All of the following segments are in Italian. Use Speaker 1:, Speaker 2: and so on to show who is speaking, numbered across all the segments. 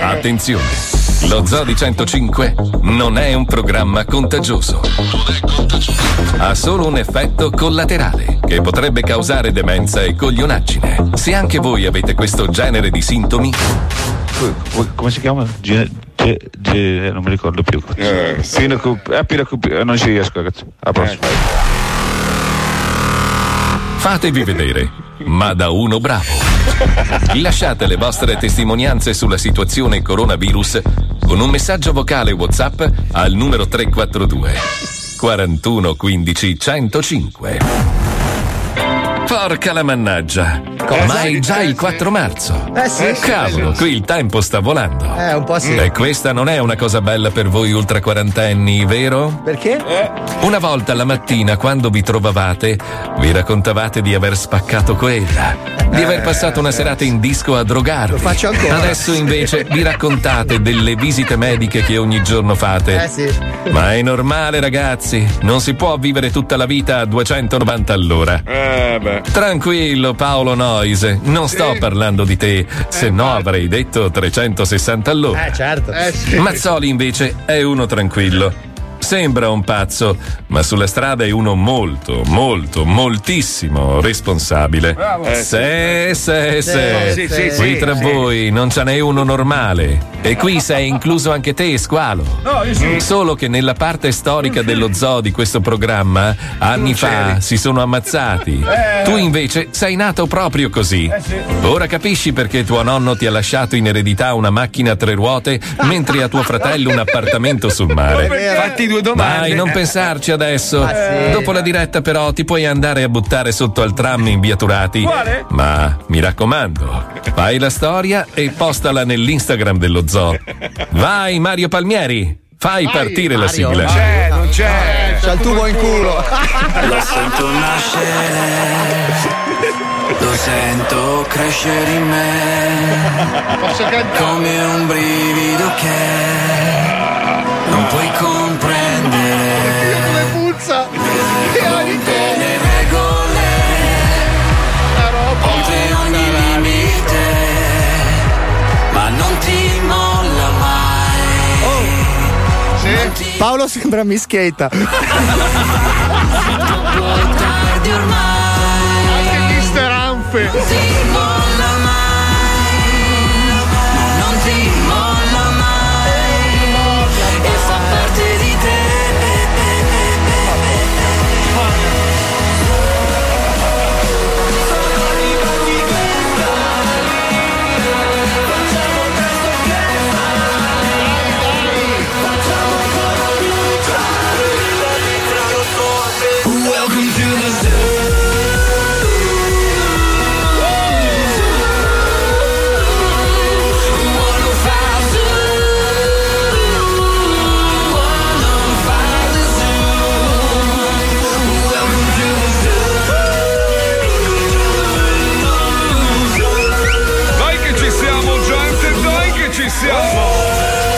Speaker 1: Attenzione, lo Zoo di 105 non è un programma contagioso. Ha solo un effetto collaterale che potrebbe causare demenza e coglionaggine. Se anche voi avete questo genere di sintomi,
Speaker 2: Come si chiama? Ge- ge- ge- eh, non mi ricordo più. Pinocup- eh, pinocup- eh, non ci riesco, ragazzi. Alla prossima.
Speaker 1: fatevi vedere, ma da uno bravo. Lasciate le vostre testimonianze sulla situazione coronavirus con un messaggio vocale WhatsApp al numero 342 41 15 105. Porca la mannaggia,
Speaker 2: Eh,
Speaker 1: ma è già il 4 marzo.
Speaker 3: Eh sì.
Speaker 1: Cavolo, Ecco. qui il tempo sta volando. Mm.
Speaker 3: Eh, un po' sì.
Speaker 1: E questa non è una cosa bella per voi ultra quarantenni, vero? Eh.
Speaker 3: Perché?
Speaker 1: Una volta la mattina, quando vi trovavate, vi raccontavate di aver spaccato quella, di aver passato una serata in disco a drogarvi.
Speaker 3: Eh, Lo faccio ancora.
Speaker 1: Adesso invece vi raccontate delle visite mediche che ogni giorno fate.
Speaker 3: Eh sì.
Speaker 1: Ma è normale, ragazzi, non si può vivere tutta la vita a 290 all'ora.
Speaker 4: Eh,
Speaker 1: Tranquillo, Paolo Noise, non sto parlando di te, se no avrei detto 360 all'ora.
Speaker 3: Eh, certo.
Speaker 1: Mazzoli invece è uno tranquillo. Sembra un pazzo, ma sulla strada è uno molto, molto, moltissimo responsabile. Se, se, se.
Speaker 4: Eh, Sì, sì,
Speaker 1: Qui
Speaker 4: sì,
Speaker 1: tra
Speaker 4: sì.
Speaker 1: voi non ce n'è uno normale. E qui sei incluso anche te, squalo. Solo che nella parte storica dello zoo di questo programma, anni fa si sono ammazzati.
Speaker 4: Eh.
Speaker 1: Tu invece sei nato proprio così. Ora capisci perché tuo nonno ti ha lasciato in eredità una macchina a tre ruote mentre a tuo fratello un appartamento sul mare.
Speaker 4: Fatti due domande. Eh,
Speaker 1: Dai, non pensarci adesso.
Speaker 5: Ah,
Speaker 3: sì.
Speaker 1: Dopo la diretta, però, ti puoi andare a buttare sotto al tram in via Turati.
Speaker 4: Quale?
Speaker 1: Ma mi raccomando, fai la storia e postala nell'Instagram dello zoo. Vai, Mario Palmieri, fai partire la
Speaker 3: Mario,
Speaker 1: sigla.
Speaker 4: Eh, non c'è.
Speaker 3: C'ha il tubo in culo.
Speaker 6: Lo sento nascere, lo sento crescere in me. Come un brivido che non puoi comprendere.
Speaker 3: Come puzza.
Speaker 6: Rompe le regole, oltre ogni limite, ma non ti molla mai.
Speaker 3: Oh.
Speaker 6: Non ti
Speaker 3: Paolo sembra mischeta.
Speaker 6: tardi ormai. ti molla mai, ma non ti molla mai e fa parte di te. Welcome to the zoo.
Speaker 4: Noi che ci siamo, gente, noi che ci siamo.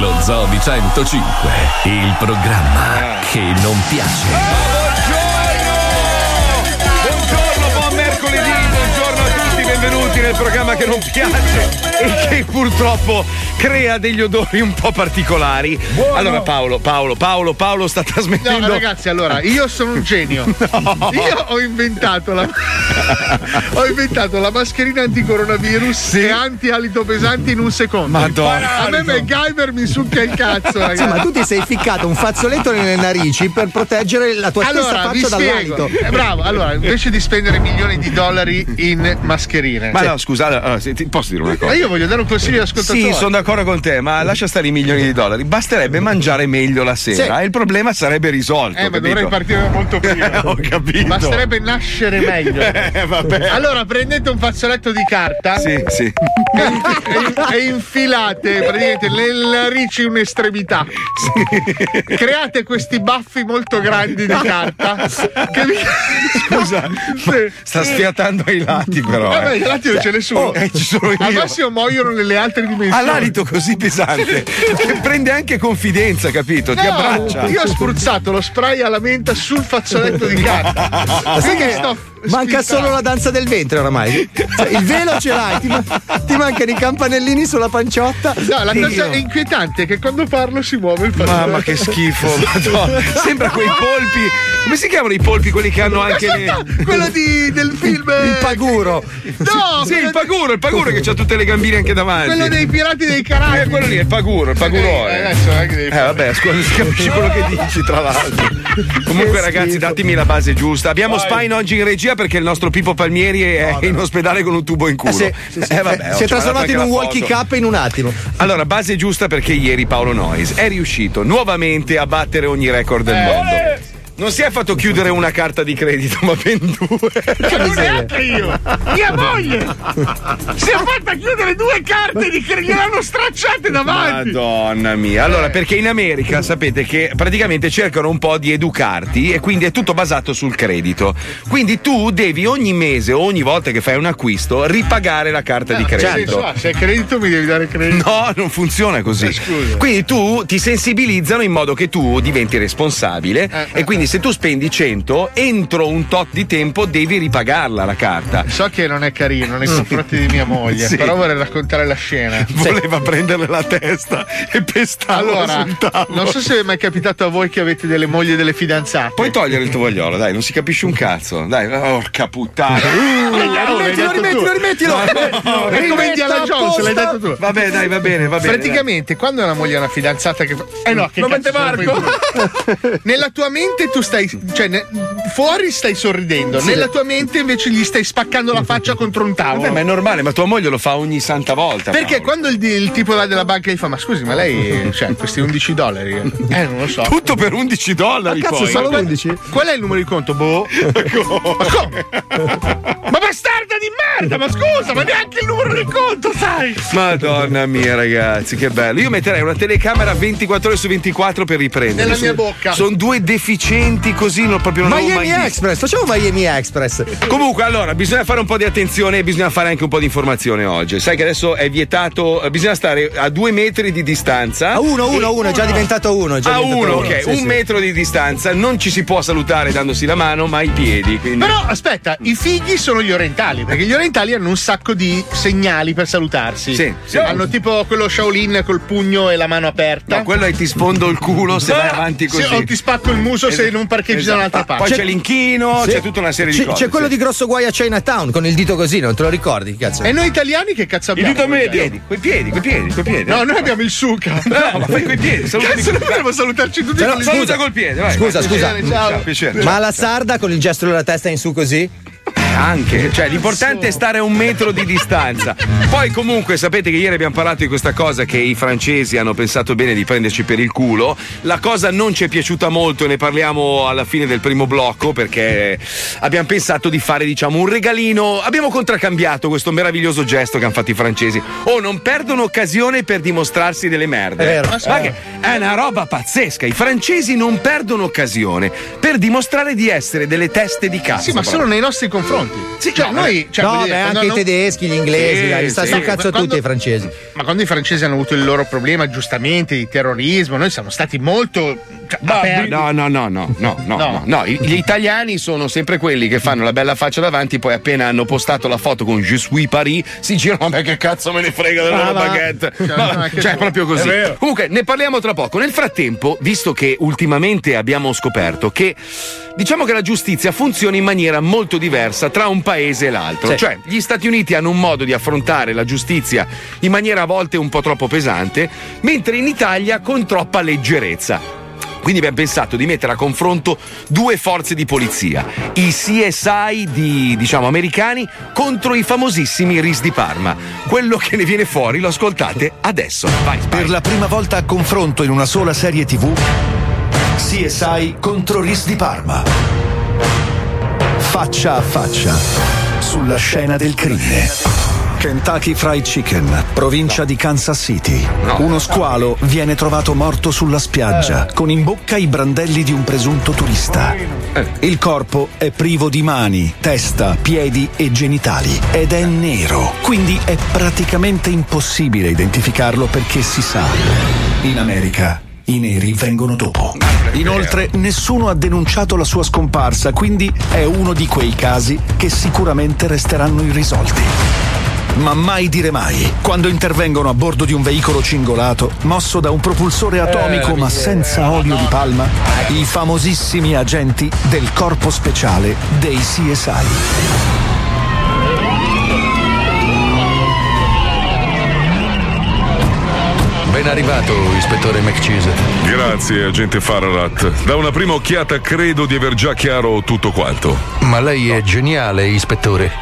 Speaker 1: Lo zoo di 105, il programma che non piace.
Speaker 4: Buongiorno, buon mercoledì, buongiorno a tutti, benvenuti nel programma che non piace e che purtroppo crea degli odori un po' particolari. Allora Paolo, Paolo, Paolo, Paolo sta
Speaker 5: No,
Speaker 4: trasmettendo.
Speaker 5: ragazzi, allora, io sono un genio. Io ho inventato la ho inventato la mascherina anticoronavirus e anti-alito pesante in un secondo.
Speaker 4: Madonna.
Speaker 5: A me MacGyver mi succhia il cazzo,
Speaker 3: Sì, ma
Speaker 5: ragazzi.
Speaker 3: tu ti sei ficcato un fazzoletto nelle narici per proteggere la tua
Speaker 5: Allora, vi
Speaker 3: stessa faccia
Speaker 5: spiego.
Speaker 3: dall'alito.
Speaker 5: Eh, Bravo, allora, invece di spendere milioni di dollari in mascherine.
Speaker 4: Ma no, scusate, allora, senti, posso dire una
Speaker 5: Ma
Speaker 4: cosa?
Speaker 5: io voglio dare un consiglio agli ascoltatori.
Speaker 4: Sì, sono d'accordo con te, ma lascia stare i milioni di dollari. Basterebbe mangiare meglio la sera
Speaker 3: Sì.
Speaker 4: e il problema sarebbe risolto.
Speaker 5: Eh, ma
Speaker 4: capito?
Speaker 5: dovrei partire da molto
Speaker 4: Eh,
Speaker 5: prima.
Speaker 4: Ho capito.
Speaker 5: Basterebbe nascere meglio.
Speaker 4: Eh, vabbè.
Speaker 5: Allora prendete un fazzoletto di carta
Speaker 4: Sì, sì.
Speaker 5: e, e infilate praticamente nella ricci un'estremità. Create questi baffi molto grandi di carta. Che vi...
Speaker 4: Scusa, ma sta sfiatando ai lati, però.
Speaker 5: Eh beh, i lati non
Speaker 4: Cioè,
Speaker 5: ce ne sono.
Speaker 4: oh, eh, ci sono io.
Speaker 5: Al massimo muoiono nelle altre
Speaker 4: Ha
Speaker 5: dimensioni.
Speaker 4: l'alito così pesante che prende anche confidenza, capito? Ti
Speaker 5: No,
Speaker 4: abbraccia.
Speaker 5: Eh, Io ho spruzzato lo spray alla menta sul fazzoletto di carta.
Speaker 7: Sai
Speaker 5: Quindi
Speaker 7: che
Speaker 5: sto
Speaker 7: manca
Speaker 5: sfiltrando.
Speaker 7: solo la danza del ventre oramai. Cioè, il velo ce l'hai, ti, ma- ti mancano i campanellini sulla panciotta. Eh,
Speaker 5: No, Ah, la cosa inquietante è che quando parlo si muove il fazzoletto.
Speaker 4: Mamma che schifo, madonna. Sembra quei polpi. Come si chiamano i polpi quelli che hanno anche le.
Speaker 5: Quello di- del film.
Speaker 7: Il paguro.
Speaker 5: No,
Speaker 4: Sì,
Speaker 5: quello
Speaker 4: il
Speaker 5: di-
Speaker 4: paguro, il paguro che ha tutte le gambine anche davanti.
Speaker 5: quello dei pirati dei Caraibi.
Speaker 4: Eh, quello lì è il paguro, il
Speaker 5: Eh,
Speaker 4: pagurone.
Speaker 5: adesso non è che devi
Speaker 4: Eh vabbè, scusa, si capisce quello che dici tra l'altro. Comunque ragazzi, datemi la base giusta. Abbiamo Spine oggi in regia perché il nostro Pippo Palmieri è in ospedale con un tubo in culo.
Speaker 7: Se- se- se-
Speaker 4: Eh, vabbè, ho
Speaker 7: si è
Speaker 4: guardato
Speaker 7: trasformato
Speaker 4: anche
Speaker 7: in un
Speaker 4: la
Speaker 7: walkie
Speaker 4: foto.
Speaker 7: cup in un attimo.
Speaker 4: Allora, base giusta perché ieri Paolo Noyes è riuscito nuovamente a battere ogni record del mondo. Non si è fatto chiudere una carta di credito, ma ben due.
Speaker 5: Non neanche io! Mia moglie! Si è fatta chiudere due carte di che gliel'hanno stracciate davanti!
Speaker 4: Madonna mia. Allora, perché in America sapete che praticamente cercano un po' di educarti e quindi è tutto basato sul credito. Quindi tu devi ogni mese, ogni volta che fai un acquisto, ripagare la carta di credito.
Speaker 5: Ah, Sì, so, se è credito mi devi dare credito.
Speaker 4: No, non funziona così.
Speaker 5: Eh, scusa.
Speaker 4: Quindi tu ti sensibilizzano in modo che tu diventi responsabile
Speaker 5: Eh,
Speaker 4: e quindi se tu spendi 100, entro un tot di tempo devi ripagarla la carta. Mm.
Speaker 5: So che non è carino nei confronti di mia moglie,
Speaker 4: Sì.
Speaker 5: però vorrei raccontare la scena.
Speaker 4: Voleva prenderle la testa e pestarla
Speaker 5: Allora,
Speaker 4: sul tavolo.
Speaker 5: non so se è mai capitato a voi che avete delle mogli e delle fidanzate.
Speaker 4: Puoi togliere il tovagliolo, dai, non si capisce un cazzo. Dai, porca puttana. Uh,
Speaker 5: rimettilo, rimettilo, rimettilo! È come Indiana Jones, l'hai detto tu.
Speaker 4: Vabbè, Eh, dai, va bene, va bene.
Speaker 5: Praticamente, quando è una moglie e una fidanzata che fa. Eh no, che cazzo sono quei due? Nella tua mente tu stai. Cioè, ne- fuori stai sorridendo, nella tua mente invece gli stai spaccando la faccia contro un
Speaker 4: dai.
Speaker 5: tavolo.
Speaker 4: Vabbè, ma è normale, ma tua moglie lo fa ogni santa volta.
Speaker 5: Perché
Speaker 4: Paolo.
Speaker 5: quando il, il tipo là della banca gli fa: Ma scusi, ma lei. Cioè, questi 11 dollari. Eh, non lo so.
Speaker 4: tutto per 11 dollari
Speaker 7: Ah, Cazzo,
Speaker 4: poi.
Speaker 7: solo
Speaker 4: Ma-
Speaker 7: 11?
Speaker 5: Qual è il numero di conto? Boh. Ma come? Ma bastarda di merda, ma scusa, ma neanche il numero di conto, sai?
Speaker 4: Madonna mia, ragazzi, che bello. Io metterei una telecamera 24 ore su 24 per riprendere.
Speaker 5: Nella mia bocca.
Speaker 4: Sono due deficienti così, non, proprio non l'avevo
Speaker 7: Miami
Speaker 4: mai visto. Eh?
Speaker 7: Express, facciamo Miami Express.
Speaker 4: Comunque, allora, bisogna fare un po' di attenzione e bisogna fare anche un po' di informazione oggi. Sai che adesso è vietato, eh, bisogna stare a due metri di distanza.
Speaker 7: A uno, uno, uno, è già diventato uno. È già
Speaker 4: A
Speaker 7: diventato
Speaker 4: uno, ok,
Speaker 7: Sì,
Speaker 4: un
Speaker 7: sì.
Speaker 4: metro di distanza, non ci si può salutare dandosi la mano, ma i piedi. Quindi...
Speaker 5: Però aspetta, i figli sono gli orientali, perché gli orientali hanno un sacco di segnali per salutarsi.
Speaker 4: Sì, sì.
Speaker 5: Hanno tipo quello Shaolin col pugno e la mano aperta.
Speaker 4: No, quello è ti sfondo il culo se vai avanti
Speaker 5: Sì,
Speaker 4: così.
Speaker 5: Eh, o ti spacco il muso se
Speaker 4: Esatto,
Speaker 5: non parcheggi
Speaker 4: esatto.
Speaker 5: da un'altra parte.
Speaker 4: Poi c'è l'inchino,
Speaker 7: Sì.
Speaker 4: c'è tutta una serie di
Speaker 7: C'è-
Speaker 4: cose.
Speaker 7: C'è quello di grosso guai a Chinatown con il dito così, non te lo ricordi? Cazzo.
Speaker 5: E noi italiani che cazzo
Speaker 4: Il
Speaker 5: abbiamo?
Speaker 4: dito medio. Coi piedi, coi piedi, coi piedi, coi piedi.
Speaker 5: No, noi abbiamo il suca.
Speaker 4: No, ma fai coi piedi, salutami.
Speaker 5: Cazzo, noi dovremmo salutarci tutti
Speaker 7: Però-
Speaker 5: con il
Speaker 7: scusa,
Speaker 4: Saluta col piede, vai.
Speaker 7: Scusa,
Speaker 4: vai.
Speaker 7: scusa.
Speaker 5: piede, ciao.
Speaker 4: Ciao, piacere.
Speaker 7: Ma la sarda con il gesto della testa in su così?
Speaker 4: Anche, cioè l'importante è stare a un metro di distanza. Poi comunque sapete che ieri abbiamo parlato di questa cosa che i francesi hanno pensato bene di prenderci per il culo. La cosa non ci è piaciuta molto, ne parliamo alla fine del primo blocco perché abbiamo pensato di fare diciamo un regalino, abbiamo contraccambiato questo meraviglioso gesto che hanno fatto i francesi. Oh, non perdono occasione per dimostrarsi delle merde.
Speaker 7: È vero.
Speaker 4: Ma che è una roba pazzesca, i francesi non perdono occasione per dimostrare di essere delle teste di cazzo.
Speaker 5: Sì, ma solo nei nostri confronti.
Speaker 4: Sì,
Speaker 5: cioè,
Speaker 4: no, eh,
Speaker 5: noi. Cioè,
Speaker 7: no,
Speaker 5: voglio
Speaker 7: beh,
Speaker 5: dire,
Speaker 7: anche
Speaker 5: quando-
Speaker 7: i tedeschi, gli inglesi,
Speaker 4: Sì,
Speaker 7: dai, gli sta
Speaker 4: sì.
Speaker 7: sul cazzo
Speaker 5: Quando-
Speaker 7: tutti i francesi.
Speaker 5: Ma quando i francesi hanno avuto il loro problema, giustamente, di terrorismo, noi siamo stati molto. Cioè, aperti.
Speaker 4: Ah, No, no, no, no, no, no, no, no. I- Gli italiani sono sempre quelli che fanno la bella faccia davanti, poi appena hanno postato la foto con Je suis Paris, si girano, ma che cazzo me ne frega della loro
Speaker 5: Brava.
Speaker 4: baguette.
Speaker 5: Cioè,
Speaker 4: Ma-
Speaker 5: no, è che
Speaker 4: cioè,
Speaker 5: tu-
Speaker 4: proprio così.
Speaker 5: è vero.
Speaker 4: Comunque, ne parliamo tra poco. Nel frattempo, visto che ultimamente abbiamo scoperto che diciamo che la giustizia funziona in maniera molto diversa tra un paese e l'altro.
Speaker 7: Sì.
Speaker 4: Cioè, gli Stati Uniti hanno un modo di affrontare la giustizia in maniera a volte un po' troppo pesante, mentre in Italia con troppa leggerezza. Quindi abbiamo pensato di mettere a confronto due forze di polizia, i CSI di, diciamo, americani contro i famosissimi RIS di Parma. Quello che ne viene fuori lo ascoltate adesso. Vai,
Speaker 8: Per la prima volta a confronto in una sola serie TV, CSI contro Ris di Parma. Faccia a faccia, sulla scena del crimine.
Speaker 9: Kentucky Fried Chicken, provincia di Kansas City. Uno squalo viene trovato morto sulla spiaggia, con in bocca i brandelli di un presunto turista. Il corpo è privo di mani, testa, piedi e genitali ed è nero, quindi è praticamente impossibile identificarlo perché si sa. In America i neri vengono dopo. Inoltre nessuno ha denunciato la sua scomparsa, quindi è uno di quei casi che sicuramente resteranno irrisolti. Ma mai dire mai, quando intervengono a bordo di un veicolo cingolato, mosso da un propulsore
Speaker 10: Eh,
Speaker 4: Eh,
Speaker 9: atomico ma senza olio di palma, i famosissimi agenti del corpo speciale dei CSI.
Speaker 4: Ben arrivato, ispettore McCheese.
Speaker 11: Grazie, agente Fararat. Da una prima occhiata credo di aver già chiaro tutto quanto.
Speaker 4: Ma lei è geniale, ispettore.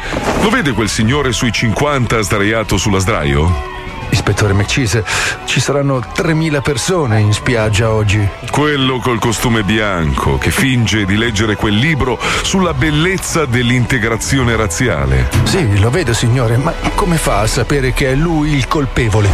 Speaker 11: Lo vede quel signore sui 50 sdraiato sulla sdraio?
Speaker 4: Ispettore McCheese, ci saranno 3.000 persone in spiaggia oggi.
Speaker 11: Quello col costume bianco che finge di leggere quel libro sulla bellezza dell'integrazione razziale.
Speaker 4: Sì, lo vedo, signore, ma come fa a sapere che è lui il colpevole?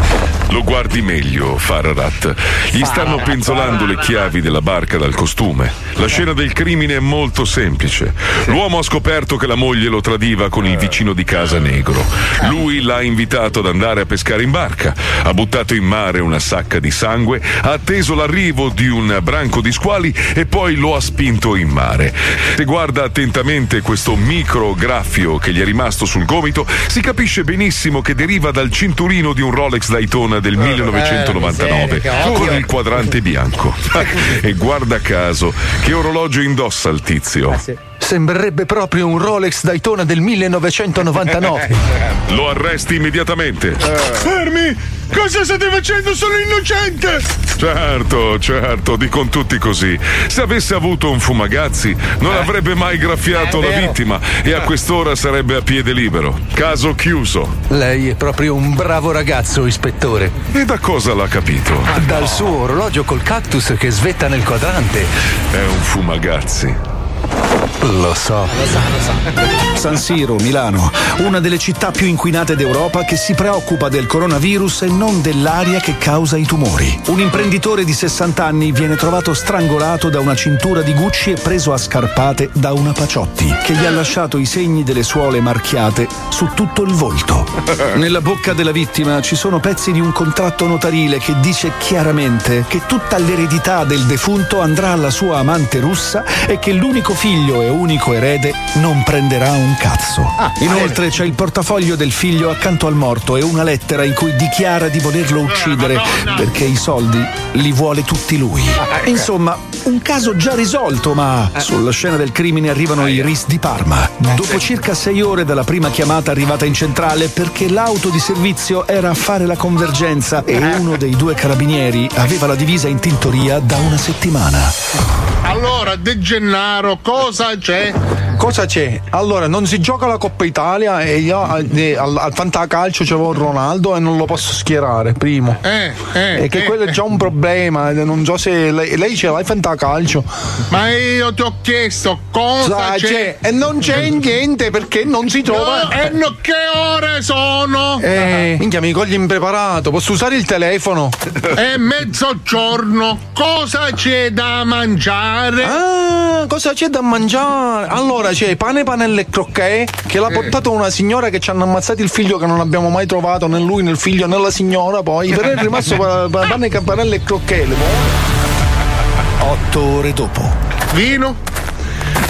Speaker 11: Lo guardi meglio, Fararat. Gli stanno penzolando le chiavi della barca dal costume. La scena del crimine è molto semplice. L'uomo ha scoperto che la moglie lo tradiva con il vicino di casa negro. Lui l'ha invitato ad andare a pescare in barca, ha buttato in mare una sacca di sangue, ha atteso l'arrivo di un branco di squali e poi lo ha spinto in mare. Se guarda attentamente questo micro graffio che gli è rimasto sul gomito, si capisce benissimo che deriva dal cinturino di un Rolex Daytona del 1999 con il quadrante bianco. e guarda caso che orologio indossa il tizio.
Speaker 4: Eh Sembrerebbe proprio un Rolex Daytona del 1999.
Speaker 11: Lo arresti immediatamente.
Speaker 12: Fermi! Cosa state facendo? Sono innocente!
Speaker 11: Certo, certo, dicono tutti così. Se avesse avuto un fumagazzi, non avrebbe mai graffiato
Speaker 4: Eh, è
Speaker 11: la
Speaker 4: vero.
Speaker 11: vittima e a quest'ora sarebbe a piede libero. Caso chiuso.
Speaker 4: Lei è proprio un bravo ragazzo, ispettore.
Speaker 11: E da cosa l'ha capito?
Speaker 9: Ah,
Speaker 4: Dal suo orologio col cactus che svetta nel quadrante.
Speaker 11: È un fumagazzi.
Speaker 4: Lo so.
Speaker 9: San Siro, Milano, una delle città più inquinate d'Europa che si preoccupa del coronavirus e non dell'aria che causa i tumori. Un imprenditore di 60 anni viene trovato strangolato da una cintura di Gucci e preso a scarpate da una Paciotti, che gli ha lasciato i segni delle suole marchiate su tutto il volto. Nella bocca della vittima ci sono pezzi di un contratto notarile che dice chiaramente che tutta l'eredità del defunto andrà alla sua amante russa e che l'unico figlio e unico erede non prenderà un cazzo. Inoltre c'è il portafoglio del figlio accanto al morto e una lettera in cui dichiara di volerlo uccidere perché i soldi li vuole tutti lui. Insomma, un caso già risolto, ma Eh. sulla scena del crimine arrivano i RIS di Parma. Dopo circa sei ore dalla prima chiamata arrivata in centrale perché l'auto di servizio era a fare la convergenza e uno dei due carabinieri aveva la divisa in tintoria da una settimana.
Speaker 5: Allora, De Gennaro, cosa c'è?
Speaker 10: Cosa c'è? Allora, non si gioca la Coppa Italia e io al, eh, al, al fantacalcio c'avevo Ronaldo e non lo posso schierare, primo. e che
Speaker 5: eh,
Speaker 10: quello è già un problema, eh, non so se lei, lei ce l'ha il fantacalcio.
Speaker 5: Ma io ti ho chiesto cosa
Speaker 10: Sa, c'è?
Speaker 5: c'è?
Speaker 10: Cioè, E non c'è niente perché non si trova.
Speaker 5: No, e no- che ore sono?
Speaker 10: Eh, minchia, mi cogli impreparato, posso usare il telefono?
Speaker 5: È mezzogiorno, cosa c'è da mangiare?
Speaker 10: Ah, cosa c'è da mangiare? Allora c'è pane, panelle e crocchè che l'ha
Speaker 5: Eh.
Speaker 10: portato una signora che ci hanno ammazzato il figlio che non abbiamo mai trovato, né lui, né il figlio, né la signora poi, però è rimasto pa- pa- pane, ca- panelle e crocchè. le mo-
Speaker 9: Otto ore dopo.
Speaker 5: Vino?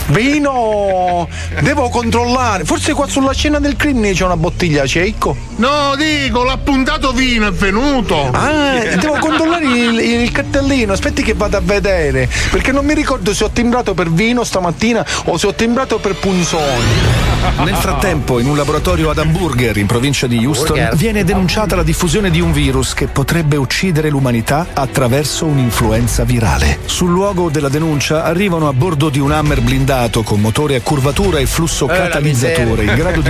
Speaker 10: Vino! Devo controllare. Forse qua sulla scena del crimine c'è una bottiglia, c'è Icco?
Speaker 5: No, dico, l'ha puntato vino, è venuto. Eh.
Speaker 10: Ah, devo controllare il, il cartellino, aspetti che vado a vedere. Perché non mi ricordo se ho timbrato per vino stamattina o se ho timbrato per punzoni.
Speaker 9: Nel frattempo, in un laboratorio ad Hamburger, in provincia di Houston,
Speaker 10: Hamburger.
Speaker 9: viene denunciata la diffusione di un virus che potrebbe uccidere l'umanità attraverso un'influenza virale. Sul luogo della denuncia arrivano a bordo di un Hammer blindato con motore a curvatura e flusso
Speaker 13: Eh, la
Speaker 9: catalizzatore,
Speaker 13: miseria.
Speaker 9: in grado di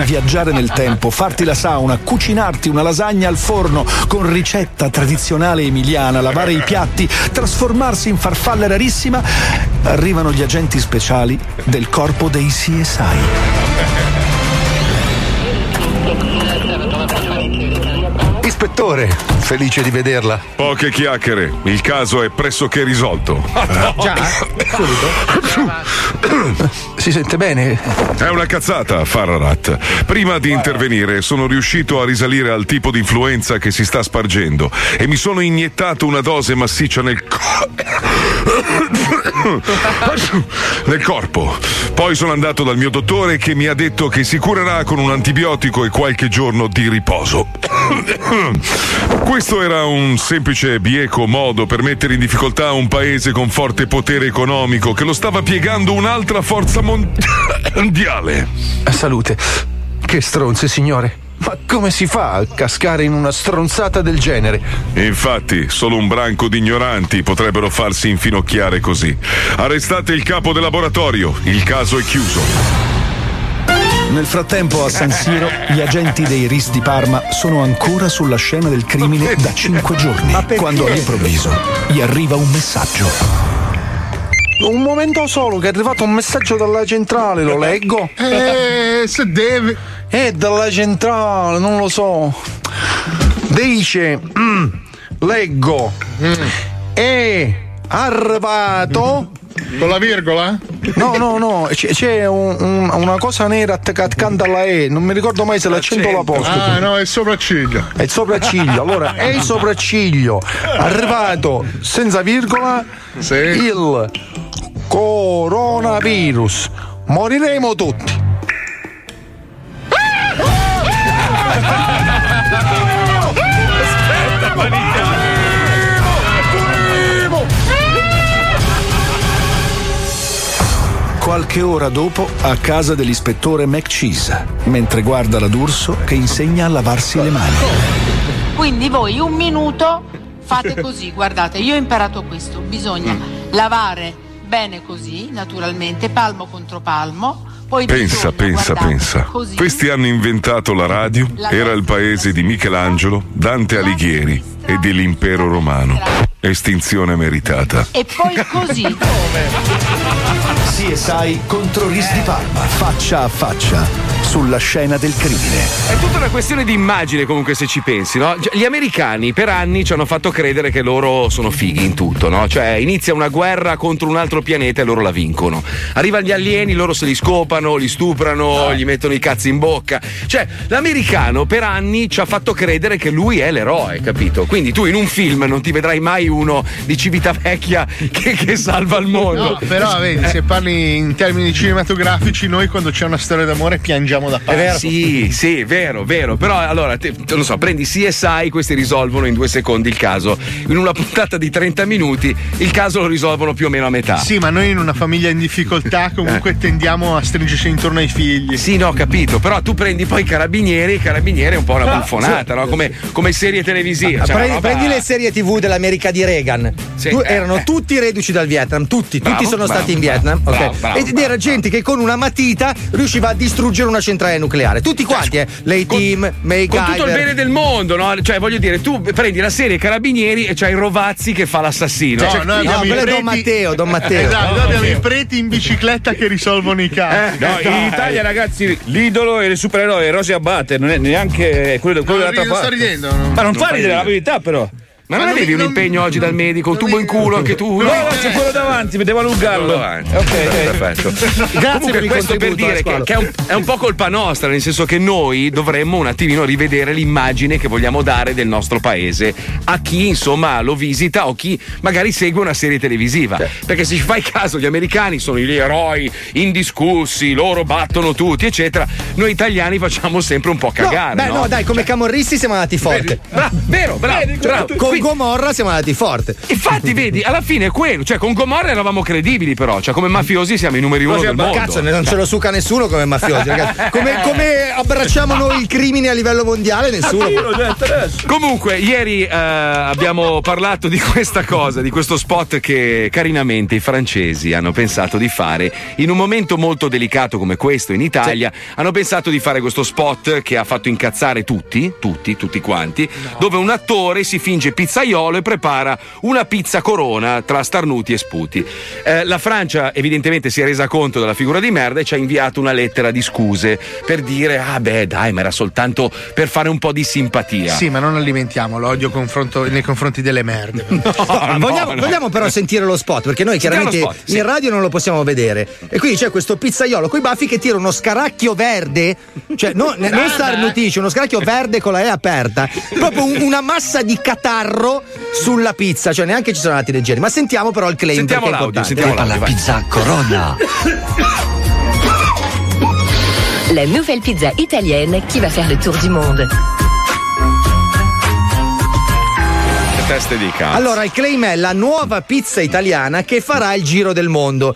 Speaker 9: viaggiare nel tempo, farti la sauna, cucinarti una lasagna al forno con ricetta tradizionale emiliana, lavare i piatti, trasformarsi in farfalla rarissima. Arrivano gli agenti speciali del corpo dei CSI. ispettore. Felice di vederla.
Speaker 11: Poche chiacchiere, il caso è pressoché risolto.
Speaker 9: Si sente bene?
Speaker 11: È una cazzata, Fararat. Prima di intervenire sono riuscito a risalire al tipo di influenza che si sta spargendo e mi sono iniettato una dose massiccia nel co- nel corpo. Poi sono andato dal mio dottore che mi ha detto che si curerà con un antibiotico e qualche giorno di riposo. Questo era un semplice e bieco modo per mettere in difficoltà un paese con forte potere economico che lo stava piegando un'altra forza mon- mondiale.
Speaker 10: Eh,
Speaker 9: Salute. Che stronze, signore. Ma come si fa a cascare in una stronzata del genere?
Speaker 11: Infatti, solo un branco di ignoranti potrebbero farsi infinocchiare così. Arrestate il capo del laboratorio, il caso è chiuso.
Speaker 8: Nel frattempo a San Siro gli agenti dei RIS di Parma sono ancora sulla scena del crimine da 5 giorni, quando all'improvviso gli arriva un messaggio.
Speaker 10: Un momento solo che è arrivato un messaggio dalla centrale, lo leggo.
Speaker 5: Eh, se deve.
Speaker 10: Eh, dalla centrale, non lo so. Dice, mm, leggo,
Speaker 5: Mm.
Speaker 10: è arrivato.
Speaker 5: Con la virgola?
Speaker 10: No, no, no, c'è, c'è un- un- una cosa nera attaccata accanto alla E, non mi ricordo mai se l'accento o l'apostrofo.
Speaker 5: Ah, no, è sopracciglio.
Speaker 10: È il sopracciglio, allora è il sopracciglio arrivato senza virgola il coronavirus. Moriremo tutti.
Speaker 14: Aspetta, panità!
Speaker 8: Qualche ora dopo, a casa dell'ispettore McCheese, mentre guarda la D'Urso che insegna a lavarsi le mani.
Speaker 15: Quindi voi un minuto fate così, guardate, io ho imparato questo, bisogna
Speaker 11: Mm.
Speaker 15: lavare bene così, naturalmente, palmo contro palmo, poi
Speaker 11: Pensa,
Speaker 15: bisogna,
Speaker 11: pensa,
Speaker 15: guardate,
Speaker 11: pensa.
Speaker 15: così.
Speaker 11: Questi hanno inventato la radio, era il paese di Michelangelo, Dante Alighieri e dell'impero romano. Estinzione meritata.
Speaker 15: E poi così.
Speaker 8: CSI contro RIS di Parma, faccia a faccia, sulla scena del crimine.
Speaker 4: È tutta una questione di immagine, comunque, se ci pensi, no? Gi- Gli americani per anni ci hanno fatto credere che loro sono fighi in tutto, no? Cioè, inizia una guerra contro un altro pianeta e loro la vincono. Arrivano gli alieni, loro se li scopano, li stuprano, gli mettono i cazzi in bocca. Cioè, l'americano per anni ci ha fatto credere che lui è l'eroe, capito? Quindi tu in un film non ti vedrai mai uno di Civitavecchia che, che salva il mondo.
Speaker 5: No, però vedi, se parli in termini cinematografici, noi quando c'è una storia d'amore piangiamo da
Speaker 4: È
Speaker 5: pazzi.
Speaker 4: vero? Sì, sì, vero, vero. Però allora, te, te lo so, prendi CSI, questi risolvono in due secondi il caso. In una puntata di 30 minuti il caso lo risolvono più o meno a metà.
Speaker 5: Sì, ma noi in una famiglia in difficoltà comunque tendiamo a stringerci intorno ai figli.
Speaker 4: Sì, no, capito, però tu prendi poi i carabinieri, i carabinieri è un po' una
Speaker 3: Ah,
Speaker 4: buffonata,
Speaker 3: sì.
Speaker 4: no? Come, come serie televisive.
Speaker 3: Ah,
Speaker 4: cioè,
Speaker 3: prendi,
Speaker 4: una roba-
Speaker 3: prendi le serie tv dell'America di Reagan.
Speaker 4: Sì,
Speaker 3: Tu-
Speaker 4: eh,
Speaker 3: erano tutti reduci dal Vietnam, tutti,
Speaker 4: Bravo,
Speaker 3: tutti sono
Speaker 4: bravo,
Speaker 3: stati in
Speaker 4: bravo,
Speaker 3: Vietnam. ok?
Speaker 4: bravo, bravo,
Speaker 3: Ed era gente che con una matita riusciva a distruggere una centrale nucleare. Tutti quanti, eh. Lei team,
Speaker 4: Con tutto il bene del mondo, no? Cioè, voglio dire, tu prendi la serie Carabinieri e c'hai Rovazzi che fa l'assassino.
Speaker 5: Cioè,
Speaker 4: Cioè,
Speaker 5: noi
Speaker 4: quindi-
Speaker 5: abbiamo i preti- Esatto, noi abbiamo i preti in bicicletta che risolvono i
Speaker 4: Eh,
Speaker 5: casi.
Speaker 16: No, in Italia, ragazzi, l'idolo e il supereroe Rosi Abate non è neanche quello, quello
Speaker 5: No,
Speaker 16: dell'altra
Speaker 5: io sto
Speaker 16: parte.
Speaker 5: ridendo, no.
Speaker 16: Ma non,
Speaker 5: Non
Speaker 16: fa
Speaker 5: fai
Speaker 16: ridere la
Speaker 5: ridere.
Speaker 16: verità, però.
Speaker 4: Ma non avevi un impegno oggi dal medico? Un tubo in culo anche tu?
Speaker 16: No, c'è quello davanti, devo allungarlo.
Speaker 4: Ok,
Speaker 16: Perfetto.
Speaker 4: Comunque, questo per dire che, che è, un, è un po' colpa nostra, nel senso che noi dovremmo un attimino rivedere l'immagine che vogliamo dare del nostro paese a chi insomma lo visita o chi magari segue una serie televisiva. Perché se ci fai caso, gli americani sono gli eroi indiscussi, loro battono tutti, eccetera. Noi italiani facciamo sempre un po' cagare.
Speaker 3: Beh, no, dai, come camorristi siamo andati forte.
Speaker 4: Bra- vero, bravo, bravo.
Speaker 3: Con
Speaker 4: Quindi-
Speaker 3: Gomorra siamo andati forte.
Speaker 4: Eh, Infatti, vedi, alla fine è quello. Cioè, con Gomorra eravamo credibili, però. Cioè, come mafiosi siamo i numeri uno del mondo.
Speaker 3: Cazzo, non ce lo suca nessuno come mafiosi, ragazzi. Come, come abbracciamo noi il crimine a livello
Speaker 4: Cioè,
Speaker 3: mondiale, nessuno.
Speaker 4: Comunque, ieri eh, abbiamo parlato di questa cosa, di questo spot che carinamente i francesi hanno pensato di fare in un momento molto delicato come questo in Italia. Hanno pensato di fare questo spot che ha fatto incazzare tutti, tutti, tutti quanti, dove un attore si finge pizzicato pizzaiolo e prepara una pizza corona tra starnuti e sputi. Eh, la Francia evidentemente si è resa conto della figura di merda e ci ha inviato una lettera di scuse per dire ah beh dai ma era soltanto per fare un po' di simpatia.
Speaker 5: Sì, ma non alimentiamo l'odio confronto- nei confronti delle merde.
Speaker 4: no,
Speaker 3: vogliamo,
Speaker 4: no.
Speaker 3: vogliamo però sentire lo spot perché noi
Speaker 5: Sentiamo
Speaker 3: chiaramente
Speaker 5: lo spot, sì.
Speaker 3: in radio non lo possiamo vedere e quindi c'è questo pizzaiolo coi baffi che tira uno scaracchio verde cioè non, ne- non starnutisce uno scaracchio verde con la E aperta proprio un- una massa di catarro sulla pizza cioè neanche ci sono andati leggeri ma sentiamo però il claim
Speaker 4: Sentiamo
Speaker 3: perché è
Speaker 4: l'audio,
Speaker 3: importante.
Speaker 4: sentiamo l'audio, vai.
Speaker 17: La nouvelle pizza italienne qui va faire le tour du monde.
Speaker 4: Che teste di cazzo.
Speaker 3: Allora, il claim è la nuova pizza italiana che farà il giro del mondo.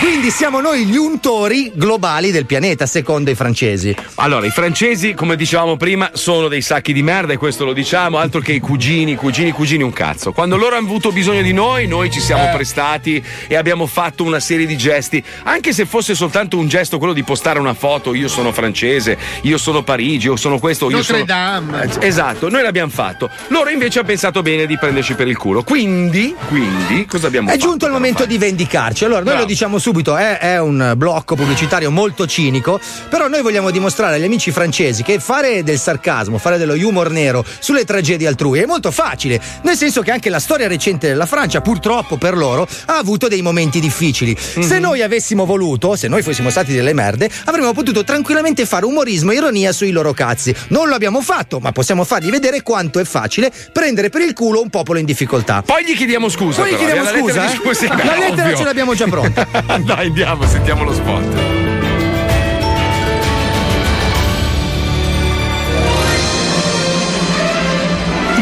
Speaker 3: Quindi siamo noi gli untori globali del pianeta, secondo i francesi.
Speaker 4: Allora, i francesi, come dicevamo prima, sono dei sacchi di merda e questo lo diciamo, altro che i cugini, cugini, cugini un cazzo. Quando loro hanno avuto bisogno di noi, noi ci
Speaker 3: Eh.
Speaker 4: siamo prestati e abbiamo fatto una serie di gesti, anche se fosse soltanto un gesto quello di postare una foto, io sono francese, io sono Parigi, io sono questo, io
Speaker 5: Notre
Speaker 4: sono
Speaker 5: Dame.
Speaker 4: Eh, Esatto, noi l'abbiamo fatto. Loro invece hanno pensato bene di prenderci per il culo. Quindi, quindi cosa abbiamo
Speaker 3: È
Speaker 4: fatto?
Speaker 3: giunto il momento di vendicarci. Allora, noi
Speaker 4: Bravo.
Speaker 3: lo diciamo subito, è, è un blocco pubblicitario molto cinico, però noi vogliamo dimostrare agli amici francesi che fare del sarcasmo, fare dello humor nero sulle tragedie altrui è molto facile, nel senso che anche la storia recente della Francia, purtroppo per loro, ha avuto dei momenti difficili.
Speaker 4: Mhm.
Speaker 3: Se noi avessimo voluto, se noi fossimo stati delle merde, avremmo potuto tranquillamente fare umorismo e ironia sui loro cazzi. Non lo abbiamo fatto, ma possiamo fargli vedere quanto è facile prendere per il culo un popolo in difficoltà.
Speaker 4: Poi gli chiediamo scusa.
Speaker 3: Poi gli
Speaker 4: però,
Speaker 3: chiediamo
Speaker 4: abbiamo la
Speaker 3: scusa.
Speaker 4: lettera di
Speaker 3: eh?
Speaker 4: scusa,
Speaker 3: La
Speaker 4: beh,
Speaker 3: lettera
Speaker 4: ovvio. Eh,
Speaker 3: ce l'abbiamo già pronta.
Speaker 4: Dai, andiamo, sentiamo lo spot.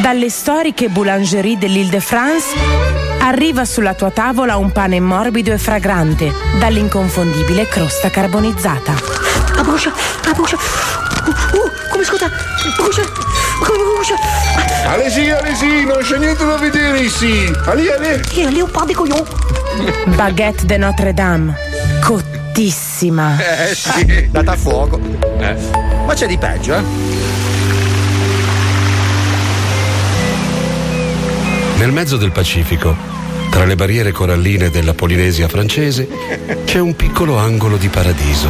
Speaker 18: Dalle storiche boulangerie dell'Île-de-France arriva sulla tua tavola un pane morbido e fragrante dall'inconfondibile crosta carbonizzata.
Speaker 6: Ah, brucia, ah, brucia. Uh, uh, come scusa, brucia, come brucia.
Speaker 14: Alesi, Alesi, non c'è niente da vedere sì. Ali, Ali.
Speaker 6: Tiens, Léopard des Coyons.
Speaker 18: Baguette de Notre Dame, cottissima.
Speaker 3: Eh sì. Data a fuoco. Ma c'è di peggio, eh?
Speaker 19: Nel mezzo del Pacifico, tra le barriere coralline della Polinesia francese, c'è un piccolo angolo di paradiso,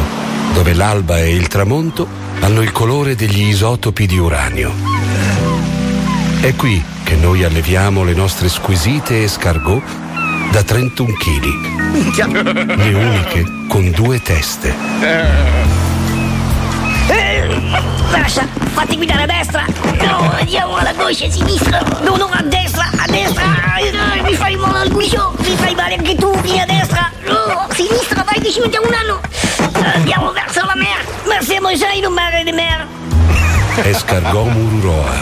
Speaker 19: dove l'alba e il tramonto hanno il colore degli isotopi di uranio. È qui che noi alleviamo le nostre squisite escargot da 31 kg, le uniche con due teste.
Speaker 6: Eh, Lascia, fatti guidare a destra. No, andiamo alla voce sinistra. No, no, a destra, a destra. Ah, Mi fai male al guscio, mi fai male anche tu, vieni a destra. No, a sinistra, vai vicino da un anno. Andiamo verso la mer, ma siamo già in un mare di mer.
Speaker 19: Escargot Mururoa,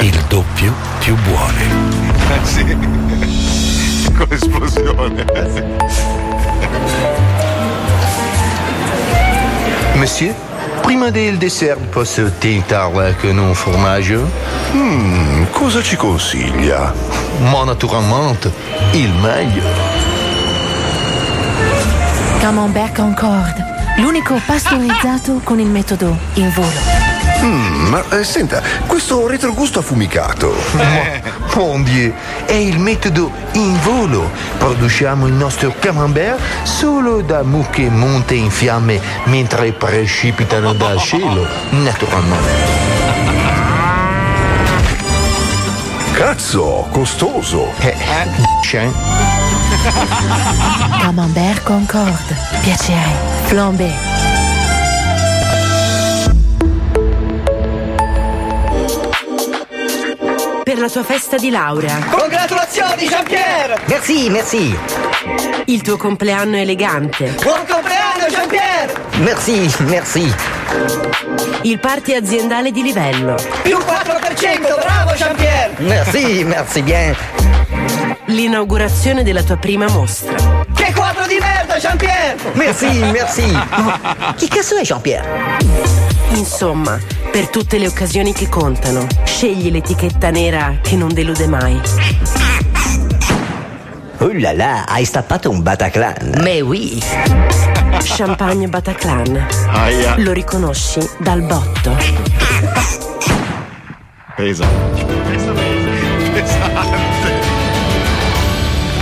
Speaker 19: il doppio più buone.
Speaker 11: Con l'esplosione.
Speaker 20: Monsieur, prima del dessert posso tentare con un formaggio? Hmm, cosa ci consiglia? Ma naturalmente, il meglio.
Speaker 18: Camembert Concorde, l'unico pastorizzato con il metodo in volo.
Speaker 20: Mm, ma eh, senta, questo retrogusto affumicato.
Speaker 21: Eh.
Speaker 20: Ma, mon Dieu, è il metodo in volo. Produciamo il nostro camembert solo da mucche monte in fiamme mentre precipitano dal cielo, naturalmente. Cazzo, costoso. Eh, c'è?
Speaker 18: Camembert Concorde, piacere, flambé. Per la tua festa di laurea.
Speaker 22: Congratulazioni, Jean-Pierre!
Speaker 18: Merci, merci. Il tuo compleanno elegante.
Speaker 22: Buon compleanno, Jean-Pierre!
Speaker 18: Merci, merci. Il party aziendale di livello.
Speaker 22: Più 4%, bravo, Jean-Pierre!
Speaker 18: merci bien. L'inaugurazione della tua prima mostra.
Speaker 22: Che quadro di merda, Jean-Pierre!
Speaker 18: Ma chi cazzo è Jean-Pierre? Insomma, per tutte le occasioni che contano, scegli l'etichetta nera che non delude mai.
Speaker 22: Oh là là, hai stappato un Bataclan!
Speaker 18: Mais oui! Champagne Bataclan.
Speaker 22: Aia.
Speaker 18: Lo riconosci dal botto.
Speaker 22: Esatto.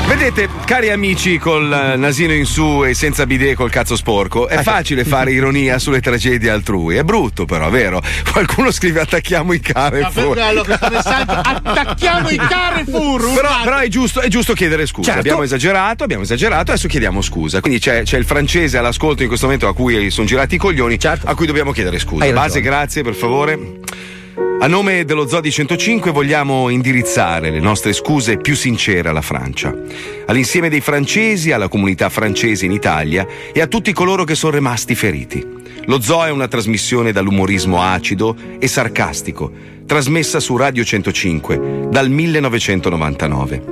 Speaker 4: Vedete, cari amici col eh, nasino in su e senza bidet col cazzo sporco,
Speaker 23: Ah,
Speaker 4: è facile fare ironia sulle tragedie altrui. È brutto però, vero? Qualcuno scrive attacchiamo i Carrefour.
Speaker 5: bello questo messaggio. Attacchiamo i Carrefour.
Speaker 4: Però,
Speaker 5: urlate.
Speaker 4: però è, giusto, è giusto chiedere scusa.
Speaker 5: Certo.
Speaker 4: Abbiamo esagerato, abbiamo esagerato, adesso chiediamo scusa. Quindi c'è, c'è il francese all'ascolto in questo momento a cui sono girati i coglioni, a cui dobbiamo chiedere scusa.
Speaker 23: Certo. Hai ragione.
Speaker 4: Base, grazie, per favore. A nome dello Zodi 105 vogliamo indirizzare le nostre scuse più sincere alla Francia, all'insieme dei francesi, alla comunità francese in Italia e a tutti coloro che sono rimasti feriti. Lo Zoo è una trasmissione dall'umorismo acido e sarcastico, trasmessa su Radio 105 dal 1999.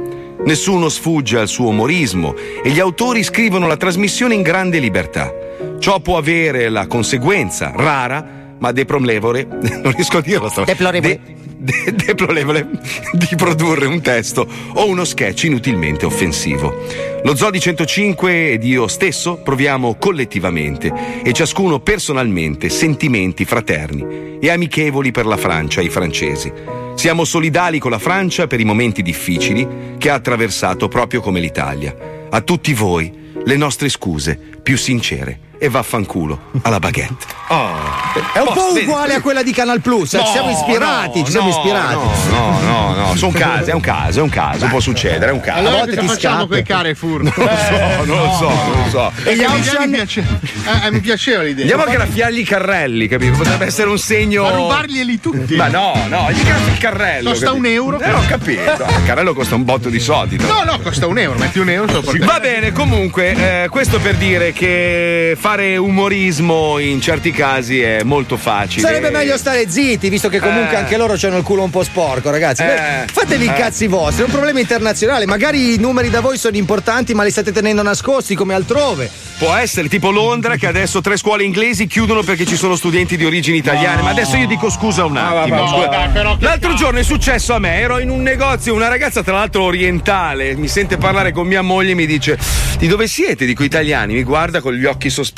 Speaker 4: Nessuno sfugge al suo umorismo e gli autori scrivono la trasmissione in grande libertà. Ciò può avere la conseguenza rara, ma deplorevole, non riesco a dirlo stavolta. Deplorevole. deplorevole di produrre un testo o uno sketch inutilmente offensivo. Lo Zodi 105 ed io stesso proviamo collettivamente e ciascuno personalmente sentimenti fraterni e amichevoli per la Francia e i francesi. Siamo solidali con la Francia per i momenti difficili che ha attraversato proprio come l'Italia. A tutti voi le nostre scuse più sincere e vaffanculo alla baguette.
Speaker 3: È un po'
Speaker 4: Posso-
Speaker 3: uguale a quella di Canal Plus. eh, ci siamo ispirati, ci siamo
Speaker 4: no,
Speaker 3: ispirati.
Speaker 4: No, no, no, sono casi, è un caso, è un caso, può succedere, è un caso.
Speaker 5: Allora cosa facciamo con i Carrefour? Non
Speaker 4: No, non lo so, non lo so.
Speaker 5: E gli Auchan- mi, piace- eh, eh, mi piaceva l'idea.
Speaker 4: Andiamo a graffiargli i carrelli, capito? Potrebbe essere un segno.
Speaker 5: A rubarglieli tutti.
Speaker 4: Ma no, no, gli graffi il carrello.
Speaker 5: Costa
Speaker 4: capito?
Speaker 5: un euro.
Speaker 4: Eh, ho capito. Il carrello costa un botto di soldi. no?
Speaker 5: No, no, costa un euro, metti un euro sopra.
Speaker 4: Sì, Va bene, comunque, eh, questo per dire che fare umorismo in certi casi è molto facile.
Speaker 3: Sarebbe meglio stare zitti, visto che comunque
Speaker 4: Eh.
Speaker 3: anche loro hanno il culo un po' sporco, ragazzi.
Speaker 4: Eh.
Speaker 3: Beh, Fatevi i
Speaker 4: Eh.
Speaker 3: cazzi vostri, è un problema internazionale. Magari i numeri da voi sono importanti, ma li state tenendo nascosti come altrove.
Speaker 4: Può essere tipo Londra che adesso tre scuole inglesi chiudono perché ci sono studenti di origini italiane. Ma adesso io dico scusa un attimo.
Speaker 5: Ah, vabbè,
Speaker 4: scusa.
Speaker 5: dai, però che
Speaker 4: L'altro giorno è successo a me, ero in un negozio, una ragazza tra l'altro orientale mi sente parlare con mia moglie e mi dice di dove siete? Dico italiani, mi guarda con gli occhi sospetti.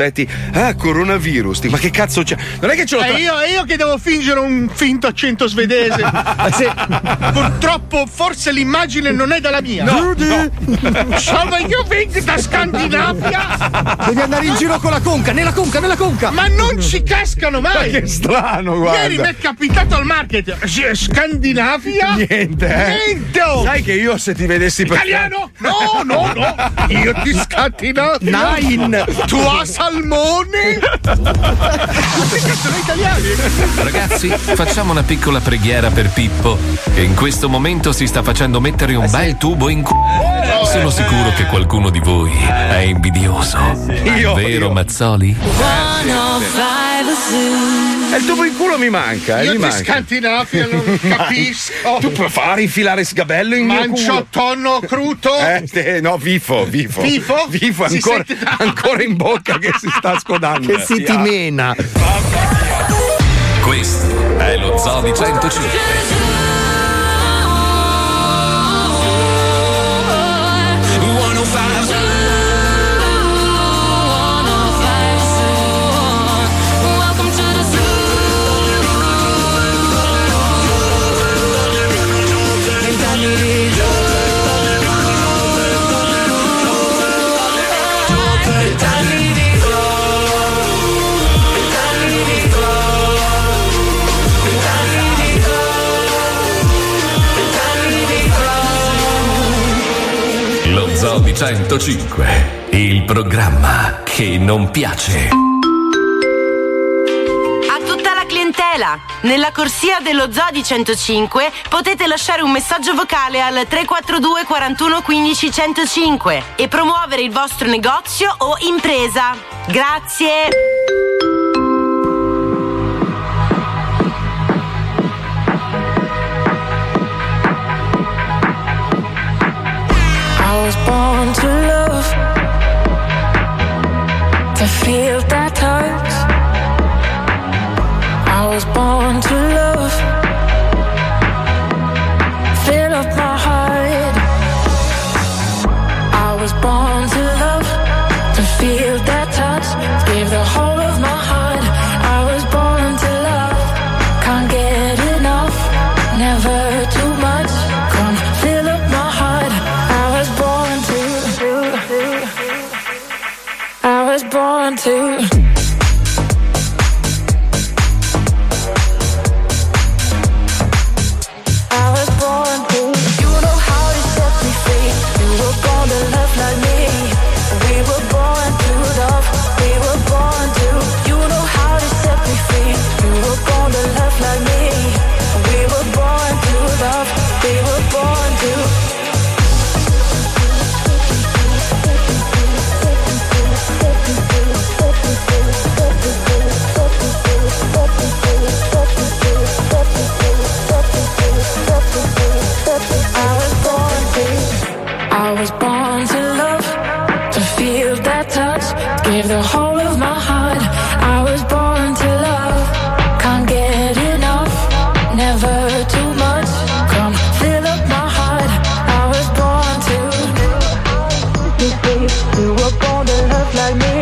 Speaker 4: Ah, coronavirus. Dico, ma che cazzo c'è? Non è che ce l'ho
Speaker 5: Eh,
Speaker 4: tra-
Speaker 5: io, io che devo fingere un finto accento svedese. Purtroppo forse l'immagine non è dalla mia.
Speaker 4: No,
Speaker 5: Sono io vengo da Scandinavia.
Speaker 3: Devi andare in giro con la conca, nella conca, nella conca.
Speaker 5: Ma non ci cascano mai.
Speaker 4: Ma che strano, guarda.
Speaker 5: Ieri mi è capitato al market. S- Scandinavia.
Speaker 4: Niente, eh.
Speaker 5: Niente. oh.
Speaker 4: Sai che io se ti vedessi per
Speaker 5: Italiano? No, no, no. Io ti scattino.
Speaker 4: Nine.
Speaker 5: Tu a salmone. Che cazzo sono italiani?
Speaker 1: Ragazzi, facciamo una piccola preghiera per Pippo, che in questo momento si sta facendo mettere
Speaker 4: Eh,
Speaker 1: un bel tubo in culo. Sono sicuro che qualcuno di voi è invidioso.
Speaker 4: Eh, Io,
Speaker 1: Vero Mazzoli?
Speaker 4: E il tubo in culo mi manca, eh,
Speaker 5: Io
Speaker 4: mi
Speaker 5: ti
Speaker 4: manca.
Speaker 5: Scandinavia non capisco.
Speaker 4: Tu prova a infilare sgabello in mio
Speaker 5: Mancio
Speaker 4: culo.
Speaker 5: tonno cruto.
Speaker 4: Eh, sì, no, vifo, vifo.
Speaker 5: Vifo?
Speaker 4: Vifo,
Speaker 5: Si
Speaker 4: ancora,
Speaker 5: sente-
Speaker 4: ancora in bocca che si sta scodando. Ah.
Speaker 1: Che si ti
Speaker 3: mena.
Speaker 1: Questo è lo Zodi 105. Lo Zodi 105, il programma che non piace.
Speaker 24: A tutta la clientela, nella corsia dello Zodi 105 potete lasciare un messaggio vocale al 342 41 15 105 e promuovere il vostro negozio o impresa. Grazie!
Speaker 25: I was born to love, to feel that touch. I was born to love, fill up my heart. I was born to love, to feel that touch. Give the whole of my heart. I was born to love, can't get enough, never too much. Come fill up my heart. I was born to was born to. I was born to. You know how to set me free. You were born to love like me. We were born to love. We were born to. You know how to set me free. You were born to love like me. We were born to love. We were born to. I was born to. I was born to love, to feel that touch. Give the whole of my heart. I was born to love. Can't get enough, never too much. Come fill up my heart. I was born to. You were born to love like me.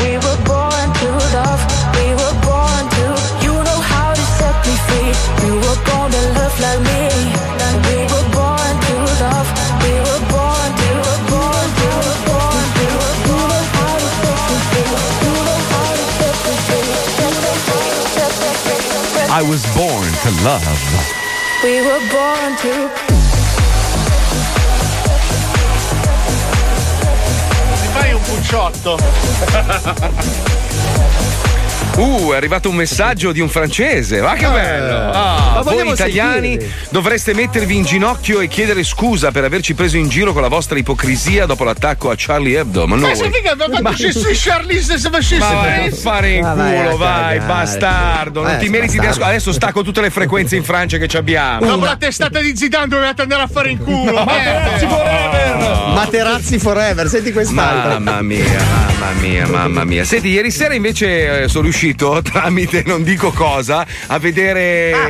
Speaker 25: We were born to love. We were born to. You know how to set me free. You were born to love like me. We were born to love. We were born to. We were born to. We were born to. You know how to set me free. You know how to set me free. You know how to set me free.
Speaker 4: I was born to love.
Speaker 25: We were born to.
Speaker 5: Ti fai un pucciotto.
Speaker 4: Uh, è arrivato un messaggio di un francese. Ma che
Speaker 5: Eh,
Speaker 4: bello!
Speaker 5: ma
Speaker 4: Ah, voi
Speaker 5: vogliamo
Speaker 4: italiani
Speaker 5: sentire.
Speaker 4: dovreste mettervi in ginocchio e chiedere scusa per averci preso in giro con la vostra ipocrisia dopo l'attacco a Charlie Hebdo. Oh, Ma
Speaker 5: Ma
Speaker 4: noi.
Speaker 5: sai che aveva fatto c'è su Charlize se
Speaker 4: Ma
Speaker 5: facesse
Speaker 4: vai a
Speaker 5: questo?
Speaker 4: fare in
Speaker 5: Ma vai a
Speaker 4: culo, vai,
Speaker 5: cagare.
Speaker 4: bastardo. Non
Speaker 5: Eh,
Speaker 4: ti meriti di
Speaker 5: bastardo.
Speaker 4: ascoltare. Adesso stacco tutte le frequenze in Francia che ci abbiamo. Ah.
Speaker 5: Dopo la testata di Zidane dovevate andare a fare in culo. Eh,
Speaker 4: Materazzi forever!
Speaker 3: Materazzi forever, senti quest'altra.
Speaker 4: Mamma mia, mamma mia, mamma mia. Senti, ieri sera invece eh, sono riuscito tramite non dico cosa a vedere
Speaker 5: Ah,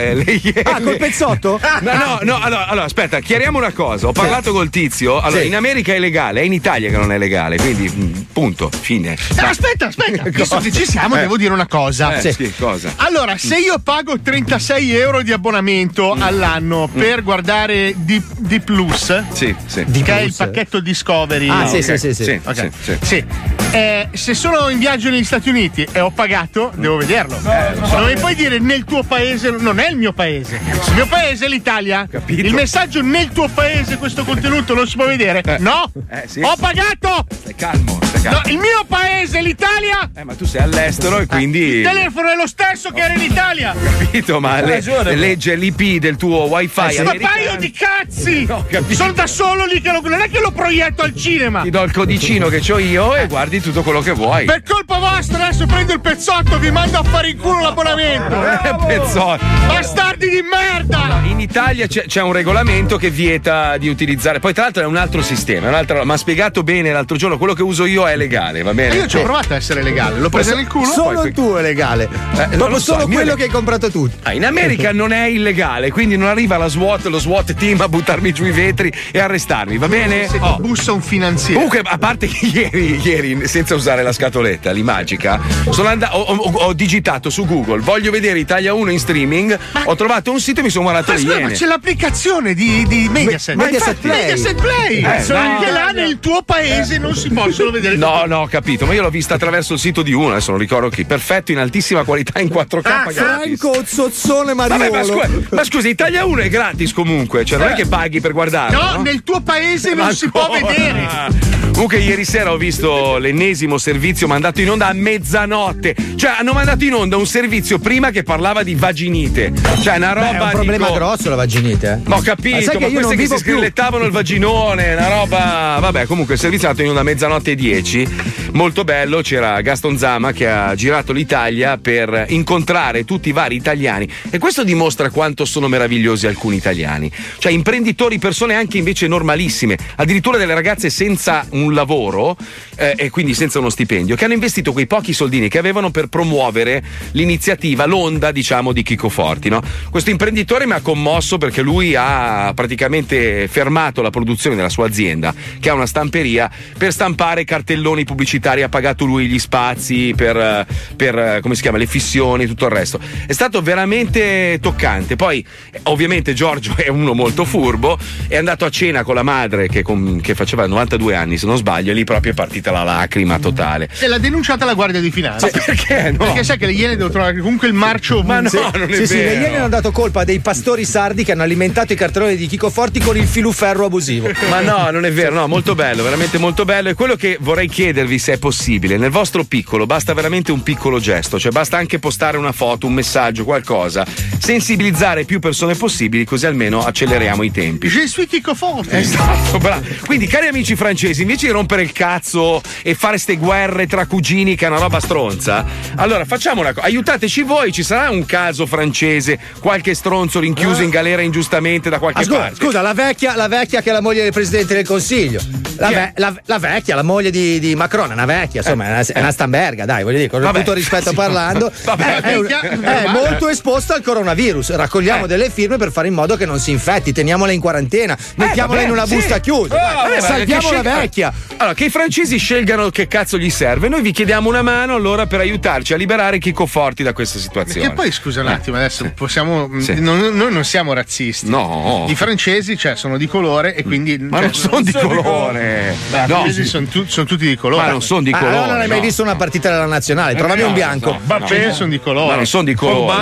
Speaker 4: il- le iene.
Speaker 3: Ah, col pezzotto?
Speaker 4: eh, No, no, no, allora, allora, aspetta, chiariamo una cosa. Ho parlato col tizio. Allora,
Speaker 5: Sì.
Speaker 4: in America è legale, è in Italia che non è legale, quindi mm, punto, fine.
Speaker 5: No, Eh, aspetta, aspetta, visto che ci siamo,
Speaker 4: Eh.
Speaker 5: devo dire una cosa.
Speaker 4: Eh, sì, cosa?
Speaker 5: Allora, se io pago 36 euro di abbonamento all'anno per guardare D, D Plus,
Speaker 4: Sì, sì.
Speaker 5: che è il pacchetto Discovery,
Speaker 4: Ah,
Speaker 5: no?
Speaker 4: sì,
Speaker 5: Ok.
Speaker 4: sì, sì, sì. Sì,
Speaker 5: Ok.
Speaker 4: sì, sì.
Speaker 5: Sì. Eh, se sono in viaggio negli Stati Uniti e ho pagato,
Speaker 4: Mm.
Speaker 5: devo vederlo.
Speaker 4: Eh, lo so.
Speaker 5: non mi puoi dire nel tuo paese, non è il mio paese. Il mio paese è l'Italia. Il messaggio nel tuo paese questo contenuto non si può vedere. No!
Speaker 4: Eh. sì.
Speaker 5: Ho pagato!
Speaker 4: Stai calmo, stai calmo.
Speaker 5: No, il mio paese, l'Italia!
Speaker 4: Eh, ma tu sei
Speaker 5: Ah,
Speaker 4: all'estero e quindi.
Speaker 5: Il telefono è lo stesso che era in Italia!
Speaker 4: Capito, ma
Speaker 5: Hai
Speaker 4: le-
Speaker 5: ragione. Eh,
Speaker 4: legge l'IP del tuo wifi
Speaker 5: Ma un
Speaker 4: americano.
Speaker 5: paio di cazzi! Sono da solo lì che lo- non è che lo proietto al cinema!
Speaker 4: Ti do il codicino che ho io e guardi tutto quello che vuoi.
Speaker 5: Per colpa vostra adesso prendo il pezzotto, vi mando a fare in culo
Speaker 4: Eh,
Speaker 5: l'abbonamento! Eh,
Speaker 4: Pezzotto.
Speaker 5: Bastardi di merda!
Speaker 4: In Italia c'è, c'è un regolamento che vieta di utilizzare. Poi, tra l'altro, è un altro sistema. è un'altra- Ma ha spiegato bene l'altro giorno. Quello che uso io è legale, va bene? Eh.
Speaker 5: Io ci ho provato a essere legale, l'ho preso nel culo.
Speaker 3: Solo il tuo è legale. Proprio solo quello che hai comprato tu.
Speaker 4: Ah, in America non è illegale, quindi non arriva la SWAT, lo SWAT team a buttarmi giù i vetri e arrestarmi, va bene?
Speaker 5: Se ti bussa un finanziere.
Speaker 4: Comunque, a parte che ieri, ieri, senza usare la scatoletta, l'imagica, sono andato, ho, ho- ho digitato su Google, voglio vedere Italia 1 in streaming, ho trovato un sito e mi sono guardato
Speaker 5: Ma
Speaker 4: le
Speaker 5: scusa, ma
Speaker 4: iene.
Speaker 5: c'è l'applicazione di, di Mediaset.
Speaker 4: Ma
Speaker 5: Mediaset,
Speaker 4: infatti-
Speaker 5: Play. Mediaset Play.
Speaker 4: Eh,
Speaker 5: Solo
Speaker 4: no.
Speaker 5: che là nel tuo paese non si possono vedere.
Speaker 4: No, no, ho capito, ma io l'ho vista attraverso il sito di uno, adesso non ricordo chi. Perfetto, in altissima qualità, in 4K.
Speaker 5: Ah,
Speaker 4: gratis.
Speaker 3: Franco Zozzone
Speaker 4: Vabbè,
Speaker 3: Mariolo.
Speaker 4: ma, scusa, ma scusa, Italia 1 è gratis comunque, cioè non è che paghi per guardarlo.
Speaker 5: No, nel tuo paese non si può
Speaker 4: Ah, Ancora.
Speaker 5: vedere.
Speaker 4: Comunque, ieri sera ho visto l'ennesimo servizio mandato in onda a mezzanotte. Cioè, hanno mandato in onda un servizio prima che parlava di vaginite. Cioè, una roba.
Speaker 3: Beh, è un problema
Speaker 4: dico,
Speaker 3: grosso la vaginite. eh.
Speaker 4: Ma ho capito,
Speaker 3: Ma sai
Speaker 4: ma,
Speaker 3: che io non
Speaker 4: queste che
Speaker 3: vivo
Speaker 4: si
Speaker 3: più.
Speaker 4: scrilettavano il vaginone, una roba. Vabbè, comunque il servizio è andato in onda a mezzanotte e 10. Molto bello, c'era Gaston Zama che ha girato l'Italia per incontrare tutti i vari italiani. E questo dimostra quanto sono meravigliosi alcuni italiani. Cioè, imprenditori, persone anche invece normalissime, addirittura delle ragazze senza un lavoro eh, e quindi senza uno stipendio, che hanno investito quei pochi soldini che avevano per promuovere l'iniziativa, l'onda, diciamo, di Chico Forti. no? Questo imprenditore mi ha commosso perché lui ha praticamente fermato la produzione della sua azienda, che ha una stamperia, per stampare cartelloni pubblicitari, ha pagato lui gli spazi per, eh, per, eh, come si chiama, le fissioni e tutto il resto. È stato veramente toccante. Poi, eh, ovviamente, Giorgio è uno molto furbo, è andato a cena con la madre che, con- che faceva 92 anni, se non sbaglio, e lì proprio è partita la lacrima totale.
Speaker 5: E l'ha denunciata la guardia di finanza.
Speaker 4: perché? No.
Speaker 5: Perché sai che le iene devono trovare comunque il marcio. Ma
Speaker 3: sì, sì, sì, le Iene hanno dato colpa a dei pastori sardi che hanno alimentato i cartelloni di Chico Forti con il filuferro abusivo.
Speaker 4: Ma no, non è vero, no, molto bello, veramente molto bello. E quello che vorrei chiedervi se è possibile, nel vostro piccolo, basta veramente un piccolo gesto, cioè basta anche postare una foto, un messaggio, qualcosa, sensibilizzare più persone possibili, così almeno acceleriamo i tempi.
Speaker 5: Je suis Chico Forti.
Speaker 4: Esatto, bravo. Quindi, cari amici francesi, invece di rompere il cazzo e fare ste guerre tra cugini che è una roba stronza, allora facciamo una cosa: aiutateci voi, ci sarà un caso francese, qualche stronzo rinchiuso in galera ingiustamente da qualche
Speaker 3: Ah, scusa,
Speaker 4: parte.
Speaker 3: scusa, la vecchia, la vecchia che è la moglie del presidente del consiglio. La, ve- la- la vecchia, la moglie di, di Macron, è una vecchia, insomma, è una, è una stamberga, dai, voglio dire, con
Speaker 4: Vabbè,
Speaker 3: tutto rispetto
Speaker 4: sì.
Speaker 3: parlando.
Speaker 4: Vabbè,
Speaker 3: è, è un-
Speaker 4: minchia,
Speaker 3: è
Speaker 4: vabbè.
Speaker 3: molto esposta al coronavirus. Raccogliamo
Speaker 4: Eh.
Speaker 3: delle firme per fare in modo che non si infetti, teniamola in quarantena, mettiamola
Speaker 4: Eh, vabbè,
Speaker 3: in una
Speaker 4: sì.
Speaker 3: busta chiusa. dai, Eh,
Speaker 4: Ah, vabbè, ma
Speaker 3: salviamo
Speaker 4: che
Speaker 3: la
Speaker 4: scel-
Speaker 3: vecchia.
Speaker 4: Allora, che i francesi scelgano che cazzo gli serve, noi vi chiediamo una mano allora per aiutarci a liberare Chico Forti da questa situazione.
Speaker 5: Che poi scusa
Speaker 4: Eh,
Speaker 5: un attimo, adesso possiamo. non- noi non siamo razzisti.
Speaker 4: No.
Speaker 5: I francesi, cioè, sono di colore e quindi. cioè,
Speaker 4: Ma non sono di colore.
Speaker 5: Beh,
Speaker 4: No.
Speaker 5: I francesi sono, tu- sono tutti di colore.
Speaker 4: Ma non sono di
Speaker 3: Ah,
Speaker 4: colore.
Speaker 3: allora non hai mai
Speaker 4: no.
Speaker 3: visto una partita della nazionale,
Speaker 4: Eh,
Speaker 3: trovami
Speaker 4: no,
Speaker 3: un bianco.
Speaker 4: no, no, no. Ma non sono di colore,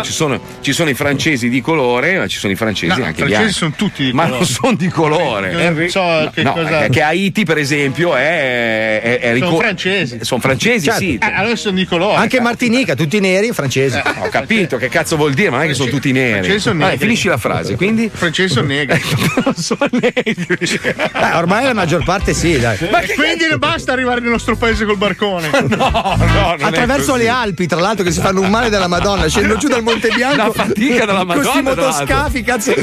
Speaker 4: ci sono, ci sono i francesi di colore, ma ci sono i francesi
Speaker 5: No,
Speaker 4: anche
Speaker 5: francesi
Speaker 4: bianchi.
Speaker 5: sono tutti di
Speaker 4: ma
Speaker 5: colore.
Speaker 4: non sono di colore. Eh,
Speaker 5: Non Henry- so
Speaker 4: No,
Speaker 5: che
Speaker 4: no,
Speaker 5: cosa-
Speaker 4: è che Haiti, per esempio, è. è, è
Speaker 5: Sono
Speaker 4: ricor-
Speaker 5: francesi.
Speaker 4: Sono francesi,
Speaker 3: Certo.
Speaker 4: sì.
Speaker 3: Eh,
Speaker 5: allora sono di colore.
Speaker 3: Anche Martinica, tutti neri, francesi.
Speaker 4: Ho capito che cazzo vuol dire, ma non è che sono tutti neri.
Speaker 3: francesi sono
Speaker 4: Vabbè,
Speaker 3: negri.
Speaker 4: finisci la frase, quindi.
Speaker 5: Francesi sono negri.
Speaker 3: Eh, ormai la maggior parte sì, dai.
Speaker 4: Eh,
Speaker 5: Ma che quindi ne basta arrivare nel nostro paese col barcone.
Speaker 4: no, no,
Speaker 3: Attraverso le Alpi, tra l'altro, che si fanno un male della Madonna, scendo giù dal Monte Bianco.
Speaker 4: La fatica della
Speaker 3: Questi
Speaker 4: Madonna, tra l'altro.
Speaker 3: motoscafi, cazzo.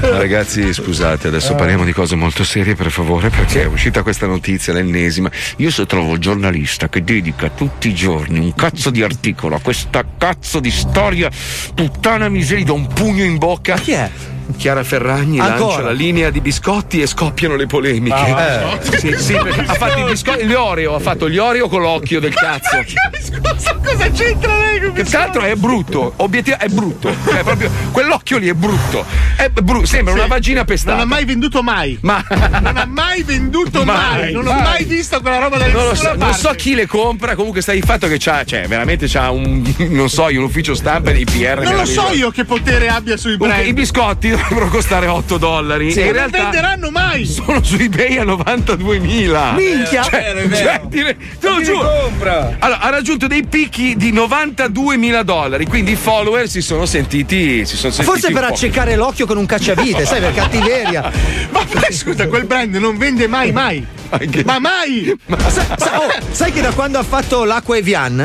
Speaker 4: Ma Ragazzi, scusate, adesso parliamo di cose molto serie, per favore, perché è uscita questa notizia, l'ennesima. Io se trovo il giornalista che dedica tutti i giorni un cazzo di articolo a questa cazzo di storia, puttana miseria, gli do un pugno in bocca. chi è? Chiara Ferragni lancia
Speaker 16: Ancora?
Speaker 4: la linea di biscotti e scoppiano le polemiche.
Speaker 16: Ah,
Speaker 4: Eh. Sì, sì, perché ha fatto i biscotti, gli Oreo, ha fatto gli Oreo con l'occhio del cazzo.
Speaker 5: Scusa, cosa c'entra lei con
Speaker 4: Che tra l'altro è brutto, obiettivo è brutto, cioè proprio quell'occhio lì è brutto, è bru- sembra una vagina pestata.
Speaker 5: Non ha mai venduto mai.
Speaker 4: Ma
Speaker 5: non ha mai venduto mai.
Speaker 4: Mai,
Speaker 5: Non ho
Speaker 4: mai.
Speaker 5: mai visto quella roba da
Speaker 4: non, lo
Speaker 5: nessuna
Speaker 4: so, non
Speaker 5: parte.
Speaker 4: so chi le compra, comunque sta il fatto che c'ha, cioè veramente c'ha un, non so, io, un ufficio stampa dei PR.
Speaker 5: Non lo so
Speaker 4: meraviglioso.
Speaker 5: io che potere abbia sui
Speaker 4: Comunque,
Speaker 5: brand.
Speaker 4: I biscotti dovrebbero costare 8 dollari.
Speaker 5: Sì,
Speaker 4: e in
Speaker 5: non
Speaker 4: realtà
Speaker 5: venderanno mai.
Speaker 4: sono su eBay a 92.000.
Speaker 5: Minchia.
Speaker 4: Cioè,
Speaker 5: È vero, è vero.
Speaker 4: cioè, dire- te lo
Speaker 5: Chi li
Speaker 4: giuro. Allora, ha raggiunto dei picchi di 92.000 dollari, quindi i follower si sono sentiti. Si sono sentiti
Speaker 3: Forse per
Speaker 4: un po'.
Speaker 3: accecare l'occhio con un cacciavite, sai, per cattiveria.
Speaker 5: Ma poi scusa, quel brand non vende mai, mai. Ma mai!
Speaker 3: Sa- sa- oh, sai che da quando ha fatto l'acqua Evian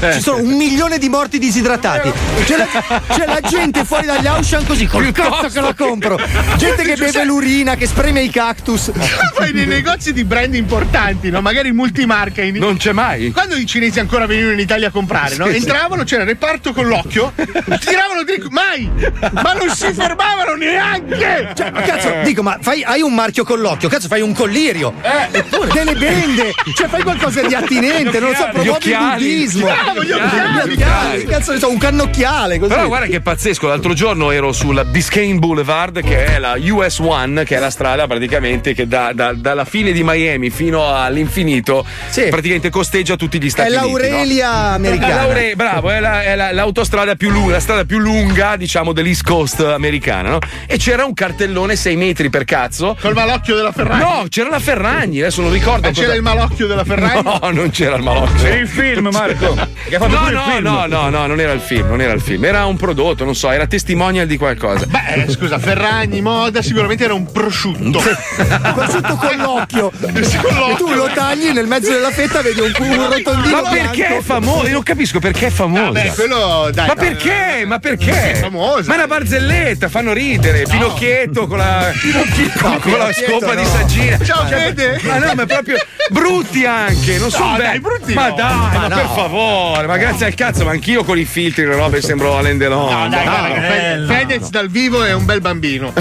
Speaker 4: Eh.
Speaker 3: ci sono un milione di morti disidratati. C'è la, c'è la gente fuori dagli Auchan così, col
Speaker 5: Piuttosto
Speaker 3: cazzo che la
Speaker 5: che-
Speaker 3: compro. Gente che
Speaker 4: Cioè,
Speaker 5: Giuseppe-
Speaker 3: beve l'urina, che spreme i cactus.
Speaker 5: Poi nei negozi di brand importanti, no? magari multimarca. In...
Speaker 4: Non c'è mai.
Speaker 5: Quando i cinesi ancora venivano in Italia a comprare, no?
Speaker 4: Sì, sì.
Speaker 5: entravano, c'era il reparto con l'occhio, tiravano dritto, mai! Ma non si fermavano neanche!
Speaker 3: Cioè, ma cazzo,
Speaker 4: Eh.
Speaker 3: dico, ma fai, hai un marchio con l'occhio, cazzo, fai un collirio,
Speaker 4: Eh.
Speaker 3: Eppure- delle bende, cioè fai qualcosa di attinente, non lo so,
Speaker 4: Gli
Speaker 3: promuovi il
Speaker 4: occhiali.
Speaker 3: buddismo.
Speaker 4: Bravo, gli occhiali.
Speaker 3: Gli occhiali, cazzo, ne so, un cannocchiale, così.
Speaker 4: Però guarda che pazzesco, l'altro giorno ero sulla Biscayne Boulevard, che è la US 1, che è la strada praticamente che da- da- dalla fine di Miami fino all'infinito praticamente costeggia tutti gli
Speaker 3: è
Speaker 4: Stati Uniti. no?
Speaker 3: l'aurelia americana.
Speaker 4: È l'aure- bravo, è, la- è la- l'autostrada più lunga, la strada più lunga, diciamo, dell'East Coast americana, no? E c'era un cartellone 6 metri per cazzo.
Speaker 5: Col malocchio della Ferragni.
Speaker 4: No, c'era la Ferragni, adesso non ricordo.
Speaker 5: Ma c'era
Speaker 4: cosa-
Speaker 5: il malocchio della Ferragni?
Speaker 4: No, non c'era il malocchio.
Speaker 5: C'era il film, Marco. Che ha fatto
Speaker 4: No,
Speaker 5: pure il
Speaker 4: no,
Speaker 5: film.
Speaker 4: no, no, no, non era il film, non era il film. Era un prodotto, non so, era testimonial di qualcosa.
Speaker 5: Beh, Eh, scusa, Ferragni, moda, sicuramente era un prosciutto.
Speaker 3: prosciutto con l'occhio.
Speaker 5: l'occhio.
Speaker 3: E tu lo tagli nel mezzo della fetta, vedi un, un rotondino.
Speaker 4: Ma perché è famoso? Io non capisco perché è famoso.
Speaker 5: Vabbè, Ah, quello, dai,
Speaker 4: Ma
Speaker 5: dai,
Speaker 4: perché? Ma perché?
Speaker 5: È famosa.
Speaker 4: Ma è una barzelletta, fanno ridere. Pinocchietto con la, con- con la
Speaker 5: Pinocchietto
Speaker 4: scopa
Speaker 5: no.
Speaker 4: di saggina.
Speaker 5: Ciao,
Speaker 4: Cioè,
Speaker 5: Fede.
Speaker 4: Ma no, ma proprio brutti anche, non sono
Speaker 5: No, dai,
Speaker 4: belli.
Speaker 5: brutti
Speaker 4: Ma
Speaker 5: no.
Speaker 4: dai,
Speaker 5: Ma
Speaker 4: ma,
Speaker 5: no.
Speaker 4: per favore. amore, ma grazie al cazzo, ma anch'io con i filtri e le robe sembro Alain Delon.
Speaker 5: No, dai, guarda, Fe- Fedez dal vivo è un bel bambino.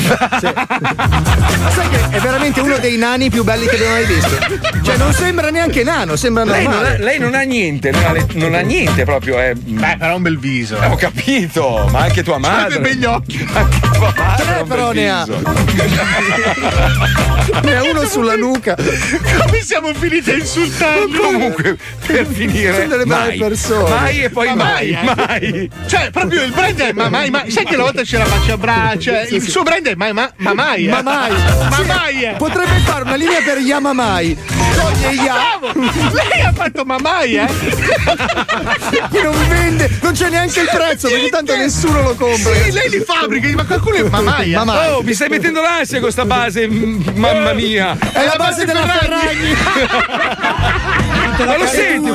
Speaker 3: Sai che è veramente uno dei nani più belli che abbiamo mai visto. Cioè, non sembra neanche nano, sembra
Speaker 4: Lei non, ha,
Speaker 3: normale.
Speaker 4: lei non ha niente, non ha, le- non ha niente proprio. Eh. Beh,
Speaker 5: però un bel viso. eh.
Speaker 4: Ho capito, ma anche tua madre.
Speaker 5: Avrebbe begli occhi.
Speaker 4: Anche tua madre.
Speaker 3: Tre
Speaker 4: ha un bel
Speaker 3: però ne ha.
Speaker 4: viso.
Speaker 3: Ne ha uno sulla nuca.
Speaker 5: Come siamo finiti a insultarlo?
Speaker 4: Comunque, per finire.
Speaker 3: Sono delle
Speaker 4: mai.
Speaker 3: belle persone.
Speaker 4: Mai e poi
Speaker 5: Ma
Speaker 4: mai.
Speaker 5: mai, eh.
Speaker 4: mai.
Speaker 5: Cioè, proprio il brand è ma mai, mai. Sai che una volta c'era faccia a braccia?
Speaker 3: Sì,
Speaker 5: Il
Speaker 3: sì.
Speaker 5: suo brand è mai, ma, ma mai. eh.
Speaker 3: Ma mai.
Speaker 5: Ma
Speaker 3: Sì,
Speaker 5: mai. eh.
Speaker 3: Potrebbe fare una linea per Yamamai. Toglie Yam.
Speaker 5: Bravo! Lei ha fatto ma mai, eh?
Speaker 3: Non vende, non c'è neanche il prezzo perché tanto nessuno lo compra.
Speaker 5: Sì, lei li fabbrica, ma qualcuno è ma mai. eh?
Speaker 4: Oh, mi stai mettendo l'ansia con sta base, m- mamma mia.
Speaker 3: È la base della Ferragni.
Speaker 4: Ma lo senti?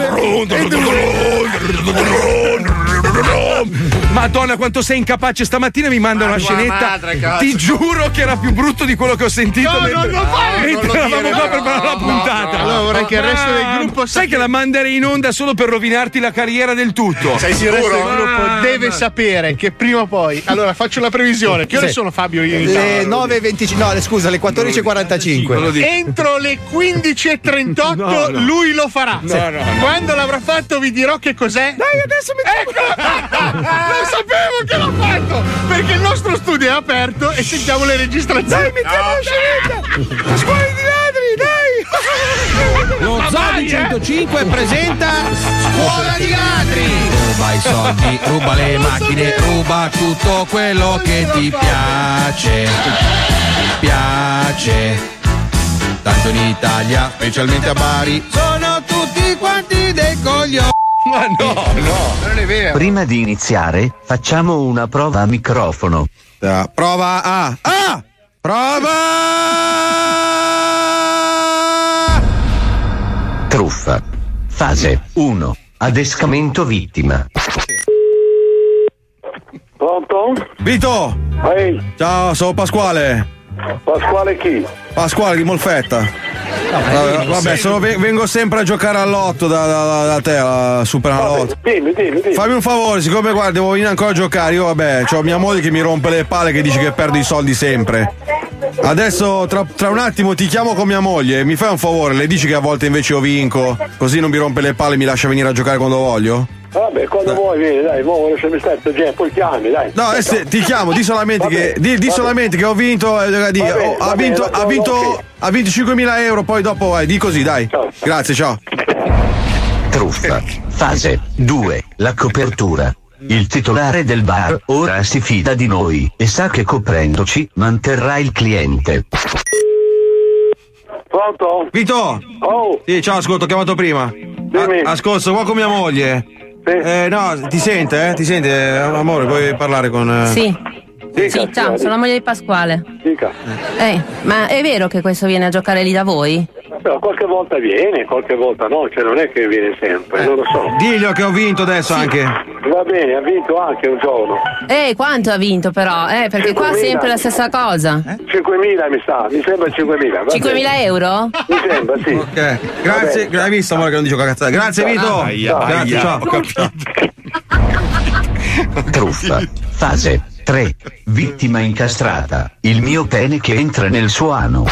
Speaker 4: Madonna, quanto sei incapace. Stamattina mi manda una
Speaker 5: tua
Speaker 4: scenetta.
Speaker 5: madre, cazzo.
Speaker 4: Ti giuro che era più brutto di quello che ho sentito.
Speaker 5: No,
Speaker 4: mentre-
Speaker 5: non lo fare,
Speaker 4: mentre
Speaker 5: non lo
Speaker 4: eravamo
Speaker 5: dire,
Speaker 4: qua
Speaker 5: no,
Speaker 4: per fare la
Speaker 5: no,
Speaker 4: puntata. Ah,
Speaker 5: no. Allora vorrei che il resto del gruppo
Speaker 4: Sai che la manderei in onda solo per rovinarti la carriera del tutto.
Speaker 5: Sei sicuro? Cioè, Il gruppo
Speaker 4: Ah,
Speaker 5: deve sapere che prima o poi. Allora, faccio la previsione. Che ore
Speaker 3: Sì.
Speaker 5: sono Fabio io in
Speaker 3: Le
Speaker 5: Italia?
Speaker 3: 9.25, no, le- scusa, le 14.45.
Speaker 5: Entro le 15.38
Speaker 3: No, no.
Speaker 5: lui lo farà.
Speaker 3: Sì. no, no.
Speaker 5: Quando l'avrà fatto vi dirò che cos'è.
Speaker 4: Dai, adesso mi
Speaker 5: Ecco! lo sapevo che l'ho fatto! Perché il nostro studio è aperto e sentiamo le registrazioni. Ah, Dai, eh. mettiamo la scenetta! Scuola di ladri, dai!
Speaker 26: Lo
Speaker 6: eh.
Speaker 26: Zodi 105 presenta Scuola di Ladri! Ruba i soldi, ruba le macchine, ruba tutto quello che ti piace. Piace. Tanto in Italia, specialmente a Bari, sono tutti quanti dei coglioni.
Speaker 4: Ma no, no,
Speaker 5: non è vero.
Speaker 23: Prima di iniziare, facciamo una prova a microfono.
Speaker 26: Prova A. Ah! Prova!
Speaker 23: Truffa. Fase 1. Adescamento vittima.
Speaker 26: Pronto? Vito! Ciao, sono Pasquale. Pasquale chi? Pasquale di Molfetta. Vabbè, vabbè, sono- ve- vengo sempre a giocare all'otto da, da- da- da te, a Super Allotto. Dimmi, dimmi, dimmi. Fammi un favore, siccome guarda, devo venire ancora a giocare, io vabbè, ho mia moglie che mi rompe le palle che dice che perdo i soldi sempre. Adesso tra, tra un attimo ti chiamo con mia moglie, mi fai un favore, le dici che a volte invece io vinco, così non mi rompe le palle e mi lascia venire a giocare quando voglio?
Speaker 27: Vabbè, quando vuoi vieni, dai, muovo se mi stai gente, poi chiami, dai.
Speaker 26: No, eh, se- ti chiamo, di solamente, che, di, di solamente che ho vinto, eh, di- oh, ha, vinto ha vinto ha vinto 5.000 euro, poi dopo vai, di così, dai. Grazie, ciao.
Speaker 23: Truffa. Fase 2. La copertura. Il titolare del bar ora si fida di noi e sa che coprendoci manterrà il cliente.
Speaker 26: Pronto? Vito? Sì, ciao, ascolto, ho chiamato prima. A- ascolto, sono qua con mia moglie. Eh, no, ti sente, eh? Ti sente, eh, amore, puoi parlare con... eh,
Speaker 28: Sì. Sì, ciao, sono la moglie di Pasquale. Eh, ma è vero che questo viene a giocare lì da voi?
Speaker 27: Però qualche volta viene, qualche volta no, cioè non è che viene sempre, non lo so.
Speaker 26: Diglio che ho vinto adesso anche.
Speaker 27: Va bene, ha vinto anche un giorno.
Speaker 28: Eh, quanto ha vinto però? Eh, perché qua è sempre la stessa cosa.
Speaker 27: 5.000 mi sa, mi sembra 5.000. va bene.
Speaker 28: 5.000 euro?
Speaker 27: Mi sembra, sì.
Speaker 26: Ok, grazie, gra- hai visto amore che non dico cazzate. Grazie Vito.
Speaker 23: Aia,
Speaker 26: grazie,
Speaker 23: aia,
Speaker 26: ciao.
Speaker 23: ho Truffa. Fase 3. Vittima incastrata. Il mio pene che entra nel suo ano.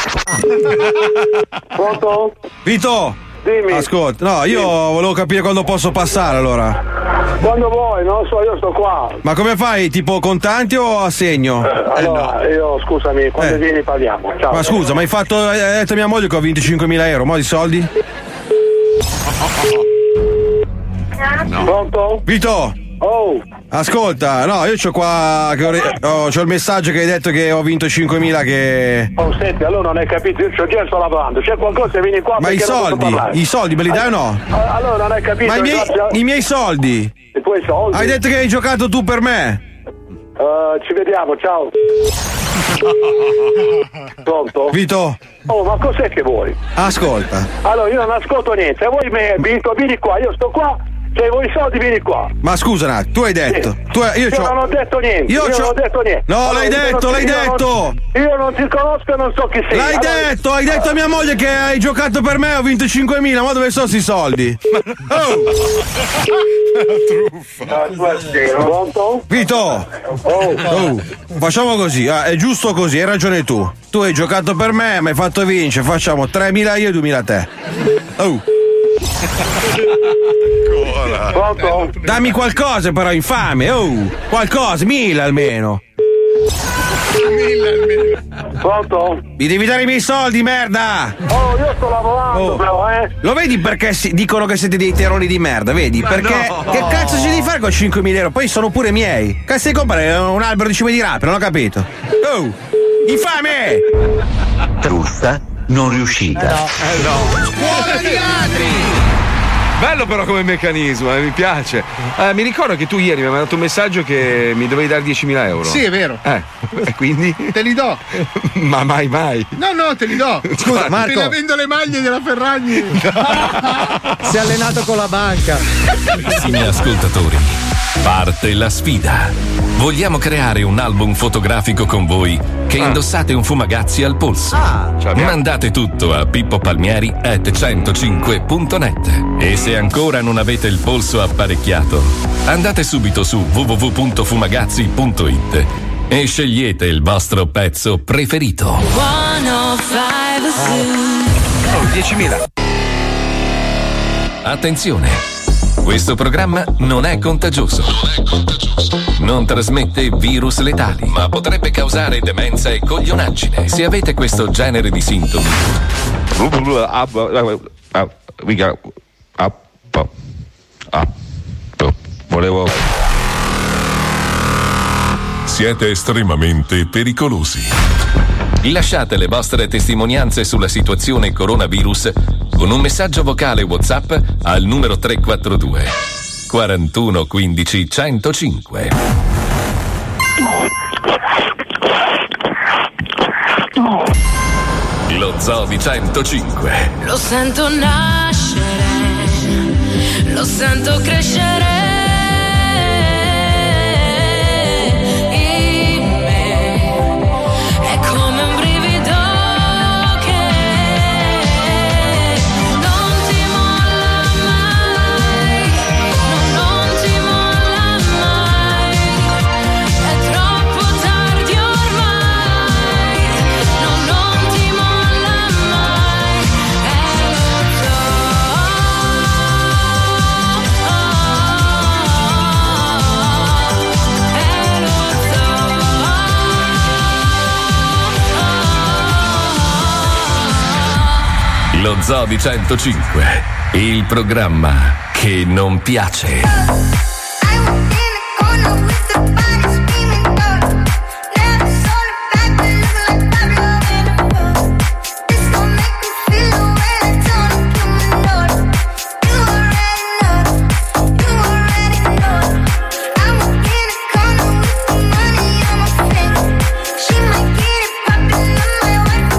Speaker 26: Pronto? Vito! Dimmi. Ascolta, no, io volevo capire quando posso passare allora.
Speaker 27: Quando vuoi, non lo so, io sto qua.
Speaker 26: Ma come fai? Tipo contanti o a segno?
Speaker 27: Eh, Allora, io scusami, quando
Speaker 26: Eh.
Speaker 27: vieni parliamo. Ciao.
Speaker 26: Ma scusa, ma hai fatto. Hai detto a mia moglie che ho 25.000 euro, mo di soldi? No. Pronto? Vito! Oh! Ascolta, no, io c'ho qua. Che ho, re- oh, c'ho il messaggio che hai detto che ho vinto 5.000 che.
Speaker 27: Oh, senti, allora non hai capito, io c'ho già sto lavorando, c'è qualcosa vieni qua
Speaker 26: Ma i
Speaker 27: perché non posso
Speaker 26: soldi,
Speaker 27: parlare.
Speaker 26: i soldi me li dai o no?
Speaker 27: Ah, Allora non hai capito,
Speaker 26: Ma i miei,
Speaker 27: guarda,
Speaker 26: i miei soldi?
Speaker 27: i tuoi soldi.
Speaker 26: Hai detto che hai giocato tu per me?
Speaker 27: Eh, ci vediamo, ciao. Pronto?
Speaker 26: Vito?
Speaker 27: Oh, ma cos'è che vuoi?
Speaker 26: Ascolta.
Speaker 27: Allora, io non ascolto niente, voi mi vinto, vieni qua, io sto qua Se vuoi i soldi vieni qua.
Speaker 26: Ma scusa, un attimo, tu hai detto. Certo. Tu hai- io
Speaker 27: Io
Speaker 26: c'ho-
Speaker 27: non ho detto niente.
Speaker 26: Io
Speaker 27: Io,
Speaker 26: c'ho-
Speaker 27: non ho detto niente.
Speaker 26: No, l'hai
Speaker 27: io non
Speaker 26: detto,
Speaker 27: ti-
Speaker 26: l'hai
Speaker 27: io non-
Speaker 26: detto.
Speaker 27: io non ti conosco e non so chi sei.
Speaker 26: L'hai
Speaker 27: Allora-
Speaker 26: detto, hai detto a mia moglie che hai giocato per me, ho vinto 5.000, ma dove sono sti soldi? Oh.
Speaker 27: Pronto?
Speaker 26: Vito! Oh, Facciamo così, ah, è giusto così, hai ragione tu. Tu hai giocato per me, mi hai fatto vincere, facciamo 3.000 io e 2.000 te. Oh. Dammi qualcosa però, infame, oh! Qualcosa, 1.000 almeno.
Speaker 27: Pronto?
Speaker 26: Mi devi dare i miei soldi, merda!
Speaker 27: Oh, io sto lavorando,
Speaker 26: Oh.
Speaker 27: però, eh.
Speaker 26: Lo vedi perché si- dicono che siete dei terroni di merda, vedi?
Speaker 27: Ma
Speaker 26: perché
Speaker 27: no.
Speaker 26: che cazzo ci devi fare con 5.000 euro? Poi sono pure miei. Cazzo di comprare eh, un albero di cime di rape, non ho capito. Oh! Infame!
Speaker 23: Truffa,
Speaker 4: eh.
Speaker 23: non riuscita.
Speaker 4: Scuola di ladri! Bello però come meccanismo, eh, mi piace. Eh, mi ricordo che tu ieri mi hai mandato un messaggio che mi dovevi dare 10.000 euro.
Speaker 5: Sì, è vero.
Speaker 4: Eh, e quindi?
Speaker 5: Te li do.
Speaker 4: Ma mai mai.
Speaker 5: No, no, te li do.
Speaker 4: Scusa, Marco.
Speaker 5: Appena vendo le maglie della Ferragni.
Speaker 3: Si è allenato con la banca.
Speaker 1: Carissimi ascoltatori, parte la sfida. Vogliamo creare un album fotografico con voi che indossate un fumagazzi al polso. Mandate tutto a pippopalmieri at 105.net. E se ancora non avete il polso apparecchiato, andate subito su www.fumagazzi.it e scegliete il vostro pezzo preferito.
Speaker 4: 10.000.
Speaker 1: Attenzione! Questo programma non è contagioso. Non trasmette virus letali, ma potrebbe causare demenza e coglionaggine. Se avete questo genere di sintomi,
Speaker 11: Volevo.
Speaker 1: siete estremamente pericolosi. Lasciate le vostre testimonianze sulla situazione coronavirus con un messaggio vocale WhatsApp al numero 342 41 15 105. Lo Zoo di 105.
Speaker 7: Lo sento nascere, lo sento crescere in me. È come un brivido che non ti molla mai, no, non ti molla mai. È troppo tardi ormai, no, non ti molla mai. È lo
Speaker 1: Lo Zoo di 105, il programma che non piace.
Speaker 7: All I need is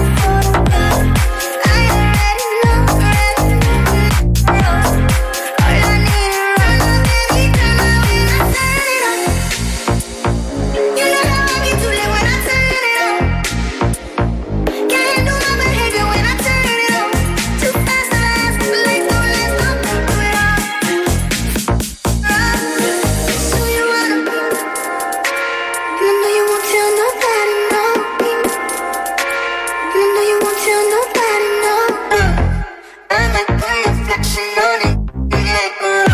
Speaker 6: Uh, uh.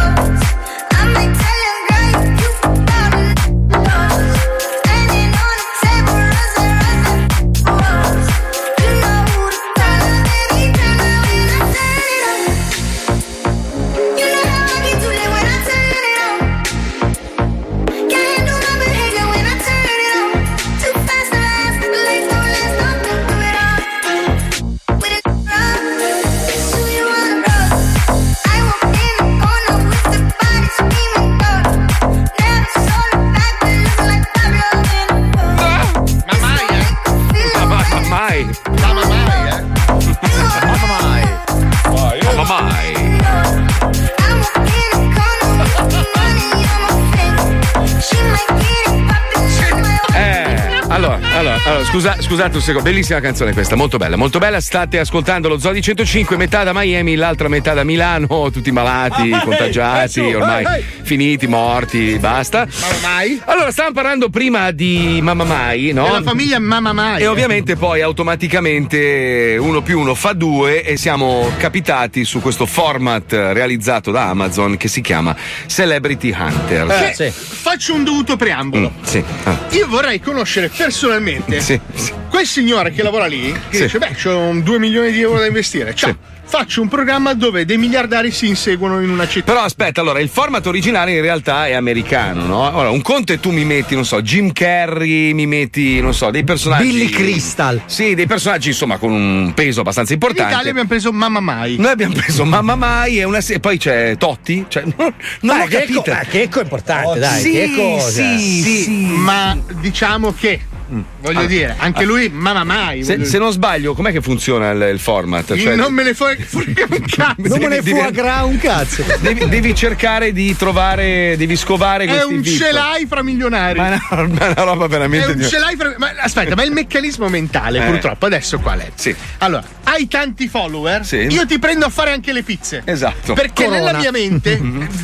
Speaker 4: Allora, scusa- scusate un secondo, bellissima canzone questa, molto bella, molto bella. State ascoltando lo Zodi 105, metà da Miami, l'altra metà da Milano, tutti malati,
Speaker 5: Ah, ehi,
Speaker 4: contagiati,
Speaker 5: eh, su,
Speaker 4: ormai
Speaker 5: eh, ehi.
Speaker 4: finiti, morti, basta.
Speaker 5: Mai?
Speaker 4: Allora, stavamo parlando prima di Mamma Mai, no?
Speaker 5: Della famiglia Mamma Mai.
Speaker 4: E ovviamente poi automaticamente uno più uno fa due e siamo capitati su questo format realizzato da Amazon che si chiama Celebrity Hunter.
Speaker 5: Che- Eh, Faccio un dovuto preambolo.
Speaker 4: Mm, sì. Ah.
Speaker 5: Io vorrei conoscere personalmente
Speaker 4: Sì,
Speaker 5: quel signore che lavora lì, che
Speaker 4: Sì.
Speaker 5: dice: Beh, c'ho un 2 milioni di euro da investire. Ciao. Faccio un programma dove dei miliardari si inseguono in una città.
Speaker 4: Però aspetta, allora il format originale in realtà è americano, no? Allora, un conto è tu mi metti, non so, Jim Carrey, mi metti, non so, dei personaggi.
Speaker 5: Billy
Speaker 4: Crystal. Sì, dei personaggi, insomma, con un peso abbastanza
Speaker 5: In Italia
Speaker 4: importante.
Speaker 5: abbiamo preso Mamma Mai.
Speaker 4: Noi abbiamo preso Mamma Mai e una se- poi c'è Totti. Cioè, non non ho capito.
Speaker 5: è importante,
Speaker 4: Eh,
Speaker 5: cioè,
Speaker 4: dai,
Speaker 5: sì,
Speaker 4: che cosa.
Speaker 5: Sì,
Speaker 4: Sì.
Speaker 5: sì, ma diciamo che, voglio
Speaker 4: Ah.
Speaker 5: dire, anche
Speaker 4: Ah.
Speaker 5: lui Mamma Mai.
Speaker 4: Se,
Speaker 5: voglio
Speaker 4: se
Speaker 5: dire.
Speaker 4: non sbaglio, com'è che funziona il, il format? Cioè,
Speaker 5: non me ne frega frega un cazzo.
Speaker 4: Non me ne Devi- foie
Speaker 5: gra un cazzo.
Speaker 4: devi, devi cercare di trovare, devi scovare
Speaker 5: È
Speaker 4: questi
Speaker 5: un
Speaker 4: VIP.
Speaker 5: ce l'hai fra milionari.
Speaker 4: Ma no, ma è una roba veramente
Speaker 5: È un
Speaker 4: di-
Speaker 5: ce l'hai fra- ma aspetta, ma il meccanismo mentale,
Speaker 4: Eh.
Speaker 5: purtroppo, adesso qual è?
Speaker 4: Sì.
Speaker 5: Allora, hai tanti follower,
Speaker 4: Sì.
Speaker 5: io ti prendo a fare anche le pizze.
Speaker 4: Esatto.
Speaker 5: Perché
Speaker 4: Corona. Mm-hmm.
Speaker 5: nella mia mente,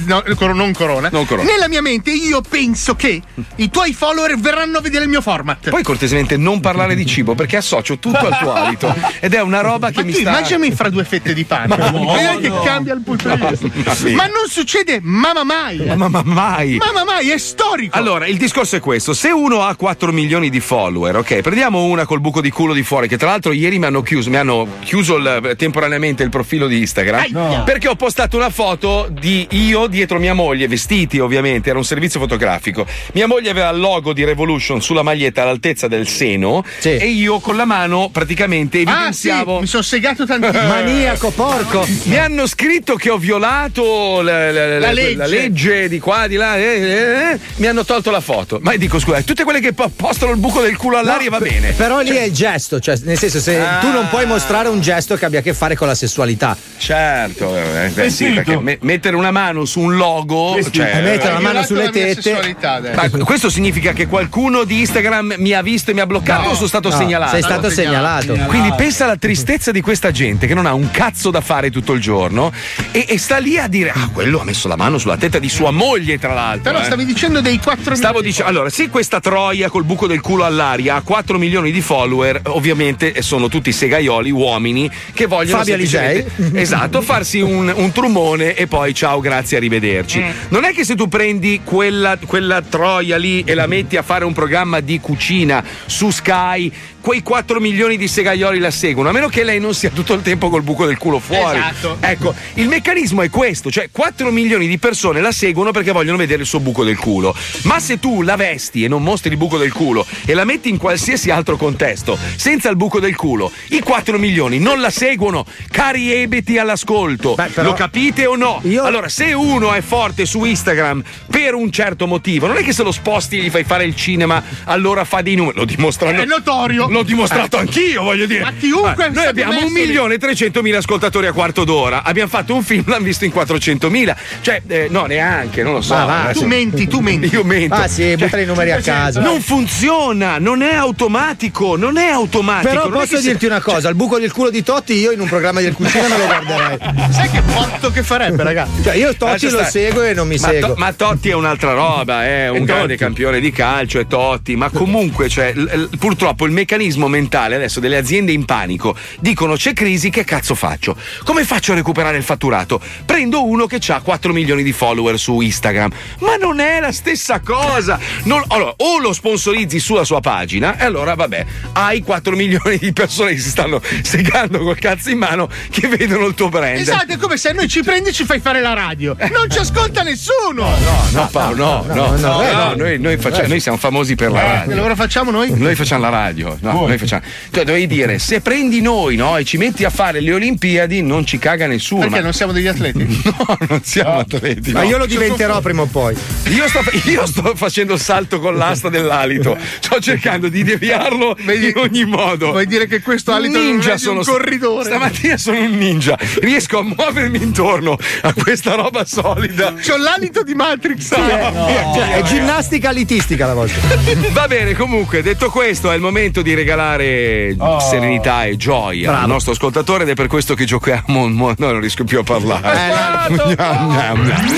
Speaker 5: no, cor- non, corona,
Speaker 4: Non corona.
Speaker 5: nella mia mente io penso che i tuoi follower verranno a vedere il mio format.
Speaker 4: Poi cortesemente non parlare di cibo perché associo tutto al tuo alito ed è una roba che
Speaker 5: Ma
Speaker 4: mi
Speaker 5: tu
Speaker 4: sta
Speaker 5: immaginami fra due fette di pane.
Speaker 4: Ma no,
Speaker 5: Vedrai che
Speaker 4: no.
Speaker 5: cambia il punto di
Speaker 4: No,
Speaker 5: vista.
Speaker 4: mamma mia.
Speaker 5: Ma non succede mamma mai.
Speaker 4: Mamma mai.
Speaker 5: Mamma mai è storico.
Speaker 4: Allora, il discorso è questo: se uno ha 4 milioni di follower, ok, prendiamo una col buco di culo di fuori, che tra l'altro ieri mi hanno chiuso, mi hanno chiuso il- eh, temporaneamente il profilo di Instagram.
Speaker 5: Aia.
Speaker 4: Perché ho postato una foto di io dietro mia moglie, vestiti ovviamente, era un servizio fotografico. Mia moglie aveva il logo di Revolution sulla maglietta all'altezza del seno, e io con la mano praticamente
Speaker 5: Ah, sì,
Speaker 4: evidenziavo.
Speaker 5: mi sono segato tantissimo.
Speaker 4: porco! Mi hanno scritto che ho violato la, la- la-
Speaker 5: La
Speaker 4: la
Speaker 5: legge.
Speaker 4: legge. di qua, di là, eh, eh, eh, mi hanno tolto la foto. Ma dico, scusa, tutte quelle che po- postano il buco del culo all'aria va bene. Ah.
Speaker 3: Però lì è il gesto, cioè, nel senso, se tu non puoi mostrare un gesto che abbia a che fare con la sessualità.
Speaker 4: Certo, eh, beh, sì,
Speaker 3: Vestito.
Speaker 4: perché me- mettere una mano su un logo,
Speaker 3: Vestito.
Speaker 4: cioè,
Speaker 3: E eh, mettere la mano
Speaker 4: Hai violato
Speaker 3: sulle
Speaker 4: la mia
Speaker 3: tette.
Speaker 4: sessualità adesso. Ma questo significa che qualcuno di Instagram mi ha visto e mi ha bloccato
Speaker 3: No,
Speaker 4: o sono stato
Speaker 3: no,
Speaker 4: segnalato?
Speaker 3: sei stato segnalato. segnalato.
Speaker 4: Quindi pensa alla tristezza di questa gente che non ha un cazzo da fare tutto il giorno e, e sta lì a dire: Ah, quello ha messo la mano sulla tetta di sua moglie, tra l'altro.
Speaker 5: Però
Speaker 4: eh."
Speaker 5: stavi dicendo dei 4
Speaker 4: Stavo dicendo, allora, se questa troia col buco del culo all'aria ha 4 milioni di follower, ovviamente eh, sono tutti segaioli, uomini, che vogliono
Speaker 3: Fabio
Speaker 4: semplicemente- Esatto, farsi un, un trumone e poi ciao, grazie, arrivederci. Non è che se tu prendi quella, quella troia lì e la metti a fare un programma di cucina su Sky, quei 4 milioni di segaioli la seguono, a meno che lei non sia tutto il tempo col buco del culo fuori.
Speaker 5: Esatto.
Speaker 4: Ecco, il meccanismo è questo, cioè 4 milioni di persone la seguono perché vogliono vedere il suo buco del culo. Ma se tu la vesti e non mostri il buco del culo e la metti in qualsiasi altro contesto, senza il buco del culo, i 4 milioni non la seguono. Cari ebeti all'ascolto,
Speaker 3: però-
Speaker 4: lo capite o no? Allora, se uno è forte su Instagram per un certo motivo, non è che se lo sposti e gli fai fare il cinema, allora fa dei numeri, lo dimostrano.
Speaker 5: È notorio.
Speaker 4: L'ho dimostrato
Speaker 5: Eh.
Speaker 4: anch'io, voglio dire.
Speaker 5: Ma chiunque
Speaker 4: Eh,
Speaker 5: è
Speaker 4: Noi
Speaker 5: stato
Speaker 4: abbiamo un
Speaker 5: messo lì.
Speaker 4: milione e 300.000 ascoltatori a quarto d'ora. Abbiamo fatto un film, l'hanno visto in 400.000. Cioè, eh, no, neanche, non lo so.
Speaker 3: Ma va,
Speaker 4: Adesso-
Speaker 3: tu menti, tu
Speaker 5: menti.
Speaker 4: Io mento. Cioè,
Speaker 3: Ah, sì, butta i numeri a caso.
Speaker 4: Non funziona, non è automatico, non è automatico.
Speaker 3: Però
Speaker 4: non è
Speaker 3: posso
Speaker 4: che se-
Speaker 3: dirti una cosa: il buco del culo di Totti, io in un programma del cucina me lo
Speaker 4: Eh.
Speaker 3: guarderei.
Speaker 5: Sai che botto che farebbe, ragazzi?
Speaker 3: Cioè, io
Speaker 4: Lascia
Speaker 3: Totti lo
Speaker 4: stare.
Speaker 3: seguo e non mi
Speaker 4: Eh. Ma
Speaker 3: seguo.
Speaker 4: To- ma Totti è un'altra roba, è un grande campione di calcio, è Totti, ma comunque cioè, l- l- purtroppo il meccanismo mentale adesso delle aziende in panico dicono c'è crisi, che cazzo faccio? Come faccio a recuperare il fatturato? Prendo uno che ha 4 milioni di follower su Instagram, ma non è la stessa cosa. Non- allora, o lo sponsorizzi sulla sua pagina e allora vabbè, hai 4 milioni di persone che si stanno segando col cazzo in mano che vedono il tuo brand.
Speaker 5: Esatto, è come se noi ci prendi e ci fai fare la radio. Non ci ascolta nessuno.
Speaker 4: No, Paolo, no, no, no, no, noi, noi facciamo- noi siamo famosi per la radio.
Speaker 5: Allora Eh, facciamo noi?
Speaker 4: Noi facciamo la radio, no, no, noi facciamo. Cioè, dovevi dire, se prendi noi, no, e ci metti a fare le Olimpiadi, non ci caga nessuno.
Speaker 5: Perché
Speaker 4: ma-
Speaker 5: non siamo degli atleti?
Speaker 4: No, non siamo atleti.
Speaker 3: Ma
Speaker 4: no.
Speaker 3: io lo diventerò prima o poi.
Speaker 4: Io sto, io sto facendo il salto con l'asta dell'alito. Sto cercando di deviarlo in ogni modo. Vuoi
Speaker 5: dire che questo alito non è di un corridore?
Speaker 4: Stamattina sono un ninja. Riesco a muovermi intorno a questa roba solida.
Speaker 5: C'ho l'alito di Matrix.
Speaker 3: Cioè, è ginnastica elitistica la vostra.
Speaker 4: Va bene, comunque, detto questo, è il momento di regalare serenità e gioia al nostro ascoltatore ed è per questo che giochiamo. mo- No, non riesco più a parlare. Gnam, gnam, gnam.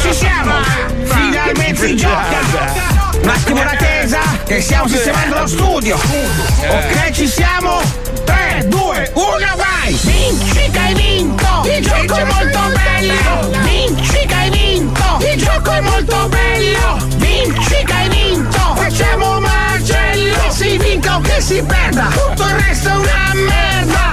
Speaker 14: Ci siamo! Finalmente si gioca! Un attimo d'attesa che stiamo sistemando lo studio!
Speaker 5: Eh.
Speaker 14: Ok, ci siamo! 3, 2, 1, vai! Vinci che hai vinto! Il gioco è molto bello! Vinci che hai vinto! Il gioco è molto bello! Vinci che hai vinto! Facciamo un macello! Che si vinca o che si perda! Tutto il resto è una merda!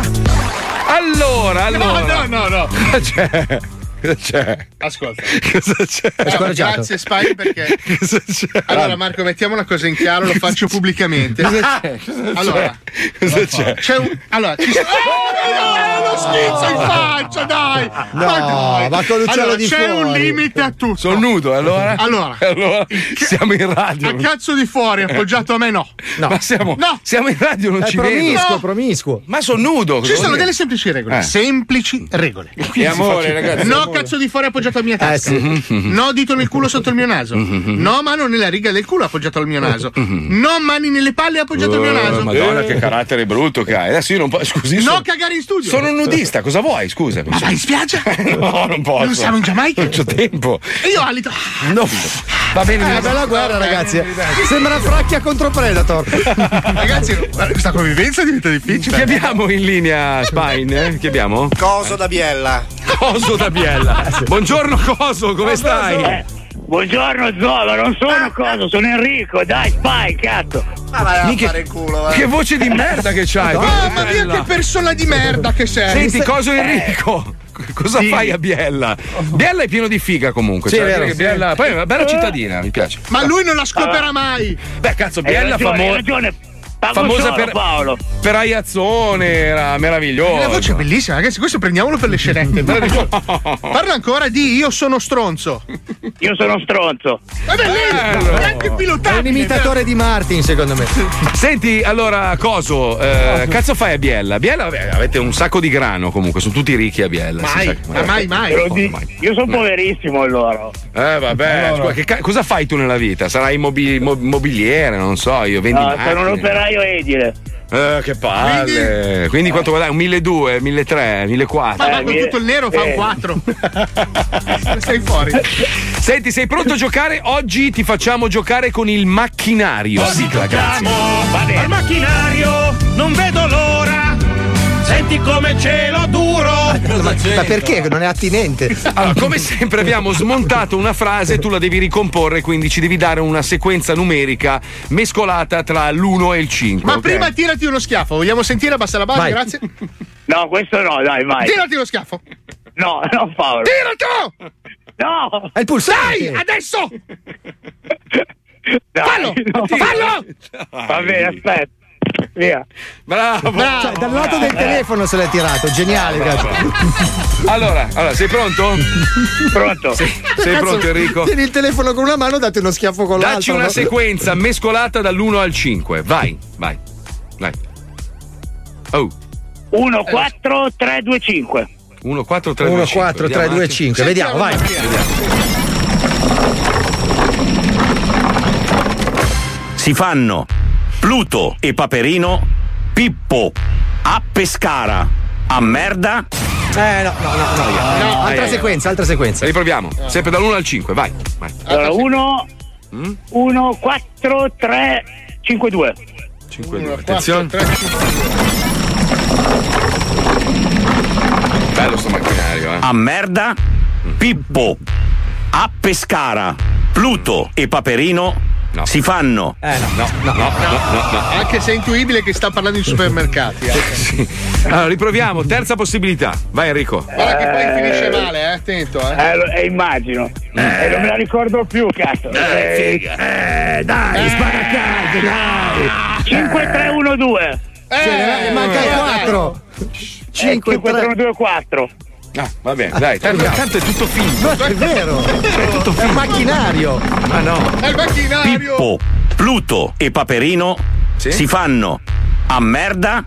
Speaker 4: Allora, allora.
Speaker 5: No, no, no, no.
Speaker 4: Cosa c'è? Cosa c'è?
Speaker 5: Ascolta.
Speaker 4: Cosa c'è?
Speaker 5: Ciao, grazie Spy perché allora Marco mettiamo una cosa in chiaro lo faccio pubblicamente
Speaker 4: Cosa
Speaker 5: Ah,
Speaker 4: c'è? Cosa c'è?
Speaker 5: allora
Speaker 4: Cosa c'è?
Speaker 5: c'è un allora ci sono lo schizzo in faccia dai
Speaker 4: No, ma Ah, con l'uccello
Speaker 5: allora,
Speaker 4: di
Speaker 5: c'è un
Speaker 4: fuori.
Speaker 5: limite a tutto
Speaker 4: Sono nudo, allora?
Speaker 5: allora
Speaker 4: Allora, siamo in radio.
Speaker 5: a cazzo di fuori appoggiato a me Ah, no
Speaker 4: No. Ma siamo-
Speaker 5: no
Speaker 4: siamo in radio non
Speaker 5: È
Speaker 4: ci
Speaker 5: promiscuo,
Speaker 4: vedo.
Speaker 3: promiscuo.
Speaker 4: Ma Eh, sono nudo.
Speaker 5: ci sono delle semplici regole
Speaker 4: Eh.
Speaker 5: semplici regole
Speaker 4: E amore, ragazzi,
Speaker 5: no
Speaker 4: amore.
Speaker 5: cazzo di fuori appoggiato a mia tasca Mm-hmm, no dito nel culo sotto il mio naso
Speaker 4: Mm-hmm,
Speaker 5: no mano nella riga del culo appoggiato al mio naso no mani nelle palle appoggiato al mio naso Eh.
Speaker 4: Eh, Mm-hmm, Madonna, che carattere brutto che hai. Adesso io non posso. Scusi, io
Speaker 5: no
Speaker 4: sono-
Speaker 5: cagare in studio
Speaker 4: Sono un nudista, cosa vuoi? Scusa.
Speaker 5: ma Ah, vai in spiaggia
Speaker 4: No, non posso.
Speaker 5: non siamo in Giamaica
Speaker 4: Non c'ho tempo.
Speaker 5: e io alito
Speaker 4: No. Eh, Va
Speaker 3: È
Speaker 4: bene,
Speaker 3: una
Speaker 4: mi-
Speaker 3: Eh, bella guerra, eh. ragazzi. Sembra fracchia contro Predator.
Speaker 5: Ragazzi, questa convivenza diventa difficile.
Speaker 4: Chi abbiamo in linea, Spine? Eh? Chi abbiamo?
Speaker 29: Coso da Biella.
Speaker 4: Coso da Biella. Buongiorno Coso, come stai?
Speaker 6: buongiorno Zola,
Speaker 5: Ah,
Speaker 6: non sono Coso, sono Enrico, dai Spy, cazzo.
Speaker 5: Esatto.
Speaker 29: Ma vai a
Speaker 6: Mica-
Speaker 29: fare il culo, vai.
Speaker 4: Che voce di merda che c'hai.
Speaker 5: mamma mia che persona di merda che sei
Speaker 4: Senti, Coso Enrico. Cosa
Speaker 5: Eh, Sì.
Speaker 4: fai a Biella? Biella è pieno di figa comunque.
Speaker 5: Sì,
Speaker 4: cioè,
Speaker 5: è vero,
Speaker 4: che
Speaker 5: sì. Eh.
Speaker 4: Biella- Poi è una bella cittadina, mi piace.
Speaker 5: ma lui non la
Speaker 29: Ah.
Speaker 5: scoperà mai
Speaker 4: beh cazzo
Speaker 6: Hai
Speaker 4: Biella
Speaker 6: ragione,
Speaker 4: famo-
Speaker 6: hai ragione. Pago
Speaker 4: famosa
Speaker 6: solo,
Speaker 4: per,
Speaker 6: Paolo.
Speaker 4: per Aiazzone, era meravigliosa.
Speaker 5: la voce è bellissima ragazzi questo prendiamolo per le scenette parla ancora di io sono stronzo
Speaker 6: Io sono stronzo.
Speaker 5: è bellissimo è anche pilotabile
Speaker 3: È un imitatore di Martin, secondo me.
Speaker 4: Senti, allora, Coso,
Speaker 5: Ah,
Speaker 4: eh, cazzo fai a Biella? Biella, vabbè, avete un sacco di grano comunque, sono tutti ricchi a Biella. si sa che-
Speaker 6: Te lo dico, Io sono poverissimo allora.
Speaker 4: Eh, vabbè, scusa, che ca- cosa fai tu nella vita? Sarai mobi- mo- mobiliere, non so, io vendi
Speaker 6: No,
Speaker 4: macchine.
Speaker 6: sono un operaio edile.
Speaker 4: Eh, che palle. Quindi, quanto guadagni? Un 1200, 1300, 1400?
Speaker 5: Ah, ma
Speaker 6: Eh,
Speaker 5: con tutto il nero fa un 4 sei fuori
Speaker 4: Senti, sei pronto a giocare? Oggi ti facciamo giocare con il macchinario. Sigla, grazie.
Speaker 6: Al
Speaker 14: macchinario non vedo l'ora. Senti come cielo duro.
Speaker 3: Ma perché? Non è attinente.
Speaker 4: Allora, come sempre abbiamo smontato una frase e tu la devi ricomporre, quindi ci devi dare una sequenza numerica mescolata tra l'1 e il 5.
Speaker 5: ma
Speaker 4: ok?
Speaker 5: prima tirati uno schiaffo vogliamo sentire abbassa la base
Speaker 4: Vai.
Speaker 5: grazie
Speaker 6: No, questo no, dai, vai.
Speaker 5: tirati uno schiaffo
Speaker 6: No, no, Paolo.
Speaker 5: tirato
Speaker 6: no
Speaker 3: è il pulsante
Speaker 5: dai adesso
Speaker 6: Dai,
Speaker 5: fallo
Speaker 6: no.
Speaker 5: fallo
Speaker 6: Va bene, aspetta. Via.
Speaker 4: Bravo.
Speaker 3: Cioè, dal lato del telefono se l'hai tirato, geniale, cazzo.
Speaker 4: Allora, allora, sei pronto?
Speaker 6: Pronto.
Speaker 4: Sei, sei
Speaker 3: Cazzo,
Speaker 4: pronto Enrico?
Speaker 3: Tieni il telefono con una mano, date uno schiaffo con l'altra.
Speaker 4: Dacci una
Speaker 3: no?
Speaker 4: sequenza mescolata dall'1 al 5. Vai, vai. Vai. Oh.
Speaker 6: 1, 4, 3, 2, 5.
Speaker 4: 1, 4, 3, 2,
Speaker 3: 1,
Speaker 4: 5.
Speaker 3: 4, 3,
Speaker 4: eh.
Speaker 3: 2, 5. Vediamo, vai.
Speaker 7: Si fanno Pluto e Paperino, Pippo a Pescara, a merda.
Speaker 3: Eh, no, no, no. no.
Speaker 7: No, eh.
Speaker 3: altra sequenza, altra sequenza.
Speaker 4: Riproviamo.
Speaker 5: Eh.
Speaker 4: Sempre dall'1 al 5, vai. vai.
Speaker 6: Allora, 1, 1, 4, 3, 5, 2.
Speaker 4: 5, 2. Attenzione. Bello sto macchinario, eh.
Speaker 7: A merda, Pippo a Pescara, Pluto e Paperino si fanno.
Speaker 3: Eh
Speaker 7: no,
Speaker 4: no,
Speaker 7: no,
Speaker 4: no.
Speaker 5: anche se è intuibile che sta parlando in supermercati eh.
Speaker 4: Allora, riproviamo. Terza possibilità. Vai Enrico.
Speaker 5: guarda che poi finisce male eh attento eh
Speaker 6: Eh, lo- eh, immagino. E non
Speaker 4: Eh,
Speaker 6: me la ricordo più, cazzo. Eh,
Speaker 7: dai, spara a dai.
Speaker 9: 5, 3, 1, 2.
Speaker 6: Eh,
Speaker 3: Cioè, manca il 4.
Speaker 9: 5, 3, 1, 2, 4.
Speaker 16: Ah, va bene,
Speaker 6: Eh,
Speaker 16: dai, tanto, tanto è tutto finto.
Speaker 3: è vero.
Speaker 10: È tutto
Speaker 3: È un macchinario.
Speaker 4: ah,
Speaker 10: Ma no.
Speaker 5: È il macchinario.
Speaker 10: Pippo, Pluto e Paperino si fanno a merda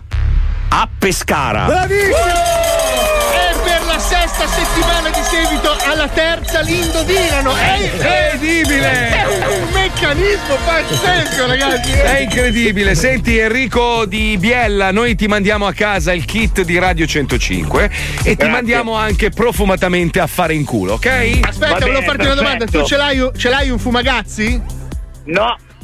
Speaker 10: a Pescara.
Speaker 5: Bravissimo! Oh! E per la sesta settimana di seguito alla terza l'indovinano! È
Speaker 4: incredibile!
Speaker 5: È un meccanismo pazzesco, ragazzi! eh.
Speaker 4: È incredibile. Senti Enrico di Biella, noi ti mandiamo a casa il kit di Radio 105 e ti mandiamo anche profumatamente a fare in culo, ok?
Speaker 5: Aspetta, volevo farti una domanda. Tu ce l'hai, ce l'hai un fumagazzi? Eh,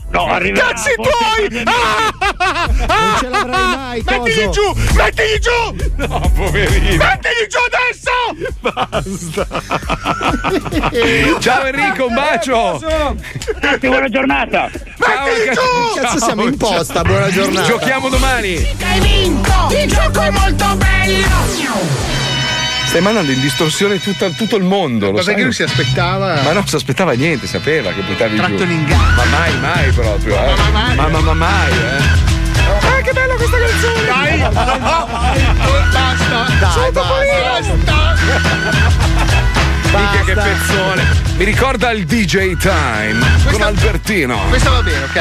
Speaker 9: No, no, arriverà.
Speaker 5: Cazzi
Speaker 9: Forse
Speaker 5: tuoi! Ah! Non
Speaker 3: ce l'avrai mai,
Speaker 5: Mettigli
Speaker 3: coso.
Speaker 5: giù! Mettigli giù!
Speaker 16: No, poverino.
Speaker 5: Mettigli giù adesso!
Speaker 4: Basta. Ciao Enrico, un bacio.
Speaker 9: Grazie, buona giornata.
Speaker 4: Mettili
Speaker 3: giù! Cazzo, siamo in posta, buona giornata.
Speaker 4: Giochiamo domani.
Speaker 7: Hai vinto! Il gioco è molto bello!
Speaker 4: Stai mandando in distorsione tutta- tutto il mondo. Lo
Speaker 5: Cosa
Speaker 4: sai?
Speaker 5: che lui si aspettava?
Speaker 4: Ma non si aspettava niente, sapeva che buttavi
Speaker 5: Tratto
Speaker 4: giù.
Speaker 5: in inganno.
Speaker 4: Ma mai, mai proprio, eh. Ma, ma, ma, ma mai, eh.
Speaker 5: Ah, che bella questa canzone! Dai! basta! Dai, basta!
Speaker 4: Minchia che
Speaker 5: Ah!
Speaker 4: pezzone. Mi ricorda il DJ Time con Albertino.
Speaker 5: Questa va bene, ok?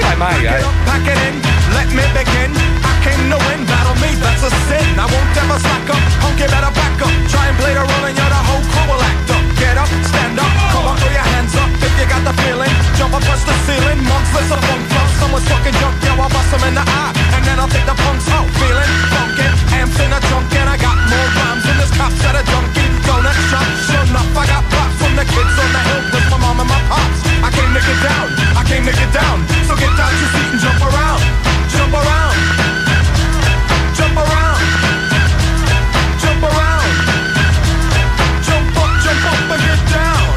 Speaker 4: Vai, mai, eh.
Speaker 14: Pack it in, let me begin. I came to win, battle me, that's a sin. I won't ever slack up, honky better back up. Try and play the role and you're the whole crew will act up. Get up, stand up, come on, throw your hands up if you got the feeling. Jump up, touch the ceiling, monks, let's a funk club. Someone's talking junk, yo, I bust 'em in the eye. And then I'll take the punks out, feeling funky. Amps in a junk and I got more rhymes than this cops at a junkie donut shop. Sure enough, I got props from the kids on the hill with my mom and my pops. I came to get down, I came to get down. So get out your seat and jump around, jump around, jump around, jump around, jump up, jump up and get down.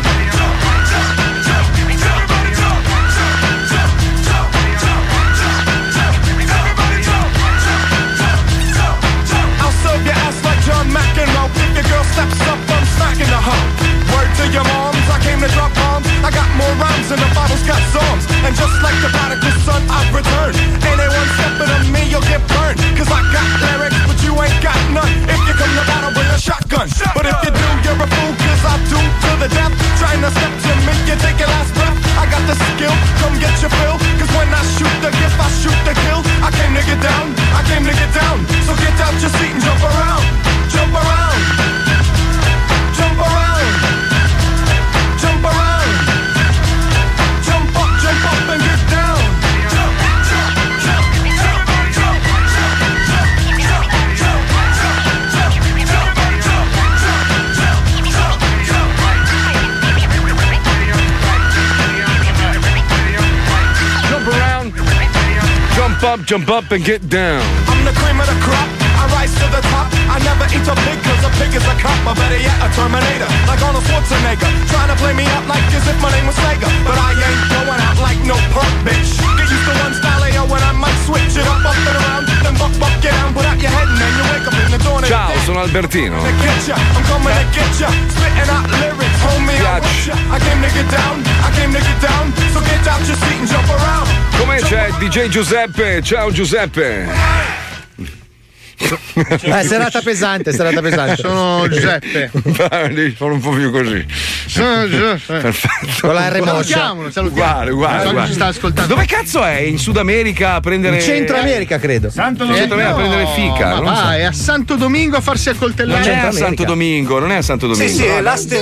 Speaker 14: I'll serve your ass like John McEnroe. If your girl steps up, I'm smacking the hoe. Word to your moms, I came to drop bombs. I got more rhymes than the Bible's got psalms. And just like the prodigal son, I've returned. Anyone stepping on me, you'll get burned. Cause I got lyrics, but you ain't got none. If you come to battle with a shotgun. But if you do, you're a fool, cause I do to the death. Trying to step to me, you take your last breath. I got the skill, come get your fill. Cause when I shoot the gift, I shoot the kill. I came to get down, I came to get down. So get out your seat and jump around, jump around, jump around, jump around, jump up, jump up and get down. Jump, jump, jump, jump, jump, jump, jump, jump, jump, jump, jump.
Speaker 4: Jump around. Jump up, jump up and get down.
Speaker 14: I'm the cream of the crop. I rise to the top. I never eat a pig cause a pig is a cop. Or better yet, a Terminator. Like Arnold Schwarzenegger. Trying to play me out like as if my name was Sega. But I ain't going out like no punk bitch. Get used to one style yo, and I might switch it up, up and around. Then buck, buck, get down. Put out your head and then you wake up in the dawn and
Speaker 4: Ciao,
Speaker 14: day.
Speaker 4: sono Albertino.
Speaker 14: to get ya. I'm coming to get ya. Spitting out lyrics, homie. I want ya. I came to get down. I came to get down. So get out your seat and jump around.
Speaker 4: Come c'è DJ Giuseppe? Ciao Giuseppe.
Speaker 3: Eh, serata pesante, serata pesante.
Speaker 5: Sono Giuseppe.
Speaker 4: Dai, Sono un po' più così.
Speaker 5: Sono Giuseppe.
Speaker 4: Perfetto.
Speaker 3: Con la R moscia.
Speaker 5: Salutiamolo, salutiamo.
Speaker 4: Guarda, guarda,
Speaker 5: So che
Speaker 4: guarda.
Speaker 5: ci sta ascoltando.
Speaker 4: Dove cazzo è? In Sud America a prendere. Eh,
Speaker 3: In Centro America, credo.
Speaker 4: Santo Centro America a prendere fica.
Speaker 5: Eh, Ma
Speaker 4: non so.
Speaker 5: va, è a Santo Domingo a farsi
Speaker 4: Non
Speaker 5: accoltellare.
Speaker 4: è a Santo Domingo, non è a Santo Domingo. Ah, allora,
Speaker 5: Sì,
Speaker 4: sa-
Speaker 5: è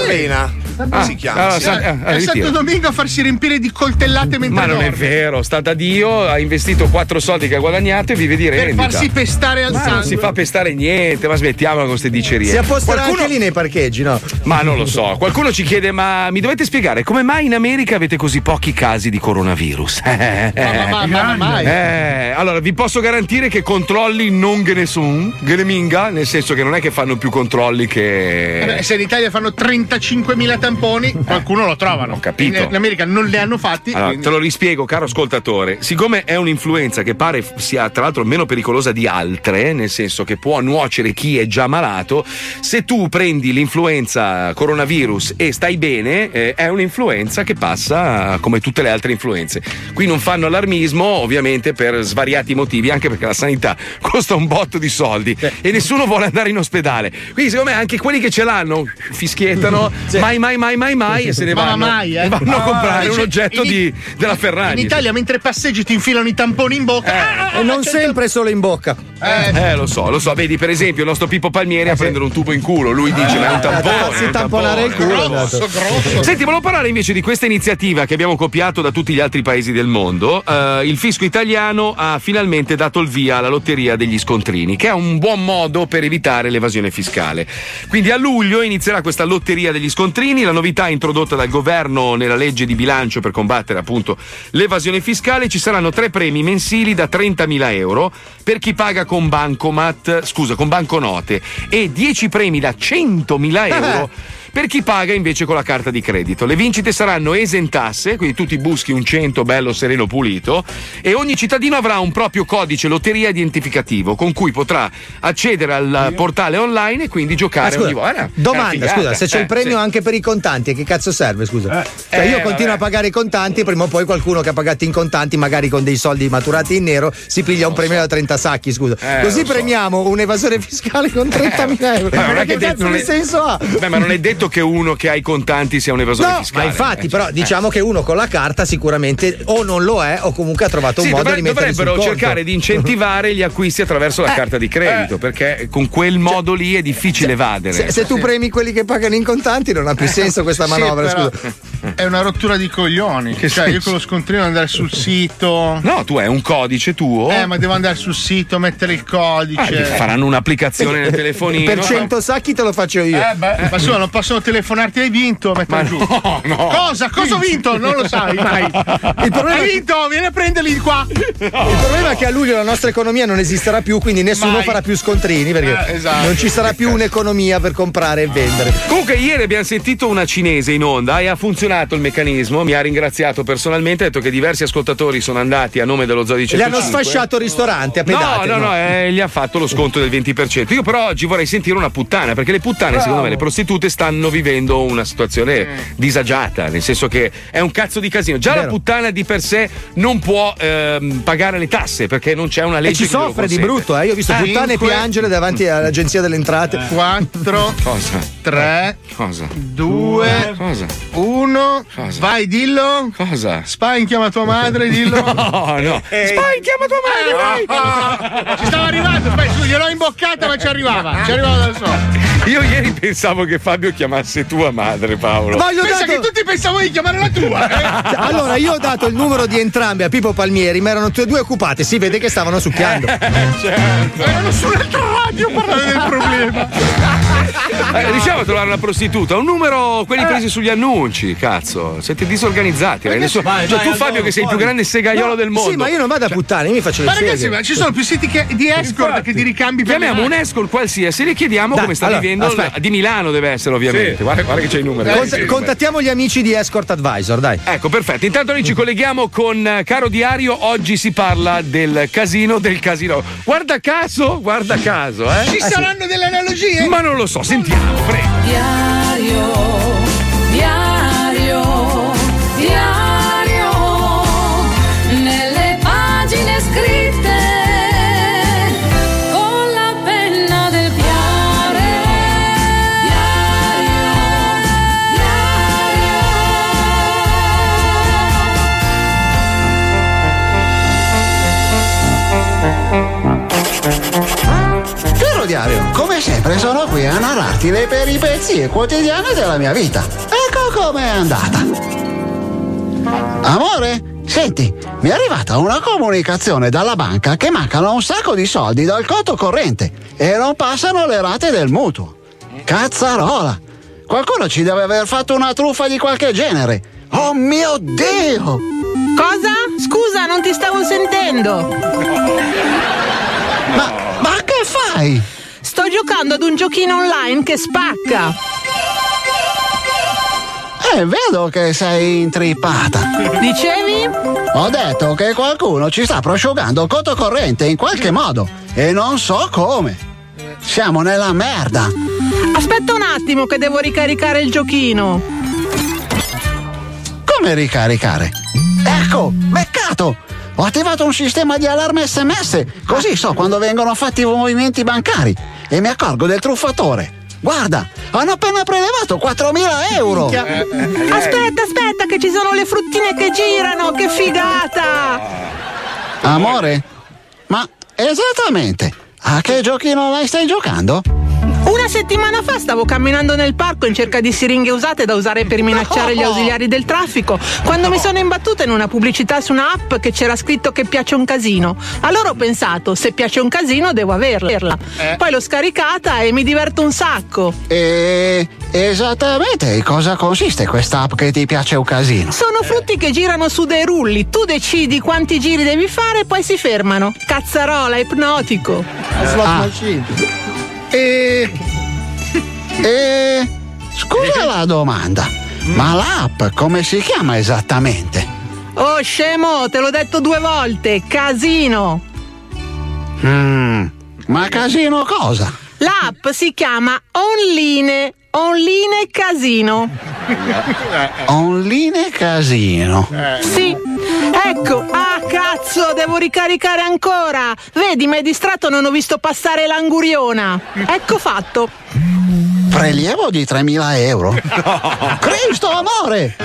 Speaker 4: ah,
Speaker 5: a Santo
Speaker 4: addirittura.
Speaker 5: Domingo a farsi riempire di coltellate mentre
Speaker 4: Ma non è
Speaker 5: dorme.
Speaker 4: vero, sta da Dio, ha investito quattro soldi che ha guadagnato e vive di
Speaker 5: Per
Speaker 4: rendita.
Speaker 5: farsi pestare al
Speaker 4: Ma non
Speaker 5: sangue.
Speaker 4: si fa pestare niente, ma smettiamola con queste dicerie.
Speaker 3: Si appostano
Speaker 4: Qualcuno-
Speaker 3: anche lì nei parcheggi, no?
Speaker 4: Ma non lo so, qualcuno ci chiede, ma mi dovete spiegare come mai in America avete così pochi casi di coronavirus? Eh,
Speaker 5: ma- ma- ma- mai.
Speaker 4: Eh, allora, vi posso garantire che controlli non che ne sono, che ne minga, nel senso che non è che fanno più controlli
Speaker 5: Vabbè,
Speaker 4: che...
Speaker 5: Eh Se in Italia fanno 35.000 tamponi, qualcuno lo trovano.
Speaker 4: Eh. capito.
Speaker 5: In, in America non li hanno fatti.
Speaker 4: Allora,
Speaker 5: quindi-
Speaker 4: te lo rispiego, caro ascoltatore. Siccome è un'influenza che pare sia tra l'altro meno pericolosa di altre, nel senso che può nuocere chi è già malato, se tu prendi l'influenza coronavirus e stai bene, eh, è un'influenza che passa come tutte le altre influenze. Qui non fanno allarmismo, ovviamente per svariati motivi, anche perché la sanità costa un botto di soldi e nessuno vuole andare in ospedale. Quindi secondo me anche quelli che ce l'hanno fischiettano, mai mai mai mai mai e se ne
Speaker 5: Ma
Speaker 4: vanno.
Speaker 5: mai, eh.
Speaker 4: Vanno a
Speaker 5: Ah,
Speaker 4: comprare un
Speaker 5: cioè,
Speaker 4: oggetto
Speaker 5: in-
Speaker 4: di- della
Speaker 5: In
Speaker 4: Ferragni.
Speaker 5: Italia, mentre passeggi, ti infilano i tamponi in bocca. Ah,
Speaker 3: e non sempre solo in bocca.
Speaker 4: Eh, lo so, lo so. Vedi, per esempio, il nostro Pippo Palmieri
Speaker 3: Eh,
Speaker 4: a prendere un tubo in culo. Lui dice: Ma è un tampone.
Speaker 3: Si
Speaker 4: è un
Speaker 3: Eh, tamponare il
Speaker 4: tampone".
Speaker 3: culo.
Speaker 5: Esatto.
Speaker 4: Grosso, Senti, volevo parlare invece di questa iniziativa che abbiamo copiato da tutti gli altri paesi del mondo. Eh, il fisco italiano ha finalmente dato il via alla lotteria degli scontrini, che è un buon modo per evitare l'evasione fiscale. Quindi a luglio inizierà questa lotteria degli scontrini, la novità introdotta dal governo nella legge di bilancio per combattere appunto l'evasione fiscale. Ci saranno tre premi mensili da 30.000 euro per chi paga con bancomat, scusa, con banconote e 10 premi da 100.000 euro per chi paga invece con la carta di credito. Le vincite saranno esentasse, quindi tu ti buschi un 100 bello, sereno, pulito e ogni cittadino avrà un proprio codice lotteria identificativo con cui potrà accedere al portale online e quindi
Speaker 3: Ma
Speaker 4: giocare
Speaker 3: scusa,
Speaker 4: ogni volta. Eh, no, è una
Speaker 3: domanda,
Speaker 4: figata.
Speaker 3: scusa, se c'è
Speaker 4: Eh,
Speaker 3: il premio
Speaker 4: sì.
Speaker 3: anche per i contanti, che cazzo serve? Scusa, Cioè,
Speaker 4: eh,
Speaker 3: io continuo a pagare i contanti, prima o poi qualcuno che ha pagato in contanti, magari con dei soldi maturati in nero, si piglia un premio da 30 sacchi. Scusa,
Speaker 4: Eh,
Speaker 3: così
Speaker 4: lo so.
Speaker 3: premiamo un evasore fiscale con 30.000 euro.
Speaker 4: Beh, non è
Speaker 3: Ma
Speaker 4: che
Speaker 3: che
Speaker 4: de-
Speaker 3: cazzo
Speaker 4: non
Speaker 3: di
Speaker 4: è-
Speaker 3: senso ha?
Speaker 4: Beh, ma non è detto che uno che ha i contanti sia un evasore
Speaker 3: No,
Speaker 4: fiscale.
Speaker 3: ma infatti,
Speaker 4: eh.
Speaker 3: però, diciamo che uno con la carta sicuramente o non lo è, o comunque ha trovato un
Speaker 4: Sì,
Speaker 3: modo
Speaker 4: dovre-
Speaker 3: di mettere sul
Speaker 4: dovrebbero
Speaker 3: conto. Eh,
Speaker 4: cercare di incentivare gli acquisti attraverso la carta di credito, perché con quel modo lì è difficile evadere.
Speaker 3: Cioè, Se, se tu premi quelli che pagano in contanti, non ha
Speaker 4: Eh,
Speaker 3: più senso questa
Speaker 5: Sì,
Speaker 3: manovra.
Speaker 5: però
Speaker 3: scusa.
Speaker 5: È una rottura di coglioni.
Speaker 4: Che
Speaker 5: cioè, io
Speaker 4: senso?
Speaker 5: con lo scontrino andare sul sito.
Speaker 4: No, tu hai un codice tuo.
Speaker 5: Eh, ma devo andare sul sito, mettere il
Speaker 4: Oh. Ah,
Speaker 5: codice.
Speaker 4: faranno un'applicazione nel telefonino.
Speaker 3: Eh, Per 100 sacchi te lo faccio io.
Speaker 5: Eh, beh, ma scusa, non possono telefonarti, hai vinto, mettere
Speaker 3: Ma
Speaker 5: giù.
Speaker 3: no, no.
Speaker 5: Cosa? Cosa ho vinto? Non lo sai mai.
Speaker 3: Il problema
Speaker 5: hai
Speaker 3: è che-
Speaker 5: vinto, vieni a prenderli qua.
Speaker 3: Il problema è che a luglio la nostra economia non esisterà più, quindi nessuno
Speaker 5: Mai.
Speaker 3: farà più scontrini perché
Speaker 4: Eh, esatto.
Speaker 3: non ci sarà più un'economia per comprare e vendere.
Speaker 4: Comunque, ieri abbiamo sentito una cinese in onda e ha funzionato il meccanismo. Mi ha ringraziato personalmente, ha detto che diversi ascoltatori sono andati a nome dello Zoo di
Speaker 3: Le hanno
Speaker 4: 105.
Speaker 3: sfasciato il ristorante a pedate.
Speaker 4: No, no, no, eh, gli ha fatto lo sconto del 20%. Io però oggi vorrei sentire una puttana, perché le puttane,
Speaker 3: Bravo. Mm.
Speaker 4: secondo me, le prostitute stanno vivendo una situazione disagiata, nel senso che è un cazzo di casino. Già la puttana di per sé non può ehm, pagare le tasse perché non c'è una
Speaker 3: E
Speaker 4: legge
Speaker 3: ci
Speaker 4: che glielo
Speaker 3: soffre di
Speaker 4: consente. Ah,
Speaker 3: brutto, eh. Io ho visto puttane
Speaker 4: Cinque- Eh,
Speaker 3: piangere davanti all'agenzia delle entrate.
Speaker 5: 4,
Speaker 4: Cosa?
Speaker 5: 3,
Speaker 4: Cosa?
Speaker 5: 2,
Speaker 4: Cosa?
Speaker 5: 1. Vai, dillo.
Speaker 4: Cosa?
Speaker 5: Spine, chiama tua madre, dillo.
Speaker 4: No, no.
Speaker 5: Spine,
Speaker 4: chiama tua madre,
Speaker 5: vai. Ci stava arrivando, aspetta, scusa, gliel'ho imboccata, ma ci arrivava. Ci arrivava da solo.
Speaker 4: Io ieri pensavo che Fabio chiamasse tua madre, Paolo.
Speaker 5: Pensa che tutti pensavo di chiamare la tua. eh.
Speaker 3: Allora, io ho dato il numero di entrambi a Pippo Palmieri, ma erano tutte e due occupate, si vede che stavano
Speaker 4: Eh.
Speaker 3: succhiando.
Speaker 4: Cioè,
Speaker 5: Erano sull'altra radio parlare del problema.
Speaker 4: Eh, riusciamo a trovare una prostituta, un numero, quelli presi sugli annunci, cazzo. Siete disorganizzati. ragazzi. Adesso-
Speaker 3: Vai,
Speaker 4: cioè,
Speaker 3: vai,
Speaker 4: tu,
Speaker 3: andiamo
Speaker 4: Fabio, che sei il più
Speaker 3: fuori.
Speaker 4: grande segaiolo
Speaker 3: No,
Speaker 4: del mondo. Cioè,
Speaker 3: Sì, ma io non vado a puttane, io mi faccio le
Speaker 5: Ma ragazzi,
Speaker 3: seghe.
Speaker 5: ma ci sono più siti che- di escort che di ricambi per
Speaker 4: Chiamiamo
Speaker 5: le
Speaker 4: un
Speaker 5: mani.
Speaker 4: escort qualsiasi, le chiediamo
Speaker 3: Dai,
Speaker 4: come sta
Speaker 3: allora,
Speaker 4: vivendo.
Speaker 3: aspetta.
Speaker 4: la- Di Milano deve essere, ovviamente.
Speaker 3: Sì.
Speaker 4: Guarda, guarda che c'è i numeri.
Speaker 3: Cont-
Speaker 4: Sì, i numeri.
Speaker 3: contattiamo gli amici di Escort Advisor, dai.
Speaker 4: Ecco, perfetto. Intanto noi ci colleghiamo con eh, Caro Diario. Oggi si parla del casino del casino. Guarda caso, guarda caso, eh.
Speaker 5: Ci eh.
Speaker 4: Eh, sì.
Speaker 5: saranno delle analogie?
Speaker 4: Ma non lo so, sentiamo, prego.
Speaker 25: Diario, diario, diario, nelle pagine scritte con la penna del piare. Diario,
Speaker 8: Caro diario, come sempre sono qui a narrarti le peripezie quotidiane della mia vita. Ecco com'è andata. Amore, senti, mi è arrivata una comunicazione dalla banca che mancano un sacco di soldi dal conto corrente e non passano le rate del mutuo. Cazzarola! Qualcuno ci deve aver fatto una truffa di qualche genere. Oh mio Dio!
Speaker 24: Cosa? Scusa, non ti stavo sentendo.
Speaker 8: Ma, ma che fai?
Speaker 24: Sto giocando ad un giochino online che spacca.
Speaker 8: Eh, vedo che sei intrippata.
Speaker 24: Dicevi?
Speaker 8: Ho detto che qualcuno ci sta prosciugando il conto corrente in qualche modo e non so come. Siamo nella merda.
Speaker 15: Aspetta un attimo che devo ricaricare il giochino.
Speaker 8: Come ricaricare? Ecco, beccato! Ho attivato un sistema di allarme SMS, così so quando vengono fatti i movimenti bancari e mi accorgo del truffatore. Guarda, hanno appena prelevato 4.000 euro!
Speaker 15: Minchia. Aspetta, aspetta che ci sono le fruttine che girano, che figata!
Speaker 8: Amore? Ma esattamente, a che giochino online stai giocando?
Speaker 15: Una settimana fa stavo camminando nel parco in cerca di siringhe usate da usare per minacciare gli ausiliari del traffico, quando mi sono imbattuta in una pubblicità su un'app che c'era scritto che piace un casino. Allora ho pensato, se piace un casino devo averla.
Speaker 8: Eh.
Speaker 15: Poi l'ho scaricata e mi diverto un sacco.
Speaker 8: E esattamente in cosa consiste questa app che ti piace un casino?
Speaker 15: Sono frutti che girano su dei rulli, tu decidi quanti giri devi fare e poi si fermano. Cazzarola, ipnotico.
Speaker 8: Ah. E... e... Scusa la domanda, ma l'app come si chiama esattamente?
Speaker 15: Oh scemo, te l'ho detto due volte, casino.
Speaker 8: Mm, ma casino cosa?
Speaker 15: L'app si chiama Online, Online Casino.
Speaker 8: Online casino.
Speaker 15: Sì, ecco, ah cazzo, devo ricaricare ancora. Vedi, mi hai distratto, non ho visto passare l'anguriona. Ecco fatto.
Speaker 8: Prelievo di 3.000 euro? Cristo amore!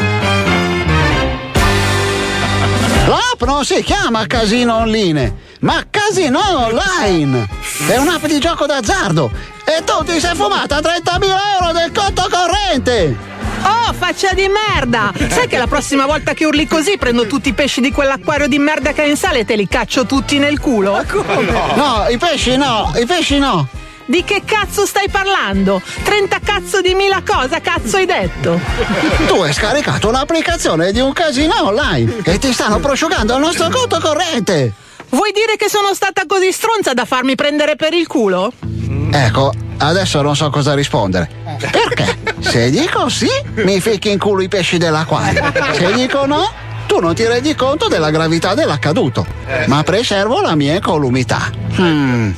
Speaker 8: L'app non si chiama Casino Online, ma Casino Online! È un'app di gioco d'azzardo e tu ti sei fumata 30.000 euro del conto corrente!
Speaker 15: Oh, faccia di merda! Sai che la prossima volta che urli così prendo tutti i pesci di quell'acquario di merda che hai in sale e te li caccio tutti nel culo? Ma
Speaker 8: No, i pesci no, i pesci no!
Speaker 15: Di che cazzo stai parlando? 30 cazzo di mila cosa cazzo hai detto?
Speaker 8: Tu hai scaricato un'applicazione di un casino online e ti stanno prosciugando il nostro conto corrente!
Speaker 15: Vuoi dire che sono stata così stronza da farmi prendere per il culo?
Speaker 8: Ecco, adesso non so cosa rispondere. Perché? Se dico sì, mi fichi in culo i pesci dell'acquario. Se dico no, tu non ti rendi conto della gravità dell'accaduto. Ma preservo la mia incolumità. Hmm,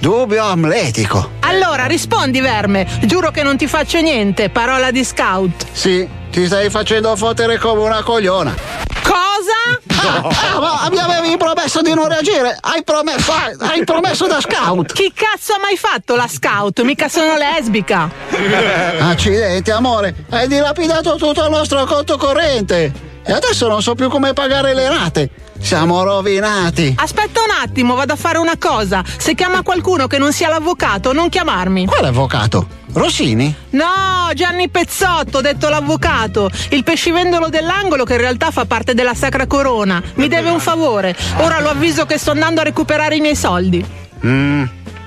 Speaker 8: Dubbio amletico.
Speaker 15: Allora rispondi, verme. Giuro che non ti faccio niente, parola di scout.
Speaker 8: Sì, ti stai facendo fottere come una cogliona.
Speaker 15: Cosa?
Speaker 8: Ah, ah, ma mi avevi promesso di non reagire! Hai promesso, hai promesso da scout!
Speaker 15: Chi cazzo ha mai fatto la scout? Mica sono lesbica!
Speaker 8: Accidenti, amore, hai dilapidato tutto il nostro conto corrente! E adesso non so più come pagare le rate! Siamo rovinati!
Speaker 15: Aspetta un attimo, vado a fare una cosa. Se chiama qualcuno che non sia l'avvocato, non chiamarmi.
Speaker 8: Quale avvocato? Rossini?
Speaker 15: No, Gianni Pezzotto, detto l'avvocato, il pescivendolo dell'angolo che in realtà fa parte della Sacra Corona. Mi deve un favore. Ora lo avviso che sto andando a recuperare i miei soldi.
Speaker 8: Mm,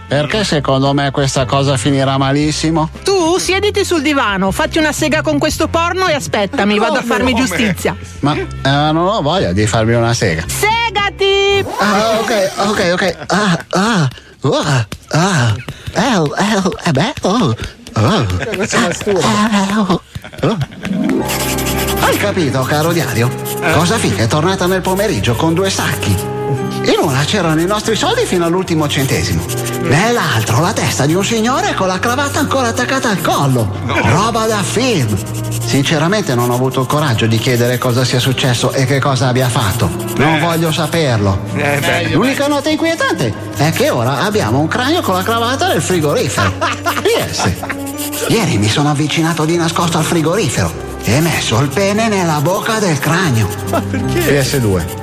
Speaker 8: perché secondo me questa cosa finirà malissimo?
Speaker 15: Tu siediti sul divano, fatti una sega con questo porno e aspettami, vado a
Speaker 8: Come?
Speaker 15: farmi
Speaker 8: Come?
Speaker 15: giustizia.
Speaker 8: Ma eh, non ho voglia di farmi una sega.
Speaker 15: Segati!
Speaker 8: Ah, ok, ok, ok. Ah, ah, ah, ah. El, el, eh beh, oh, oh. Ah, eh, oh, oh. Hai capito, caro diario? Cosa figa è tornata nel pomeriggio con due sacchi. In una c'erano i nostri soldi fino all'ultimo centesimo. Nell'altro la testa di un signore con la cravatta ancora attaccata al collo. Roba da film. Sinceramente non ho avuto il coraggio di chiedere cosa sia successo e che cosa abbia fatto. Non voglio saperlo.
Speaker 4: Eh, beh.
Speaker 8: L'unica nota inquietante è che ora abbiamo un cranio con la cravatta nel frigorifero. Yes. Ieri mi sono avvicinato di nascosto al frigorifero e ho messo il pene nella bocca del cranio. Ma perché? PS2.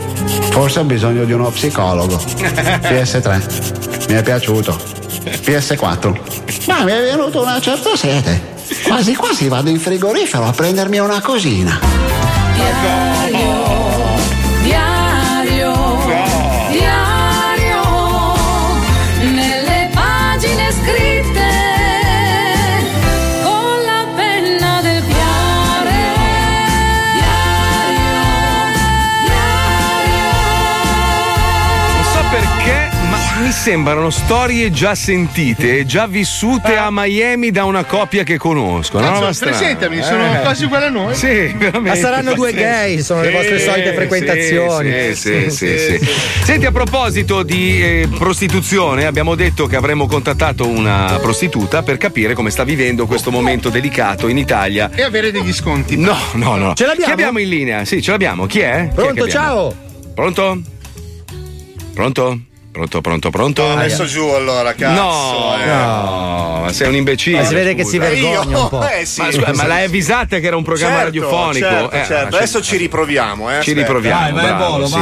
Speaker 8: Forse ho bisogno di uno psicologo. PS3. Mi è piaciuto. PS4. Ma mi è venuta una certa sete. Quasi quasi vado in frigorifero a prendermi una cosina.
Speaker 17: Diario, diario, nelle pagine scritte con la penna del piare.
Speaker 4: Non so perché, ma mi sembrano storie già sentite, già vissute a Miami da una coppia che conosco. Una roba
Speaker 5: Cazzo,
Speaker 4: strana.
Speaker 5: Ah, cioè, presentami,
Speaker 4: Eh.
Speaker 5: sono quasi uguali a noi.
Speaker 4: Sì, veramente.
Speaker 3: Ma saranno due
Speaker 4: pazzesco.
Speaker 3: gay, sono le
Speaker 4: Sì,
Speaker 3: vostre solite
Speaker 4: sì,
Speaker 3: frequentazioni.
Speaker 4: Sì, sì, sì, sì. Senti, a proposito di eh, prostituzione, abbiamo detto che avremmo contattato una prostituta per capire come sta vivendo questo momento delicato in Italia.
Speaker 5: E avere degli sconti.
Speaker 4: No, no, no. Ce l'abbiamo? Chi abbiamo in linea? Sì, ce l'abbiamo. Chi è? Chi è
Speaker 5: Pronto,
Speaker 4: che abbiamo?
Speaker 5: ciao.
Speaker 4: Pronto? Pronto? Pronto, pronto, pronto?
Speaker 18: Ho messo giù allora, cazzo.
Speaker 4: No,
Speaker 18: eh.
Speaker 4: no, ma sei un imbecille.
Speaker 18: Ma si vede che
Speaker 4: scusa.
Speaker 18: si vergogna un po'. Io? Eh, sì.
Speaker 4: ma, scusa, ma l'hai avvisata che era un programma
Speaker 18: Certo,
Speaker 4: radiofonico?
Speaker 18: certo,
Speaker 4: Eh,
Speaker 18: certo.
Speaker 4: ma
Speaker 18: Adesso ci riproviamo, eh.
Speaker 4: ci
Speaker 18: aspetta.
Speaker 4: riproviamo. bravo, sì.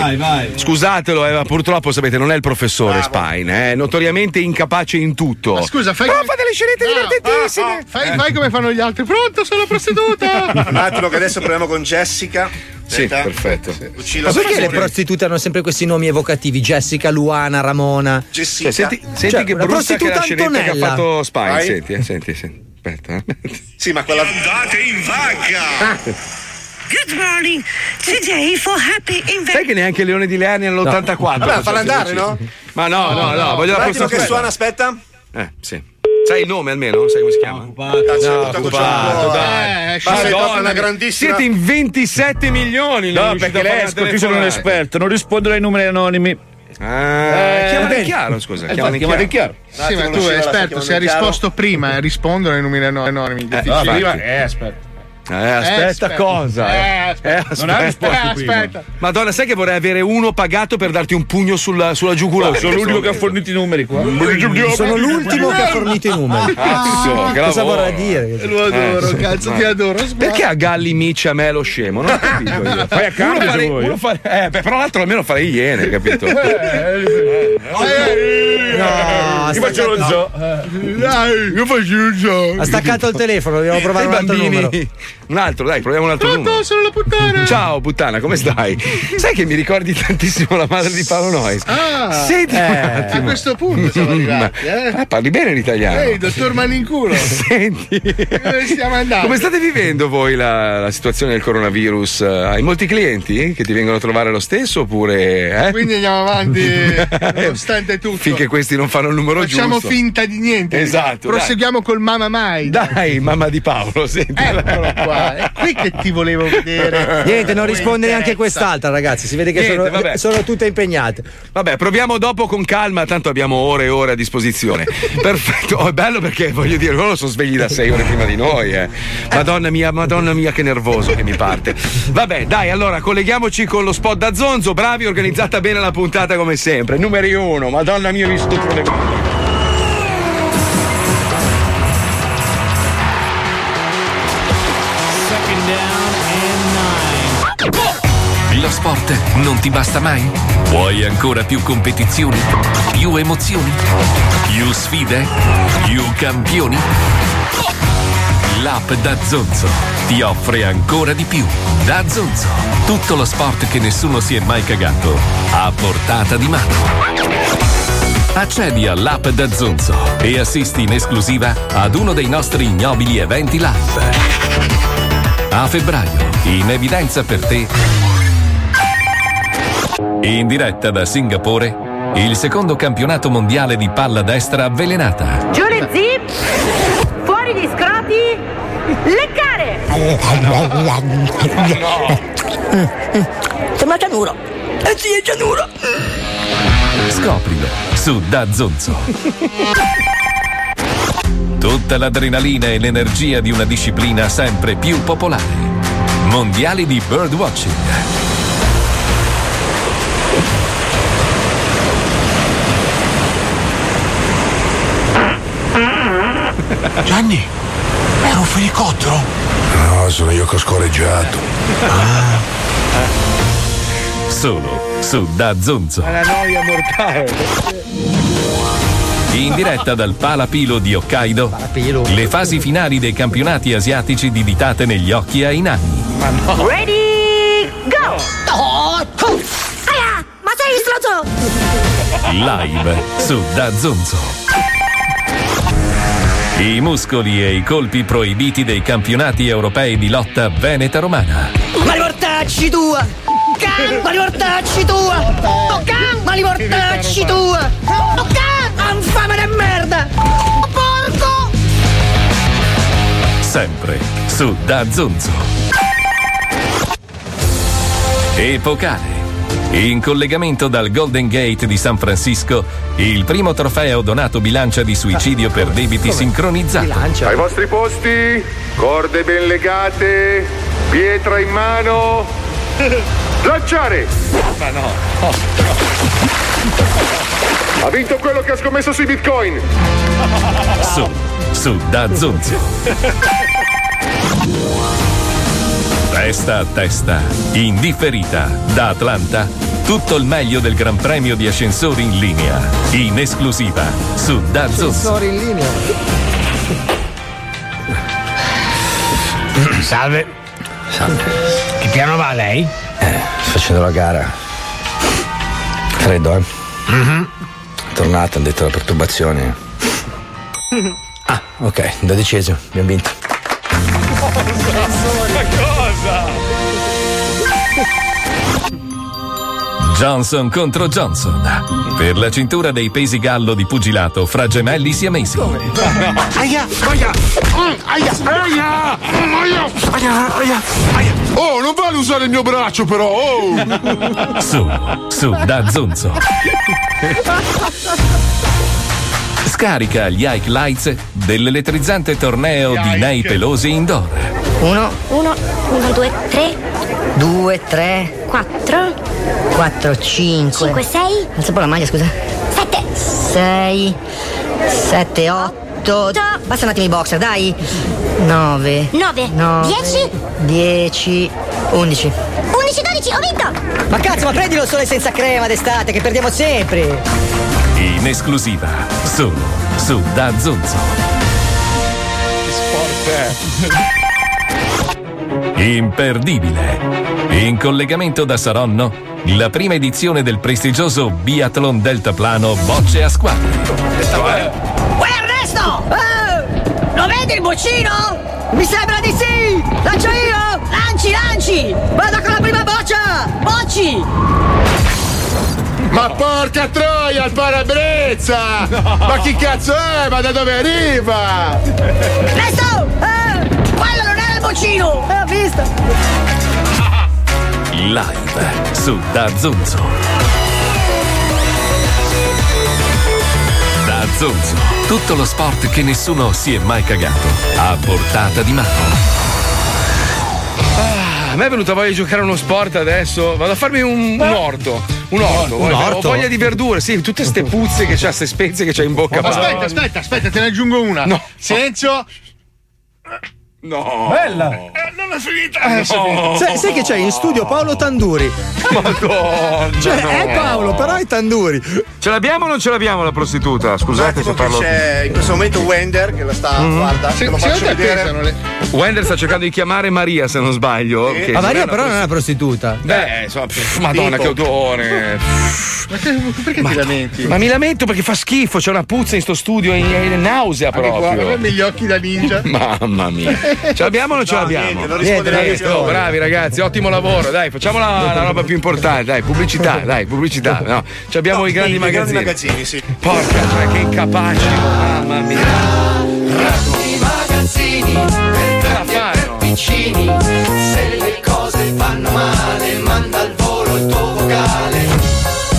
Speaker 4: Scusatelo, eh, ma purtroppo sapete, non è il professore Spine, eh, è notoriamente incapace in tutto. Ah,
Speaker 5: Scusa, fai come... fate
Speaker 4: le scenette divertentissime.
Speaker 5: fai,
Speaker 4: Eh.
Speaker 5: fai come fanno gli altri. Pronto, sono la prostituta.
Speaker 18: Un attimo che adesso proviamo con Jessica.
Speaker 4: Sì, perfetto.
Speaker 18: Lucilla
Speaker 3: Ma perché le
Speaker 18: Pastori.
Speaker 3: prostitute hanno sempre questi nomi evocativi? Jessica, Luana, Ramona.
Speaker 18: Jessica.
Speaker 4: Cioè, senti, senti che
Speaker 3: una
Speaker 4: brutta che è la
Speaker 3: prostituta
Speaker 4: scenetta che
Speaker 3: Antonella.
Speaker 4: ha fatto Spine.
Speaker 18: Vai.
Speaker 4: Senti, eh, senti, senti. Aspetta. eh.
Speaker 18: Sì, ma quella. Andate in vacca!
Speaker 6: Good morning, today for happy invent.
Speaker 4: Sai che neanche Leone di Leani nell'84.
Speaker 18: Vabbè, falla andare, no?
Speaker 4: Ma no, no, no, voglio la
Speaker 18: Un attimo
Speaker 4: prossima
Speaker 18: che suona, aspetta.
Speaker 4: Eh, sì. Sai il nome almeno? Sai come si chiama? No,
Speaker 18: Cazzo, ho buttato giù un
Speaker 4: occupato,
Speaker 18: po',
Speaker 4: dai.
Speaker 18: eh, scena
Speaker 4: Madonna,
Speaker 18: dopo una grandissima-
Speaker 4: Siete in 27 milioni. non
Speaker 16: No,
Speaker 4: riuscite
Speaker 16: perché
Speaker 4: a fare
Speaker 16: lei è
Speaker 4: una
Speaker 16: scottice, sono un
Speaker 4: telefonata.
Speaker 16: esperto, non rispondono ai numeri anonimi.
Speaker 4: Ah, chiamate in chiaro, scusa, chiamate in
Speaker 16: chiamate
Speaker 4: chiaro.
Speaker 5: Sì, ma tu
Speaker 18: scena,
Speaker 5: sei
Speaker 18: la
Speaker 5: esperto,
Speaker 18: seconda
Speaker 5: se hai
Speaker 18: chiaro.
Speaker 5: risposto prima e rispondono ai numeri ano- anonimi. difficili.
Speaker 4: infatti.
Speaker 5: Prima- eh, aspetta.
Speaker 4: Eh, aspetta,
Speaker 5: aspetta.
Speaker 4: cosa?
Speaker 5: Eh, aspetta. Non ha risposto
Speaker 4: Eh,
Speaker 5: prima.
Speaker 4: Madonna, sai che vorrei avere uno pagato per darti un pugno sulla, sulla giugulare?
Speaker 16: Sono l'unico che ha
Speaker 4: fornito i numeri qua.
Speaker 16: Sono l'ultimo che ha
Speaker 3: fornito i
Speaker 16: numeri.
Speaker 4: Cazzo,
Speaker 16: Ah,
Speaker 4: che
Speaker 16: cosa
Speaker 4: lavoro.
Speaker 16: vorrà dire?
Speaker 5: Eh, Lo adoro, cazzo, ti adoro, sguarda.
Speaker 4: Perché a Galli Micci a me lo scemo? Non ho capito io.
Speaker 16: Fai a
Speaker 4: uno
Speaker 16: Carlo
Speaker 4: fare,
Speaker 16: voi.
Speaker 4: uno fare- eh, beh, però l'altro almeno farei iene, capito?
Speaker 16: No,
Speaker 3: sta
Speaker 16: faccio lo
Speaker 3: cazzo-
Speaker 16: zoo.
Speaker 5: Dai, io faccio un gioco.
Speaker 3: Ha staccato il telefono, dobbiamo provare
Speaker 4: I
Speaker 3: un altro
Speaker 4: bambini.
Speaker 3: numero.
Speaker 4: Un altro, dai, proviamo un altro numero.
Speaker 5: Pronto, sono la puttana.
Speaker 4: Ciao puttana, come stai? Sai che mi ricordi tantissimo la madre di Paolo Noyes?
Speaker 5: Ah,
Speaker 4: Senti
Speaker 5: eh,
Speaker 4: un attimo.
Speaker 5: a questo punto siamo arrivati, eh.
Speaker 4: Ma- ah, parli bene l'italiano.
Speaker 5: Ehi, dottor Malinculo.
Speaker 4: Senti.
Speaker 5: Dove stiamo andando?
Speaker 4: Come state vivendo voi la, la situazione del coronavirus? Eh, Hai molti clienti che ti vengono a trovare lo stesso oppure eh?
Speaker 5: Quindi andiamo avanti, nonostante tutto.
Speaker 4: finché questi non fanno il numero
Speaker 5: Facciamo
Speaker 4: giusto?
Speaker 5: finta di niente.
Speaker 4: Esatto,
Speaker 5: Proseguiamo col Mamma Mai.
Speaker 4: Dai, mamma di Paolo, senti.
Speaker 5: Eccolo qua. È qui che ti volevo vedere.
Speaker 3: Niente, non risponde neanche
Speaker 5: interessa.
Speaker 3: quest'altra, ragazzi. Si vede che
Speaker 4: Niente,
Speaker 3: sono,
Speaker 4: vabbè.
Speaker 3: sono tutte impegnate.
Speaker 4: Vabbè, proviamo dopo con calma, tanto abbiamo ore e ore a disposizione. Perfetto, oh, è bello perché voglio dire, loro sono svegli da sei ore prima di noi. eh. Madonna mia, madonna mia, che nervoso che mi parte. Vabbè, dai, allora colleghiamoci con lo spot da Zonzo. Bravi, organizzata bene la puntata come sempre. Numeri uno, madonna mia, mi stufo le cose.
Speaker 1: Lo sport non ti basta mai? Vuoi ancora più competizioni? Più emozioni? Più sfide? Più campioni? L'app da Zonzo ti offre ancora di più. Da Zonzo, tutto lo sport che nessuno si è mai cagato, a portata di mano. Accedi all'app da Zonzo e assisti in esclusiva ad uno dei nostri ignobili eventi live. A febbraio, in evidenza per te. In diretta da Singapore, il secondo campionato mondiale di palla destra avvelenata.
Speaker 6: Giù le zip, fuori gli scroti, leccare!
Speaker 18: Eh.
Speaker 1: Sembra Gianuro. Eh sì, è Gianuro. Scoprilo su Dazzonzo. Tutta l'adrenalina e l'energia di una disciplina sempre più popolare. Mondiali di birdwatching.
Speaker 19: Gianni, era un felicottero? No, Ah, sono io che ho scorreggiato.
Speaker 1: Solo su Dazzonzo.
Speaker 4: La noia mortale.
Speaker 1: In diretta dal Palapilo di Hokkaido, le fasi finali dei campionati asiatici di ditate negli occhi ai nani.
Speaker 4: Ma no.
Speaker 6: Ready, go! Aia, ma sei stronzo!
Speaker 1: Live su Dazzonzo. I muscoli e i colpi proibiti dei campionati europei di lotta veneta romana.
Speaker 6: Ma li mortacci tua! Can, ma li mortacci tua! Oh, can, ma li mortacci tua! Oh, can, Anfame di merda! Oh, Porco!
Speaker 1: Sempre su Da Zonzo. Epocale. In collegamento dal Golden Gate di San Francisco, il primo trofeo donato bilancia di suicidio per debiti sincronizzato.
Speaker 10: Ai vostri posti, corde ben legate, pietra in mano. Lanciare! Ma no. Ha vinto quello che ha scommesso sui bitcoin.
Speaker 1: Su, su Da Zonzo. Testa a testa, indifferita, da Atlanta, tutto il meglio del Gran Premio di Ascensori in linea, in esclusiva su Dazzos.
Speaker 30: Sensori in linea.
Speaker 22: Mm, Salve. Salve. Che piano va lei?
Speaker 3: Sto facendo la gara. Credo, eh. Tornata, hanno detto la perturbazione. Ah, ok, dodicesimo, abbiamo vinto.
Speaker 21: Ma cosa?
Speaker 1: Johnson contro Johnson. Per la cintura dei pesi gallo di pugilato fra gemelli siamesi.
Speaker 22: Aia, aia, mm, aia, aia, mm, aia, aia, aia.
Speaker 5: Oh, non vale usare il mio braccio, però! Oh.
Speaker 1: Su, su, da Zonzo. Scarica gli Ike Lights dell'elettrizzante torneo di Nei Pelosi Indoor.
Speaker 18: Uno. Uno, uno, due, tre. Due, tre. Quattro. Quattro, cinque. Cinque, sei. Alza un po' la maglia, scusa. Sette. Sei. Sette, otto. Basta un attimo i boxer, dai. Nove.
Speaker 6: Nove. Dieci.
Speaker 18: Dieci. Undici.
Speaker 6: 11, 12, ho vinto!
Speaker 18: Ma cazzo, ma prendi lo sole senza crema d'estate che perdiamo sempre.
Speaker 1: In esclusiva, solo su Da Zonzo. Imperdibile. In collegamento da Saronno, la prima edizione del prestigioso biathlon deltaplano Bocce a squadre.
Speaker 6: Uè Ernesto! Eh, lo vedi il boccino? Mi sembra di sì! Lancio io! Lanci, lanci! Vado con la prima boccia! Bocci!
Speaker 5: Ma porca troia, il parabrezza! Ma chi cazzo è? Ma da dove arriva?
Speaker 6: Ernesto! Eh, quello non era il boccino! Eh, ho visto!
Speaker 1: Live su Da Zonzo. Da Zonzo, tutto lo sport che nessuno si è mai cagato. A portata di mano.
Speaker 4: Ah, a me è venuta voglia di giocare a uno sport adesso. Vado a farmi un, un orto. Un orto.
Speaker 31: Un
Speaker 4: voglio- Ho
Speaker 31: orto?
Speaker 4: voglia di verdure, sì, tutte ste puzze che c'ha, ste spezie che c'ha in bocca.
Speaker 31: Aspetta,
Speaker 4: Madonna.
Speaker 31: aspetta, aspetta, te ne aggiungo una.
Speaker 4: No.
Speaker 31: Silenzio.
Speaker 4: No.
Speaker 31: Bella.
Speaker 5: non è finita!
Speaker 31: Eh,
Speaker 4: Oh.
Speaker 30: Sai, sai che c'è in studio Paolo Tanduri?
Speaker 4: Madonna.
Speaker 30: Cioè, è Paolo, però è Tanduri.
Speaker 21: Ce l'abbiamo o non ce l'abbiamo la prostituta? Scusate se parlo.
Speaker 32: Ecco C'è in questo momento Wender che la sta,
Speaker 21: Mm.
Speaker 32: guarda,
Speaker 21: Se-
Speaker 32: te lo
Speaker 21: se
Speaker 32: faccio
Speaker 21: non te
Speaker 32: vedere.
Speaker 21: pesano Wender sta cercando di chiamare Maria, se non sbaglio.
Speaker 30: Ma
Speaker 21: che non è
Speaker 30: Ah, Maria
Speaker 21: una
Speaker 30: però non è una prostituta.
Speaker 21: Beh, insomma, pff, madonna che
Speaker 4: Tipo.
Speaker 21: odore.
Speaker 31: Ma che- perché ti lamenti?
Speaker 4: Ma mi lamento perché fa schifo, c'è una puzza in sto studio, è, è nausea
Speaker 31: Anche qua,
Speaker 4: proprio.
Speaker 31: guardami gli occhi da ninja.
Speaker 4: Mamma mia. Ce l'abbiamo o non ce
Speaker 31: No,
Speaker 4: l'abbiamo?
Speaker 31: niente, non risponde alla
Speaker 4: niente,
Speaker 31: questione.
Speaker 4: oh, bravi ragazzi, ottimo lavoro. Dai, facciamo la, la roba più importante, dai, pubblicità, dai, pubblicità. No, ci abbiamo i grandi magazzini.
Speaker 32: sì.
Speaker 4: Porca, cioè, che incapaci. Mamma
Speaker 22: I magazzini per grandi e per piccini. Se le cose fanno male, manda al volo il tuo vocale.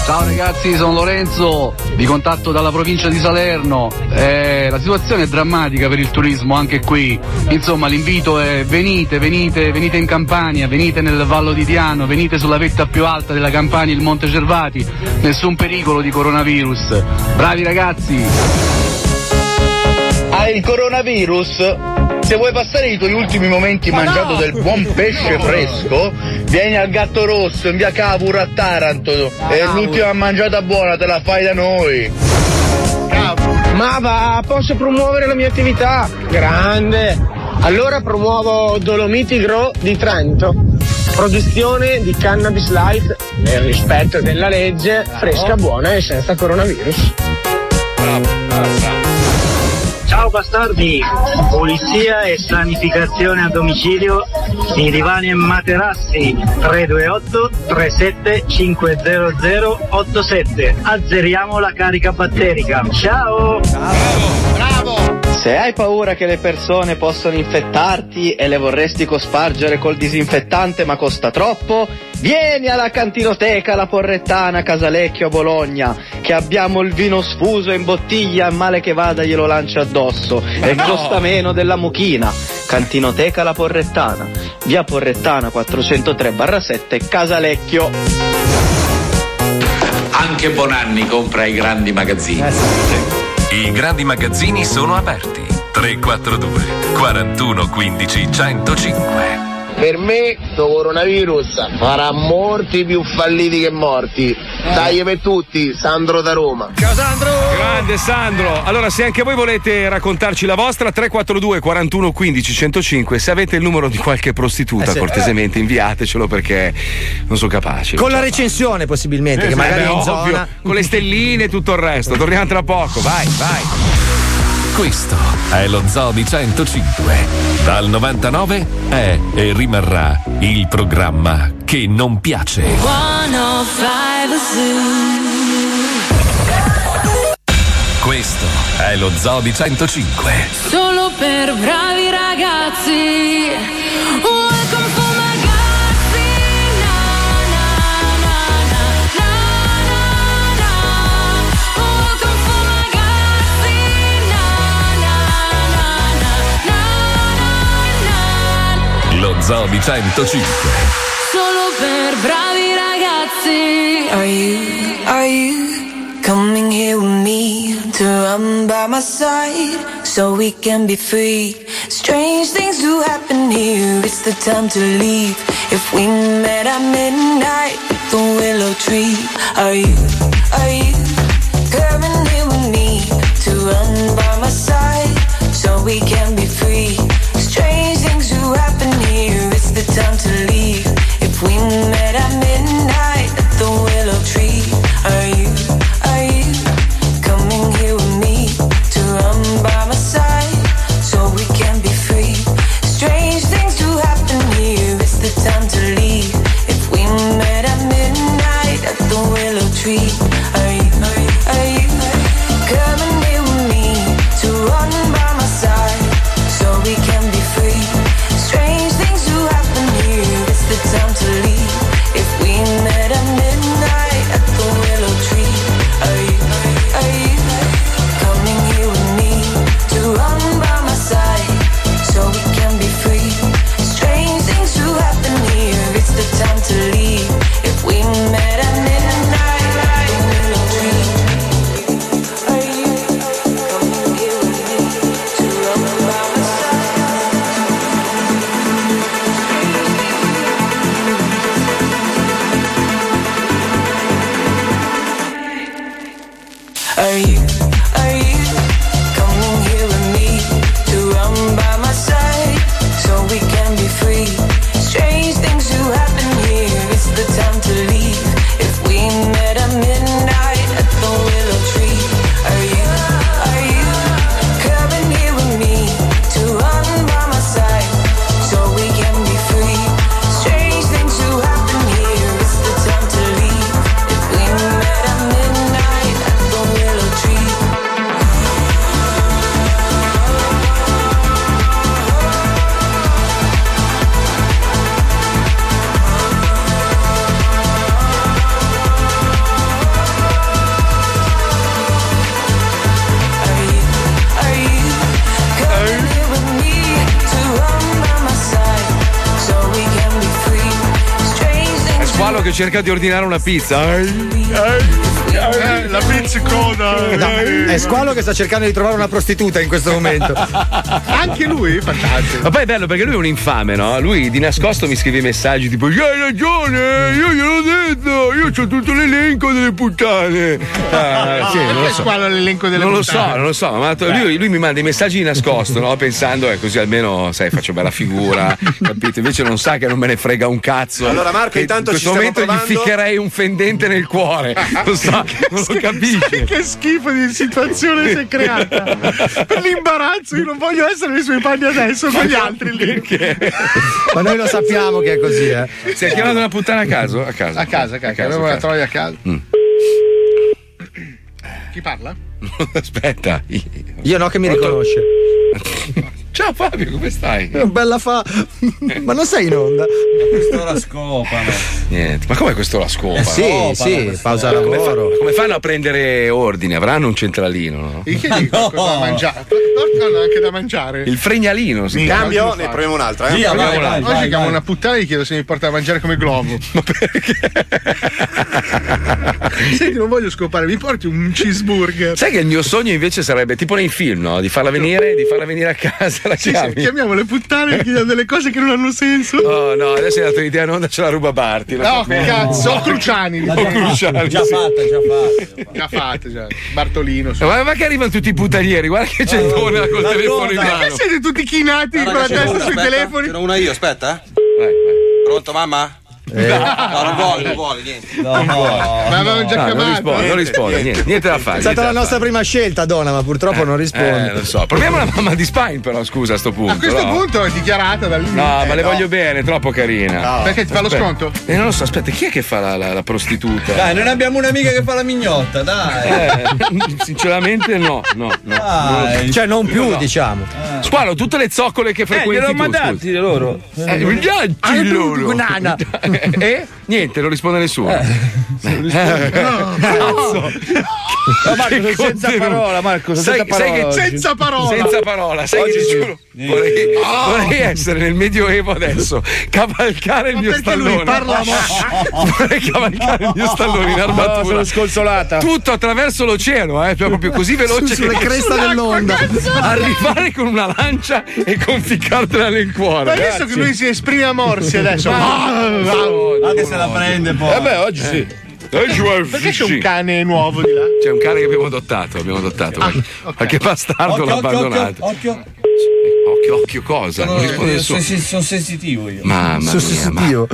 Speaker 23: Ciao ragazzi, sono Lorenzo, vi contatto dalla provincia di Salerno. Eh, la situazione è drammatica per il turismo anche qui. Insomma, l'invito è venite, venite, venite in Campania, venite nel Vallo di Diano, venite sulla vetta più alta della Campania, il Monte Cervati. Nessun pericolo di coronavirus. Bravi ragazzi!
Speaker 33: Hai il coronavirus? Se vuoi passare i tuoi ultimi momenti mangiando del buon pesce fresco, vieni al Gatto Rosso in via Cavour a Taranto. E l'ultima mangiata buona te la fai da noi.
Speaker 34: Ma va, posso promuovere la mia attività? Grande! Allora promuovo Dolomiti Grow di Trento. Produzione di cannabis light nel rispetto della legge, fresca, buona e senza coronavirus.
Speaker 22: Ciao
Speaker 26: bastardi, polizia e sanificazione a domicilio di divani e materassi 328 37 500 87. Azzeriamo la carica batterica. Ciao!
Speaker 34: Se hai paura che le persone possano infettarti e le vorresti cospargere col disinfettante ma costa troppo, vieni alla cantinoteca La Porrettana Casalecchio a Bologna, che abbiamo il vino sfuso in bottiglia e male che vada glielo lancio addosso e costa meno della mucchina. Cantinoteca La Porrettana, via Porrettana 403-7 Casalecchio.
Speaker 14: Anche Bonanni compra i grandi magazzini.
Speaker 4: Eh,
Speaker 1: I grandi magazzini sono aperti. 342 41 15 105.
Speaker 35: Per me, questo coronavirus farà molti più falliti che morti.
Speaker 8: Eh.
Speaker 35: Dai per tutti, Sandro da Roma.
Speaker 4: Grande Sandro. Allora, se anche voi volete raccontarci la vostra, 342 41 15 105. Se avete il numero di qualche prostituta,
Speaker 3: Eh sì.
Speaker 4: cortesemente inviatecelo perché non sono capace.
Speaker 3: Con la recensione possibilmente,
Speaker 4: certo. Eh,
Speaker 3: che
Speaker 4: sì,
Speaker 3: magari
Speaker 4: beh,
Speaker 3: è in
Speaker 4: ovvio,
Speaker 3: zona.
Speaker 4: con le stelline e tutto il resto. Torniamo tra poco, vai, vai.
Speaker 1: Questo è lo Zoo di 105. Dal 99 è e rimarrà il programma che non piace.
Speaker 17: 105
Speaker 1: Questo è lo Zoo di 105.
Speaker 17: Solo per bravi ragazzi. Welcome for my ragazzi. Na, na, na, na, na, na, na. Welcome for my ragazzi. Na, na, na, na, na, na, na.
Speaker 1: Lo Zoo di 105.
Speaker 17: Solo per bravi ragazzi.
Speaker 25: Are you, are you coming here with me to run by my side so we can be free? Strange things do happen here, it's the time to leave. If we met at midnight, at the willow tree, are you, are you coming here with me to run by my side so we can be free? Strange things do happen here, it's the time to leave. If we met at midnight at the willow tree, are you, are you coming here with me to run by my side so we can be free? Strange things do happen here, it's the time to leave. If we met at midnight at the willow tree, are you, are you, are you coming here with me to run by my side so we can be free? Strange things do happen here, it's the time to leave. If we met at midnight at the willow tree, are you, are you coming here with me to run by my side so we can be free? Strange things do happen here, it's the time to leave. If we met at midnight at the willow tree, are you coming here with me to run by my side? Are you, are you coming here with me to run by my side so we can be free? Strange things do happen here, it's the time to leave. If we met at midnight at the willow tree, are you, are you coming here with me to run by my side so we can be free? Strange things do happen here, it's the time to leave. If we met at midnight at the willow tree. Are you coming here with me to run by my side so we can be free? Strange
Speaker 4: È
Speaker 25: things
Speaker 4: Squalo che cerca di ordinare una pizza.
Speaker 30: Eh,
Speaker 25: la pizza
Speaker 4: Eh,
Speaker 25: coda.
Speaker 3: No, è Squalo che sta cercando di trovare una prostituta in questo momento.
Speaker 4: Anche lui? Fantastico. Ma poi è bello perché lui è un infame, no? Lui di nascosto mi scrive messaggi tipo: "Io Hai ragione, io gliel'ho detto, io ho tutto l'elenco delle puttane. Ah, sì, non lo
Speaker 5: Perché
Speaker 4: so.
Speaker 5: Squalo ha l'elenco delle
Speaker 4: non lo
Speaker 5: puttane?
Speaker 4: so, non lo so, ma to- lui, lui mi manda i messaggi di nascosto, no? Pensando, eh, così almeno, sai, faccio bella figura, capito? Invece non sa che non me ne frega un cazzo.
Speaker 18: Allora, Marco,
Speaker 4: Che
Speaker 18: intanto
Speaker 4: in
Speaker 18: ci
Speaker 4: questo
Speaker 18: stiamo
Speaker 4: momento gli
Speaker 18: provando.
Speaker 4: ficcherei un fendente nel cuore. Lo so, non lo capisce.
Speaker 5: Che schifo di situazione si è creata. Per l'imbarazzo, io non voglio essere nei suoi panni adesso con gli altri lì.
Speaker 3: Ma noi lo sappiamo che è così, eh.
Speaker 4: Si è chiamato una puttana a caso? A casa.
Speaker 5: A casa, a casa, avevo
Speaker 4: a
Speaker 5: una troia a casa.
Speaker 4: Mm.
Speaker 5: Chi parla?
Speaker 4: Aspetta.
Speaker 3: Io no che mi riconosce.
Speaker 4: Ciao Fabio, come stai?
Speaker 3: Bella fa. Ma non sei in onda?
Speaker 4: la scopano. Niente. Ma com'è questo la scopano?
Speaker 3: Eh sì,
Speaker 4: Scopano,
Speaker 3: sì,
Speaker 4: questo.
Speaker 3: pausa
Speaker 4: Ma come
Speaker 3: lavoro.
Speaker 4: fa- come fanno a prendere ordine? Avranno un centralino, no?
Speaker 5: Gli chiedi qualcosa da mangiare. Portano anche da mangiare.
Speaker 4: Il fregnalino, si
Speaker 5: In
Speaker 4: chiama.
Speaker 5: cambio,
Speaker 4: Oggi lo
Speaker 5: ne
Speaker 4: fa.
Speaker 5: proviamo eh.
Speaker 18: un'altra,
Speaker 5: Oggi
Speaker 4: Via, vai, vai, vai,
Speaker 5: chiamo
Speaker 4: vai.
Speaker 5: una puttana e gli chiedo se mi porta da mangiare come globo. Ma perché? Senti, non voglio scopare, mi porti un cheeseburger.
Speaker 4: Sai che il mio sogno invece sarebbe tipo nei film, no? Di farla venire, di farla venire a casa, la
Speaker 5: Sì, sì,
Speaker 4: chiami.
Speaker 5: chiamiamo le puttane e chiediamo delle cose che non hanno senso.
Speaker 4: Oh no, adesso è dato l'idea in onda, ce la ruba Barti. lo
Speaker 5: No,
Speaker 4: sapevo.
Speaker 5: cazzo, o Cruciani.
Speaker 4: L'ha già
Speaker 5: O Cruciani,
Speaker 4: già
Speaker 5: sì.
Speaker 4: fatta, già
Speaker 5: Già fatta, già. Bartolino. so.
Speaker 4: Ma, ma che arrivano tutti i puttanieri, guarda che
Speaker 3: Oh,
Speaker 4: c'è Tona col telefono in
Speaker 5: Perché
Speaker 4: mano.
Speaker 5: siete tutti chinati con la testa sui telefoni?
Speaker 18: C'era una io, aspetta. eh. Pronto, mamma?
Speaker 26: Eh.
Speaker 18: No, non vuole, non vuole, niente.
Speaker 5: Ma avevamo già
Speaker 4: No,
Speaker 5: chiamato.
Speaker 4: non risponde, non risponde, niente, niente da fare.
Speaker 3: È stata
Speaker 4: niente
Speaker 3: la
Speaker 4: da
Speaker 3: nostra prima scelta, Dona, ma purtroppo non
Speaker 4: fare.
Speaker 3: risponde.
Speaker 4: Eh, lo so. Proviamo la mamma di Spine, però, scusa, a sto punto.
Speaker 5: A questo
Speaker 4: no?
Speaker 5: punto è dichiarata dall'inizio.
Speaker 4: No, ma le voglio bene, è troppo carina.
Speaker 5: Eh, No. Perché ti fa lo
Speaker 4: Aspetta.
Speaker 5: sconto?
Speaker 4: Eh, non lo so, aspetta, chi è che fa la, la- la prostituta?
Speaker 9: Dai, non abbiamo un'amica che fa la mignotta, dai.
Speaker 4: Eh, sinceramente no, no, no.
Speaker 9: Dai.
Speaker 3: Cioè, non più,
Speaker 4: No.
Speaker 3: diciamo.
Speaker 4: Squalo, tutte le zoccole che frequenti
Speaker 3: gliel'ho
Speaker 4: tu,
Speaker 3: mandati
Speaker 4: scusa. Eh,
Speaker 3: Eh,
Speaker 4: viaggi
Speaker 3: ah, tu,
Speaker 4: loro.
Speaker 3: banana.
Speaker 4: Eh? Niente, non risponde nessuno. Eh.
Speaker 5: No,
Speaker 4: No, Marco, sei senza parola, Marco, sei
Speaker 16: Sai-
Speaker 4: senza
Speaker 16: sai che-
Speaker 4: parola oggi.
Speaker 5: senza parola.
Speaker 4: Senza parola, sai
Speaker 16: Oggi
Speaker 4: che ti
Speaker 16: sì.
Speaker 4: giuro,
Speaker 5: Eh.
Speaker 16: Niente.
Speaker 4: vorrei,
Speaker 5: Ah!
Speaker 16: Oh.
Speaker 4: vorrei essere nel Medioevo adesso, cavalcare il mio
Speaker 16: perché lui
Speaker 4: stallone.
Speaker 16: parla mo-
Speaker 4: vorrei cavalcare il mio stallone in
Speaker 16: No,
Speaker 4: armatura.
Speaker 16: sono sconsolata.
Speaker 4: Tutto attraverso l'oceano, eh, cioè proprio così veloce.
Speaker 16: Su- sulle
Speaker 4: che-
Speaker 16: creste
Speaker 4: sull'acqua,
Speaker 16: dell'onda.
Speaker 4: cazzo. Arrivare con una lancia e conficcartela nel cuore.
Speaker 5: Ma adesso che lui si esprime a morsi adesso.
Speaker 4: che se la prende poi. Vabbè, Eh oggi sì.
Speaker 5: Eh, Perché c'è un cane nuovo di là? Ah,
Speaker 4: C'è un cane che abbiamo adottato, abbiamo adottato. qualche- Qualche bastardo l'ha abbandonato.
Speaker 9: Occhio,
Speaker 4: Occhio, occhio cosa? Non
Speaker 5: eh,
Speaker 4: risponde
Speaker 9: occhio. Sono,
Speaker 4: nessuno.
Speaker 9: sono, sono sensitivo io.
Speaker 4: Mamma mia, Sensitivo.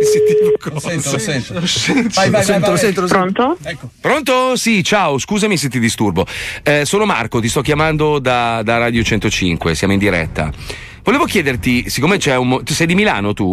Speaker 4: Sensitivo
Speaker 9: Lo sento,
Speaker 4: cosa?
Speaker 9: lo sento.
Speaker 4: Vai, vai, vai, vai.
Speaker 9: Pronto? Ecco.
Speaker 4: Pronto? Sì, ciao, scusami se ti disturbo. Eh, sono Marco, ti sto chiamando da, da Radio 105, siamo in diretta. Volevo chiederti, siccome c'è un. mo- tu sei di Milano tu?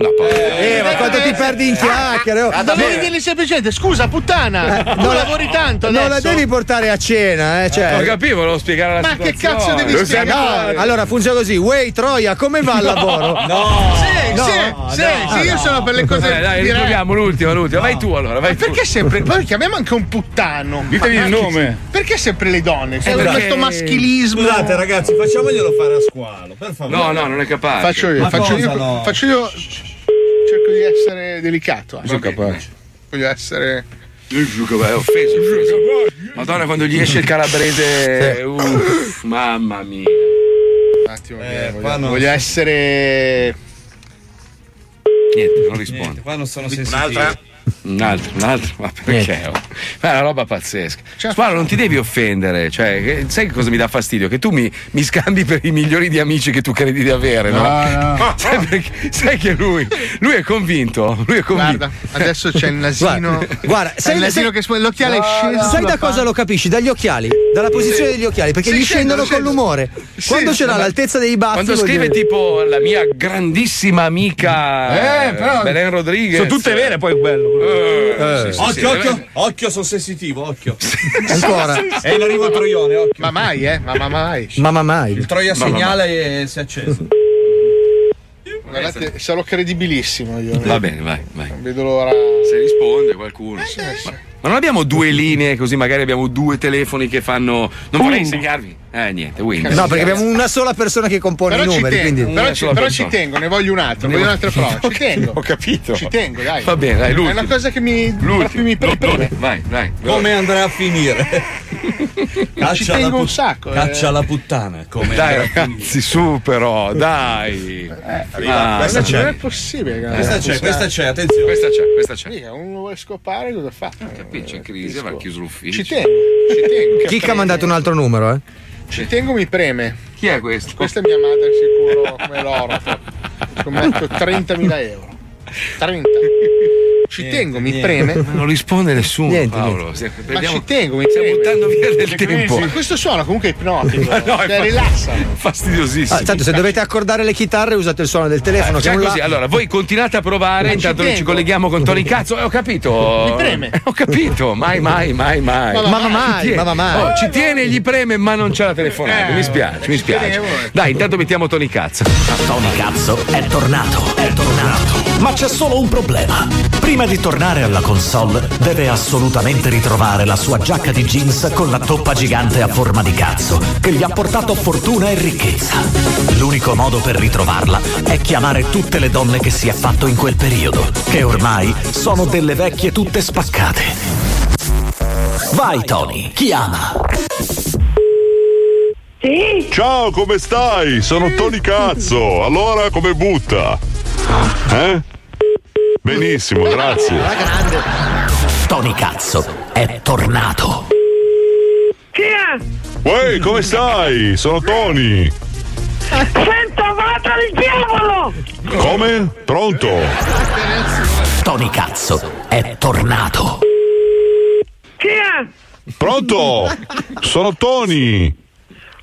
Speaker 4: No, poi.
Speaker 3: Eh, ma quanto ti perdi in chiacchiere? oh.
Speaker 5: Ma dovevi dirgli semplicemente, scusa puttana, tu
Speaker 3: Eh, non la-
Speaker 5: Eh, lavori tanto adesso.
Speaker 3: Non la devi portare a cena, eh? Cioè.
Speaker 4: Lo capivo, volevo spiegare la
Speaker 5: Ma che
Speaker 4: situazione.
Speaker 5: cazzo devi
Speaker 4: Lo
Speaker 5: spiegare?
Speaker 4: sai-
Speaker 3: No, allora funziona così. Wey, Troia, come va al lavoro?
Speaker 4: No.
Speaker 5: Sì,
Speaker 3: No,
Speaker 5: sì,
Speaker 3: no,
Speaker 5: sì,
Speaker 3: no.
Speaker 5: sì, io sono per le cose
Speaker 4: Dai, dai,
Speaker 5: dirette.
Speaker 4: riproviamo l'ultima, l'ultima. Vai tu allora, vai
Speaker 5: Ma perché
Speaker 4: tu.
Speaker 5: sempre. Poi chiamiamo anche un puttano.
Speaker 4: Ditemi
Speaker 5: Ma
Speaker 4: il
Speaker 5: anche-
Speaker 4: nome.
Speaker 5: Perché sempre le
Speaker 3: Eh,
Speaker 5: donne? Cioè,
Speaker 4: perché-
Speaker 5: Questo maschilismo.
Speaker 9: Scusate ragazzi, facciamoglielo fare a squalo, per favore.
Speaker 4: No, no, non è capace.
Speaker 5: Faccio io,
Speaker 9: Ma
Speaker 5: faccio
Speaker 9: cosa
Speaker 5: io,
Speaker 9: no?
Speaker 5: faccio io. Cerco di essere delicato. eh.
Speaker 4: capace.
Speaker 5: Voglio essere.
Speaker 4: È offeso, è offeso. Madonna, quando gli esce il calabrese. uff, mamma mia.
Speaker 5: Un attimo,
Speaker 9: Eh,
Speaker 5: che voglio, voglio essere.
Speaker 4: Niente, non risponde.
Speaker 9: Qua non sono
Speaker 4: Un'altra? Un'altra, un'altra, ma perché? oh? Ma è una roba pazzesca.
Speaker 5: Cioè-
Speaker 4: Squalo, non ti devi offendere. Cioè, che- sai che cosa mi dà fastidio? Che tu mi, mi scambi per i migliori di amici che tu credi di avere, no?
Speaker 5: No, no.
Speaker 4: Sai, perché- sai che lui, lui è convinto. Lui è convinto.
Speaker 5: Guarda, adesso c'è il nasino.
Speaker 3: Guarda, guarda,
Speaker 5: C'è
Speaker 3: sai-
Speaker 5: il nasino
Speaker 3: sai-
Speaker 5: che sp- l'occhiale è
Speaker 3: Sai
Speaker 5: sceso. sulla
Speaker 3: da
Speaker 5: pancia.
Speaker 3: cosa lo capisci? Dagli occhiali, dalla posizione degli occhiali, perché
Speaker 5: Sì,
Speaker 3: gli
Speaker 5: scendono,
Speaker 3: scendono, con l'umore.
Speaker 5: Sì,
Speaker 3: Quando ce l'ha
Speaker 4: ma-
Speaker 3: all'altezza dei baffi,
Speaker 4: Quando
Speaker 3: vuol
Speaker 4: scrive
Speaker 3: dire-
Speaker 4: tipo la mia grandissima amica
Speaker 3: Eh, però-
Speaker 4: Belen Rodriguez.
Speaker 16: Sono tutte vere, poi bello.
Speaker 4: Eh, sì, sì,
Speaker 9: occhio,
Speaker 4: sì,
Speaker 9: occhio,
Speaker 4: veramente.
Speaker 9: occhio, sono sensitivo, occhio.
Speaker 3: Ancora.
Speaker 9: E in Eh, arrivo il troione, occhio.
Speaker 5: Ma mai, eh? Ma, ma mai.
Speaker 3: Ma ma mai.
Speaker 9: Il troia
Speaker 4: Ma- ma-
Speaker 9: segnala e si è acceso.
Speaker 5: Guardate, sarò credibilissimo io.
Speaker 4: Va bene, vai, vai.
Speaker 5: Non vedo l'ora. Eh,
Speaker 4: Se risponde qualcuno. sì. Ma, ma non abbiamo due linee così, magari abbiamo due telefoni che fanno. Non vorrei insegnarvi. Eh, niente, Windows.
Speaker 3: No, perché abbiamo una sola persona che compone
Speaker 5: Però
Speaker 3: i
Speaker 5: ci,
Speaker 3: numeri,
Speaker 5: tengo,
Speaker 3: quindi.
Speaker 5: però,
Speaker 4: Una
Speaker 5: ci,
Speaker 4: sola
Speaker 5: però
Speaker 4: persona.
Speaker 5: ci tengo, ne voglio un'altra,
Speaker 4: Ne
Speaker 5: voglio
Speaker 4: vo-
Speaker 5: un'altra prova. Ci tengo.
Speaker 4: Ho capito.
Speaker 5: Ci tengo, dai.
Speaker 4: Va bene, dai,
Speaker 5: È
Speaker 4: l'ultimo.
Speaker 5: una cosa che mi, proprio
Speaker 4: L'ultimo.
Speaker 5: mi
Speaker 4: Do-
Speaker 5: preme.
Speaker 4: do- Vai, vai.
Speaker 9: Come andrà a finire?
Speaker 5: Ci
Speaker 9: Caccia la,
Speaker 5: tengo un
Speaker 9: put-
Speaker 5: sacco. eh.
Speaker 9: caccia la puttana. Come
Speaker 4: Dai,
Speaker 9: andrà a finire?
Speaker 4: ragazzi, su però, dai. Ah,
Speaker 9: Questa
Speaker 5: Non
Speaker 9: c'è.
Speaker 5: è possibile, cara.
Speaker 9: Questa c'è, questa c'è, attenzione.
Speaker 4: Questa c'è, questa c'è.
Speaker 5: Mica, uno vuole scopare, cosa fa? Eh,
Speaker 4: Qui c'è crisi, va chiuso l'ufficio.
Speaker 5: Ci tengo, ci tengo.
Speaker 3: Chicca ha
Speaker 5: preme.
Speaker 3: mandato un altro numero, eh.
Speaker 5: Ci tengo, mi preme.
Speaker 4: Chi è questo?
Speaker 5: Questa è mia madre, sicuro, come l'oro. Scommetto 30.000 euro. 30. Ci tengo, mi preme.
Speaker 4: Non risponde nessuno,
Speaker 5: Niente,
Speaker 4: Paolo.
Speaker 5: Ma
Speaker 4: Prendiamo-
Speaker 5: ci tengo, mi stiamo
Speaker 4: buttando via del tempo.
Speaker 5: Ma questo suono comunque è ipnotico.
Speaker 4: Ma no,
Speaker 5: cioè,
Speaker 4: è fa-
Speaker 5: rilassa.
Speaker 4: Fastidiosissimo.
Speaker 3: Ah, tanto se dovete accordare le chitarre usate il suono del telefono.
Speaker 4: Ah,
Speaker 3: che
Speaker 4: già
Speaker 3: non l'ha.
Speaker 4: così. Allora, voi continuate a provare,
Speaker 3: Ma ci
Speaker 4: intanto noi ci
Speaker 3: tengo.
Speaker 4: colleghiamo con Tony Cazzo. Eh, ho capito.
Speaker 3: Mi preme.
Speaker 4: Ho capito. Mai, mai, mai, mai.
Speaker 3: Ma va Ma va mai, mai,
Speaker 4: Ci tiene.
Speaker 3: ma va mai.
Speaker 4: Oh, ci tiene, gli preme, ma non c'è la telefonata.
Speaker 22: Eh,
Speaker 4: Mi spiace, mi spiace.
Speaker 22: tenevo, eh.
Speaker 4: Dai, intanto mettiamo Tony Cazzo.
Speaker 22: Tony Cazzo è tornato, è tornato. Ma c'è solo un problema. Prima di tornare alla console, deve assolutamente ritrovare la sua giacca di jeans con la toppa gigante a forma di cazzo, che gli ha portato fortuna e ricchezza. L'unico modo per ritrovarla è chiamare tutte le donne che si è fatto in quel periodo, che ormai sono delle vecchie tutte spaccate. Vai Tony, chiama.
Speaker 20: Ciao, come stai? Sono Tony Cazzo. Allora, come butta? Eh? Benissimo, grazie.
Speaker 22: Tony Cazzo è tornato.
Speaker 20: Chi è? Uè, come stai? Sono Tony.
Speaker 6: Senta, vada al diavolo!
Speaker 20: Come? Pronto?
Speaker 22: Tony Cazzo è tornato.
Speaker 6: Chi è?
Speaker 20: Pronto? Sono Tony.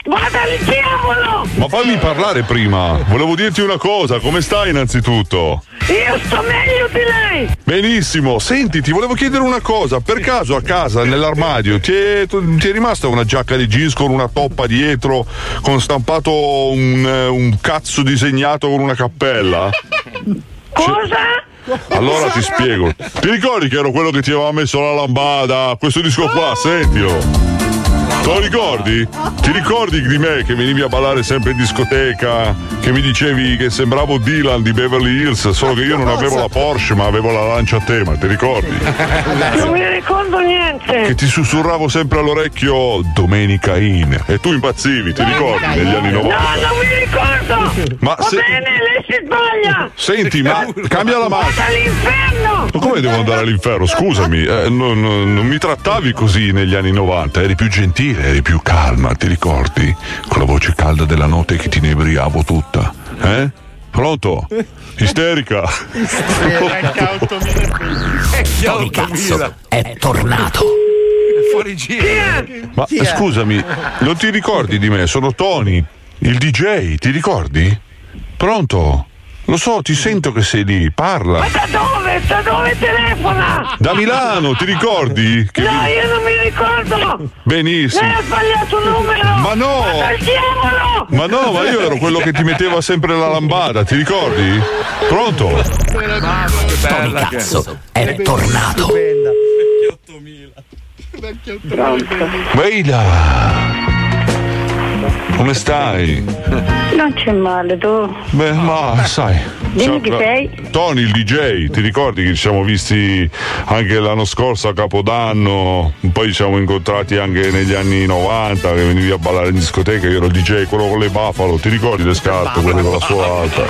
Speaker 6: Vada al diavolo!
Speaker 20: Ma fammi parlare prima. Volevo dirti una cosa. Come stai innanzitutto?
Speaker 6: Io sto meglio di lei!
Speaker 20: Benissimo, senti, ti volevo chiedere una cosa. Per caso a casa, nell'armadio, ti è, ti è rimasta una giacca di jeans con una toppa dietro, con stampato un, eh, un cazzo disegnato con una cappella?
Speaker 6: Cosa?
Speaker 20: Allora ti spiego. Ti ricordi che ero quello che ti aveva messo la lambada? Questo disco
Speaker 6: Ah.
Speaker 20: qua, sentilo. Te lo ricordi? Ti ricordi di me che venivi a ballare sempre in discoteca? Che mi dicevi che sembravo Dylan di Beverly Hills, solo che io non avevo la Porsche ma avevo la lancia a tema, ti ricordi?
Speaker 6: Non mi ricordo niente!
Speaker 20: Che ti sussurravo sempre all'orecchio Domenica in e tu impazzivi, ti ricordi? Negli anni
Speaker 6: No,
Speaker 20: 90.
Speaker 6: non mi ricordo!
Speaker 20: Ma
Speaker 6: Va
Speaker 20: se-
Speaker 6: bene, lei si sbaglia!
Speaker 20: Senti, ma cambia la marcia.
Speaker 6: Vada all'inferno!
Speaker 20: Ma come devo andare all'inferno? Scusami, eh, non, non- non mi trattavi così negli anni 90, eri più gentile, eri più calma, ti ricordi? Con la voce calda della notte che ti inebriavo tutta. Eh? Pronto? Isterica.
Speaker 22: Tony Cazzo è tornato.
Speaker 4: Fuori giro.
Speaker 20: Ma
Speaker 22: Chi è?
Speaker 20: scusami, non ti ricordi di me? Sono Tony, il DJ, ti ricordi? Pronto? Lo so, ti sento che sei lì, parla.
Speaker 6: Ma da dove? Da dove telefona?
Speaker 20: Da Milano, ti ricordi? Che-
Speaker 6: No, io non mi ricordo! Lei
Speaker 20: Benissimo.
Speaker 6: ha sbagliato il numero!
Speaker 20: Ma no!
Speaker 6: Vada al diavolo!
Speaker 20: Ma no, ma io ero quello che ti metteva sempre la lambada, ti ricordi? Pronto?
Speaker 22: Tony Cazzo è tornato.
Speaker 20: Veila! Come stai?
Speaker 6: Non c'è male, tu.
Speaker 20: Beh, ma sai.
Speaker 6: Dimmi chi sei?
Speaker 20: Tony il DJ, ti ricordi che ci siamo visti anche l'anno scorso a Capodanno? Poi ci siamo incontrati anche negli anni 90 che venivi a ballare in discoteca, io ero il DJ, quello con le buffalo, ti ricordi le scarpe, quelle con la sua alta?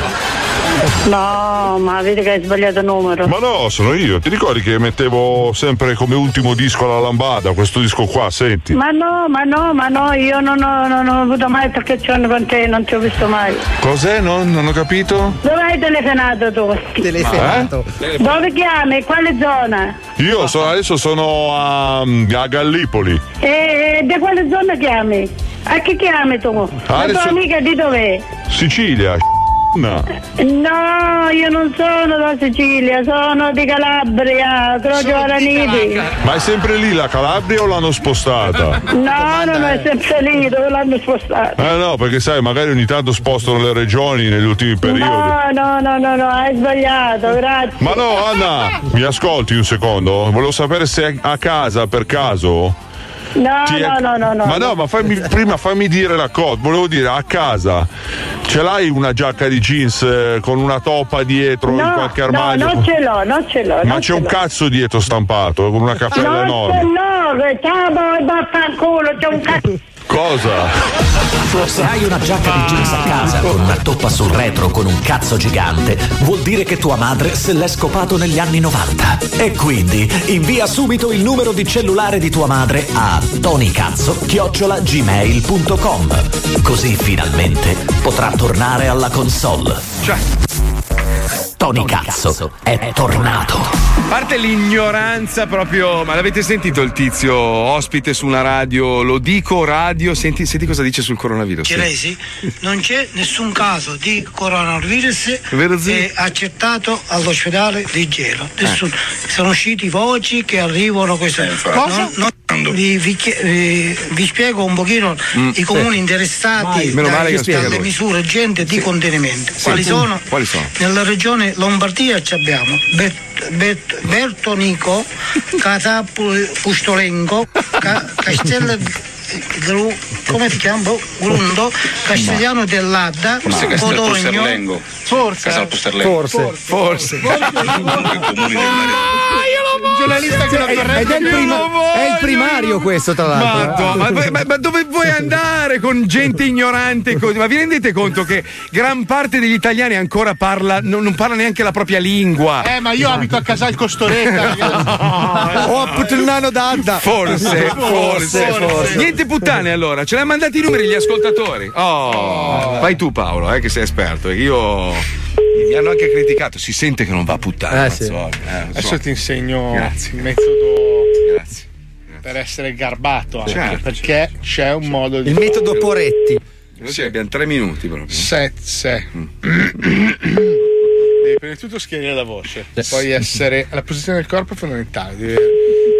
Speaker 6: No, ma vedi che hai sbagliato il numero.
Speaker 20: Ma no, sono io, ti ricordi che mettevo sempre come ultimo disco la lambada, questo disco qua, senti?
Speaker 6: Ma no, ma no, ma no, io non ho, non ho avuto mai percezione con te, non ti ho visto mai.
Speaker 20: Cos'è? Non, non ho capito?
Speaker 6: Dove hai telefonato tu?
Speaker 20: Telefonato. Eh?
Speaker 6: Dove chiami? Quale zona?
Speaker 20: Io so- adesso sono a, a Gallipoli.
Speaker 6: E, e di quale zona chiami? A chi chiami tu? La
Speaker 20: Ah, adesso-
Speaker 6: tua amica di dov'è?
Speaker 20: Sicilia,
Speaker 6: No, io non sono da Sicilia, sono di Calabria, Croce Araniti.
Speaker 20: Ma è sempre lì la Calabria o l'hanno spostata?
Speaker 6: No, non
Speaker 5: eh.
Speaker 6: è sempre lì, dove l'hanno spostato?
Speaker 20: Eh no, perché sai, magari ogni tanto spostano le regioni negli ultimi periodi.
Speaker 6: No, no, no, no, no, hai sbagliato, grazie.
Speaker 20: Ma no, Anna, mi ascolti un secondo? Volevo sapere se a casa per caso.
Speaker 6: No,
Speaker 20: ti è-
Speaker 6: no, no, no, no.
Speaker 20: Ma no, ma fammi- prima fammi dire la cosa. Volevo dire, a casa ce l'hai una giacca di jeans eh, con una toppa dietro in
Speaker 6: No,
Speaker 20: qualche
Speaker 6: no,
Speaker 20: armadio?
Speaker 6: non ce l'ho, non ce l'ho.
Speaker 20: Ma
Speaker 6: non
Speaker 20: c'è
Speaker 6: ce
Speaker 20: un
Speaker 6: l'ho.
Speaker 20: cazzo dietro stampato con una cappella
Speaker 6: Non
Speaker 20: enorme.
Speaker 6: ce l'ho, che ciao, vaffanculo, c'è un
Speaker 20: Ah,
Speaker 6: cazzo.
Speaker 20: Cosa?
Speaker 22: Se hai una giacca di jeans a casa con una toppa sul retro con un cazzo gigante, vuol dire che tua madre se l'è scopato negli anni 90. E quindi invia subito il numero di cellulare di tua madre a tonicazzo-gmail.com. Così finalmente potrà tornare alla console. Cioè. Tony Cazzo è tornato.
Speaker 4: A parte l'ignoranza proprio, ma l'avete sentito il tizio ospite su una radio? Lo dico radio, senti, senti cosa dice sul coronavirus.
Speaker 16: Ceresi, non c'è nessun caso di coronavirus
Speaker 4: Vero, zio?
Speaker 16: eh, accertato all'ospedale Vigero. Nessuno.
Speaker 4: Eh.
Speaker 16: Sono usciti voci che arrivano queste
Speaker 4: Cosa?
Speaker 16: No, no, vi, vi chie- eh, vi spiego un pochino
Speaker 4: Mm,
Speaker 16: i comuni
Speaker 4: sì.
Speaker 16: interessati
Speaker 4: Vai. Meno male che
Speaker 16: dalle,
Speaker 4: spiega
Speaker 16: dalle
Speaker 4: lui.
Speaker 16: misure urgenti di contenimento. Quali
Speaker 4: Sì.
Speaker 16: sono?
Speaker 4: Quali sono?
Speaker 16: Nella regione Lombardia ci abbiamo Bet- Bet- Bertonico, Catapustolengo, Ca- Castel Gru- come si chiama? Boh, Grundo, Castigliano dell'Adda,
Speaker 19: Forse Castel
Speaker 16: Codogno.
Speaker 19: Pusterlengo. Casal Pusterlengo.
Speaker 4: Forse.
Speaker 5: Il giornalista che la corregge
Speaker 3: Ed Cioè, è il,
Speaker 5: io
Speaker 3: prima-
Speaker 5: lo voglio.
Speaker 3: è
Speaker 20: Eh,
Speaker 3: il primario questo, tra l'altro. Ah.
Speaker 4: Madonna, ma, voi- ma- ma dove vuoi andare con gente ignorante così? Ma vi rendete conto che gran parte degli italiani ancora parla, non, non parla neanche la propria lingua? eh.
Speaker 5: Eh, ma io abito a Casal Costoretta, ragazzi.
Speaker 3: Ho appunto il nano d'Adda.
Speaker 4: Forse, forse, forse. Niente puttane allora, ce l'hanno mandati i numeri gli ascoltatori. Oh, vai tu Paolo, eh, che sei esperto, perché io mi hanno anche criticato, si sente che non va a puttane. Mazzola, eh, lo so.
Speaker 5: Adesso ti insegno
Speaker 4: Grazie.
Speaker 5: il metodo
Speaker 4: Grazie.
Speaker 5: per essere garbato, anche,
Speaker 4: Certo.
Speaker 5: perché c'è un modo di
Speaker 3: Il metodo Poretti.
Speaker 4: Sì, abbiamo tre minuti proprio.
Speaker 5: Sezze. Devi prima di tutto schierare la voce, poi essere la posizione del corpo è fondamentale, devi avere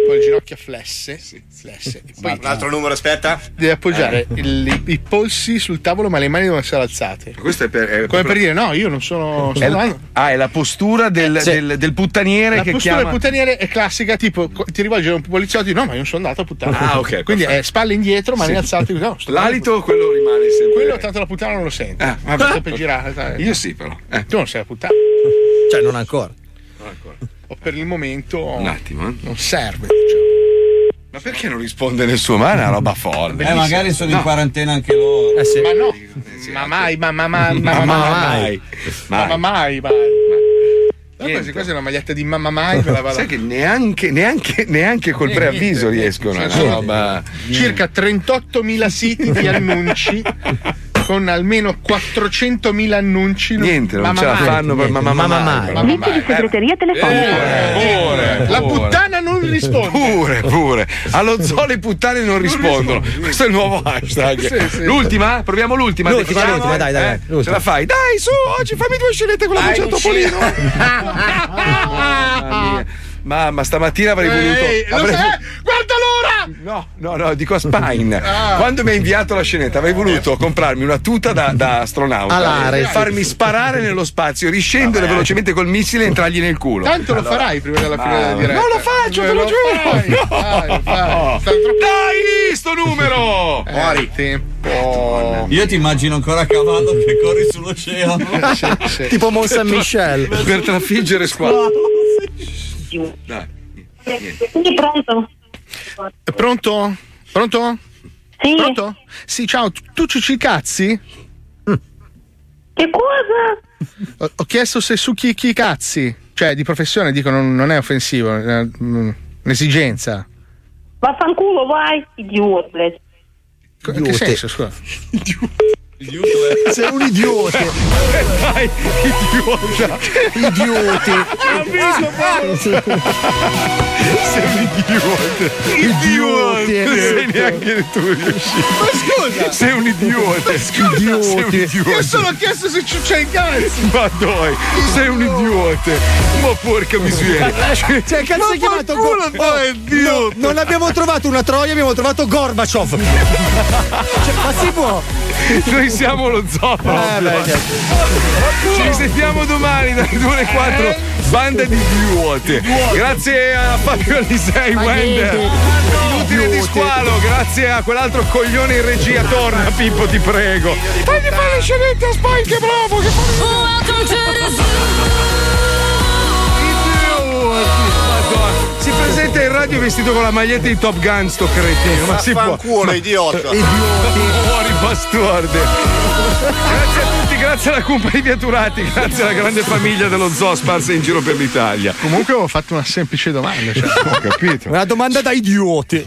Speaker 5: poi le ginocchia flesse, flesse. E poi
Speaker 36: Un altro numero, aspetta.
Speaker 5: devi
Speaker 26: Eh.
Speaker 5: appoggiare il- i, i polsi sul tavolo, ma le mani devono essere alzate.
Speaker 4: Questo è per, è
Speaker 5: Come
Speaker 4: Eh, proprio-
Speaker 5: per dire, no, io non
Speaker 26: Eh,
Speaker 5: sono.
Speaker 4: È
Speaker 5: sono-
Speaker 4: la- ah, è la postura del,
Speaker 5: Sì.
Speaker 4: del- del puttaniere
Speaker 5: La
Speaker 4: che
Speaker 5: postura del
Speaker 4: chiama.
Speaker 5: puttaniere è classica, tipo co- ti rivolge a un poliziotto, no, ma io non sono andato a puttana.
Speaker 4: Ah, ok,
Speaker 5: Quindi
Speaker 4: perfetto.
Speaker 5: è spalle indietro, mani
Speaker 4: Sì.
Speaker 5: alzate. No, sto-
Speaker 4: L'alito, quello rimane sempre.
Speaker 5: Quello tanto la puttana non lo sente.
Speaker 4: Ah, vabbè.
Speaker 5: Sto per girare. dai.
Speaker 4: Eh, Io sì, però.
Speaker 5: Tu non sei la puttana.
Speaker 3: Cioè, non ancora.
Speaker 5: O per il momento.
Speaker 4: Un attimo. eh.
Speaker 5: Non serve. cioè.
Speaker 4: Ma perché non risponde nessuno? Ma è una roba folle.
Speaker 26: Eh, magari sono in
Speaker 4: No. Eh,
Speaker 26: quarantena anche loro.
Speaker 5: Eh, Ma no, ma mai, ma, ma, ma, ma, ma, mai. Ma, ma mai, ma. Ma quasi quasi una maglietta di mamma mai me la vado.
Speaker 4: Sai che neanche, neanche, neanche col
Speaker 5: Niente.
Speaker 4: preavviso riescono. È
Speaker 5: Sì, sì.
Speaker 4: una roba.
Speaker 5: Circa 38.000 siti di annunci con almeno 400.000 annunci.
Speaker 4: Niente, non
Speaker 5: Mamma
Speaker 4: ce la
Speaker 5: mai.
Speaker 4: fanno per mamma, mamma mai. Mamma
Speaker 6: Amici
Speaker 20: eh,
Speaker 6: di segreteria
Speaker 5: Eh.
Speaker 6: telefonica.
Speaker 4: Pure,
Speaker 5: La
Speaker 4: pure.
Speaker 5: puttana
Speaker 20: eh,
Speaker 5: non risponde.
Speaker 4: Pure, pure. Allo zoo le puttane non rispondono. Questo è il nuovo hashtag.
Speaker 5: Sì, sì.
Speaker 4: L'ultima? Proviamo l'ultima.
Speaker 3: L'ultima,
Speaker 4: Dai,
Speaker 3: l'ultima, dai, dai, dai.
Speaker 4: eh? Ce la fai? Dai, su, oggi fammi due scenette con la voce al topolino. Mamma mia. Mamma, stamattina avrei voluto.
Speaker 5: Ehi, lo
Speaker 4: avrei-
Speaker 5: sai- eh, Guarda l'ora!
Speaker 4: No, no, no, dico a Spine.
Speaker 5: Ah.
Speaker 4: Quando mi ha inviato la scenetta, avrei voluto comprarmi una tuta da, da astronauta,
Speaker 3: Alare, sì.
Speaker 4: farmi sparare nello spazio, riscendere velocemente col missile e entrargli nel culo. Ah,
Speaker 5: Tanto lo farai prima della fine della diretta. Eh,
Speaker 4: Non lo faccio, te lo giuro!
Speaker 5: Dai,
Speaker 26: Oh,
Speaker 5: dai, dai. Sta troppo
Speaker 4: Dai, sto numero!
Speaker 5: fuori tempo.
Speaker 26: Io ti immagino ancora a cavallo che corri sull'oceano.
Speaker 3: Tipo Mont Saint Michel.
Speaker 4: per trafiggere squadra. Dai.
Speaker 6: Quindi pronto?
Speaker 5: Pronto? Pronto?
Speaker 6: Sì.
Speaker 5: Pronto? Sì, ciao, tu, tu Cici Cazzi?
Speaker 4: Mm.
Speaker 6: Che cosa?
Speaker 5: Ho, ho chiesto se su chi, chi cazzi. Cioè, di professione dico non, non è offensivo, è un- un'esigenza.
Speaker 6: Vaffanculo, vai, idiota, bled.
Speaker 5: Co- In che
Speaker 3: Idiote.
Speaker 5: senso, scusa?
Speaker 3: Sei un idiota.
Speaker 4: Dai, idiota!
Speaker 3: Idioti.
Speaker 4: Sei un idiota! Idiota! Non sei neanche tu riuscito!
Speaker 5: Ma scusa!
Speaker 4: Sei un idiota!
Speaker 3: Idioti.
Speaker 4: Sei un
Speaker 5: Io
Speaker 4: idiota!
Speaker 5: solo ho chiesto se ci c'è il cazzo!
Speaker 4: Ma dai, sei un idiota! Ma porca miseria!
Speaker 3: Cioè, cazzo, hai chiamato Gor-
Speaker 4: Ma è
Speaker 3: No,
Speaker 4: Dio!
Speaker 3: non abbiamo trovato una troia, abbiamo trovato Gorbaciov. Cioè, ma si può?
Speaker 4: Noi siamo lo zoo
Speaker 3: Eh,
Speaker 4: proprio.
Speaker 3: beh, cioè,
Speaker 4: Ci risentiamo domani dalle 2 alle 4.
Speaker 5: Eh?
Speaker 4: Banda di idioti. Grazie a Fabio Alisei Wender. Inutile di squalo. Grazie a quell'altro coglione in regia. Torna Pippo, ti prego. Fagli fare le scenette a Spike, che bravo. Che
Speaker 37: Welcome to the zoo.
Speaker 4: idioti. Madonna. Si presenta in radio vestito con la maglietta di Top Gun, sto cretino. Ma si può.
Speaker 36: Culo, idiota.
Speaker 4: Fuori bastarde. Grazie a tutti, grazie alla compagnia di Aturati, grazie alla grande famiglia dello zoo sparsa in giro per l'Italia.
Speaker 5: Comunque avevo fatto una semplice domanda, cioè.
Speaker 4: Ho capito.
Speaker 3: Una domanda da idioti.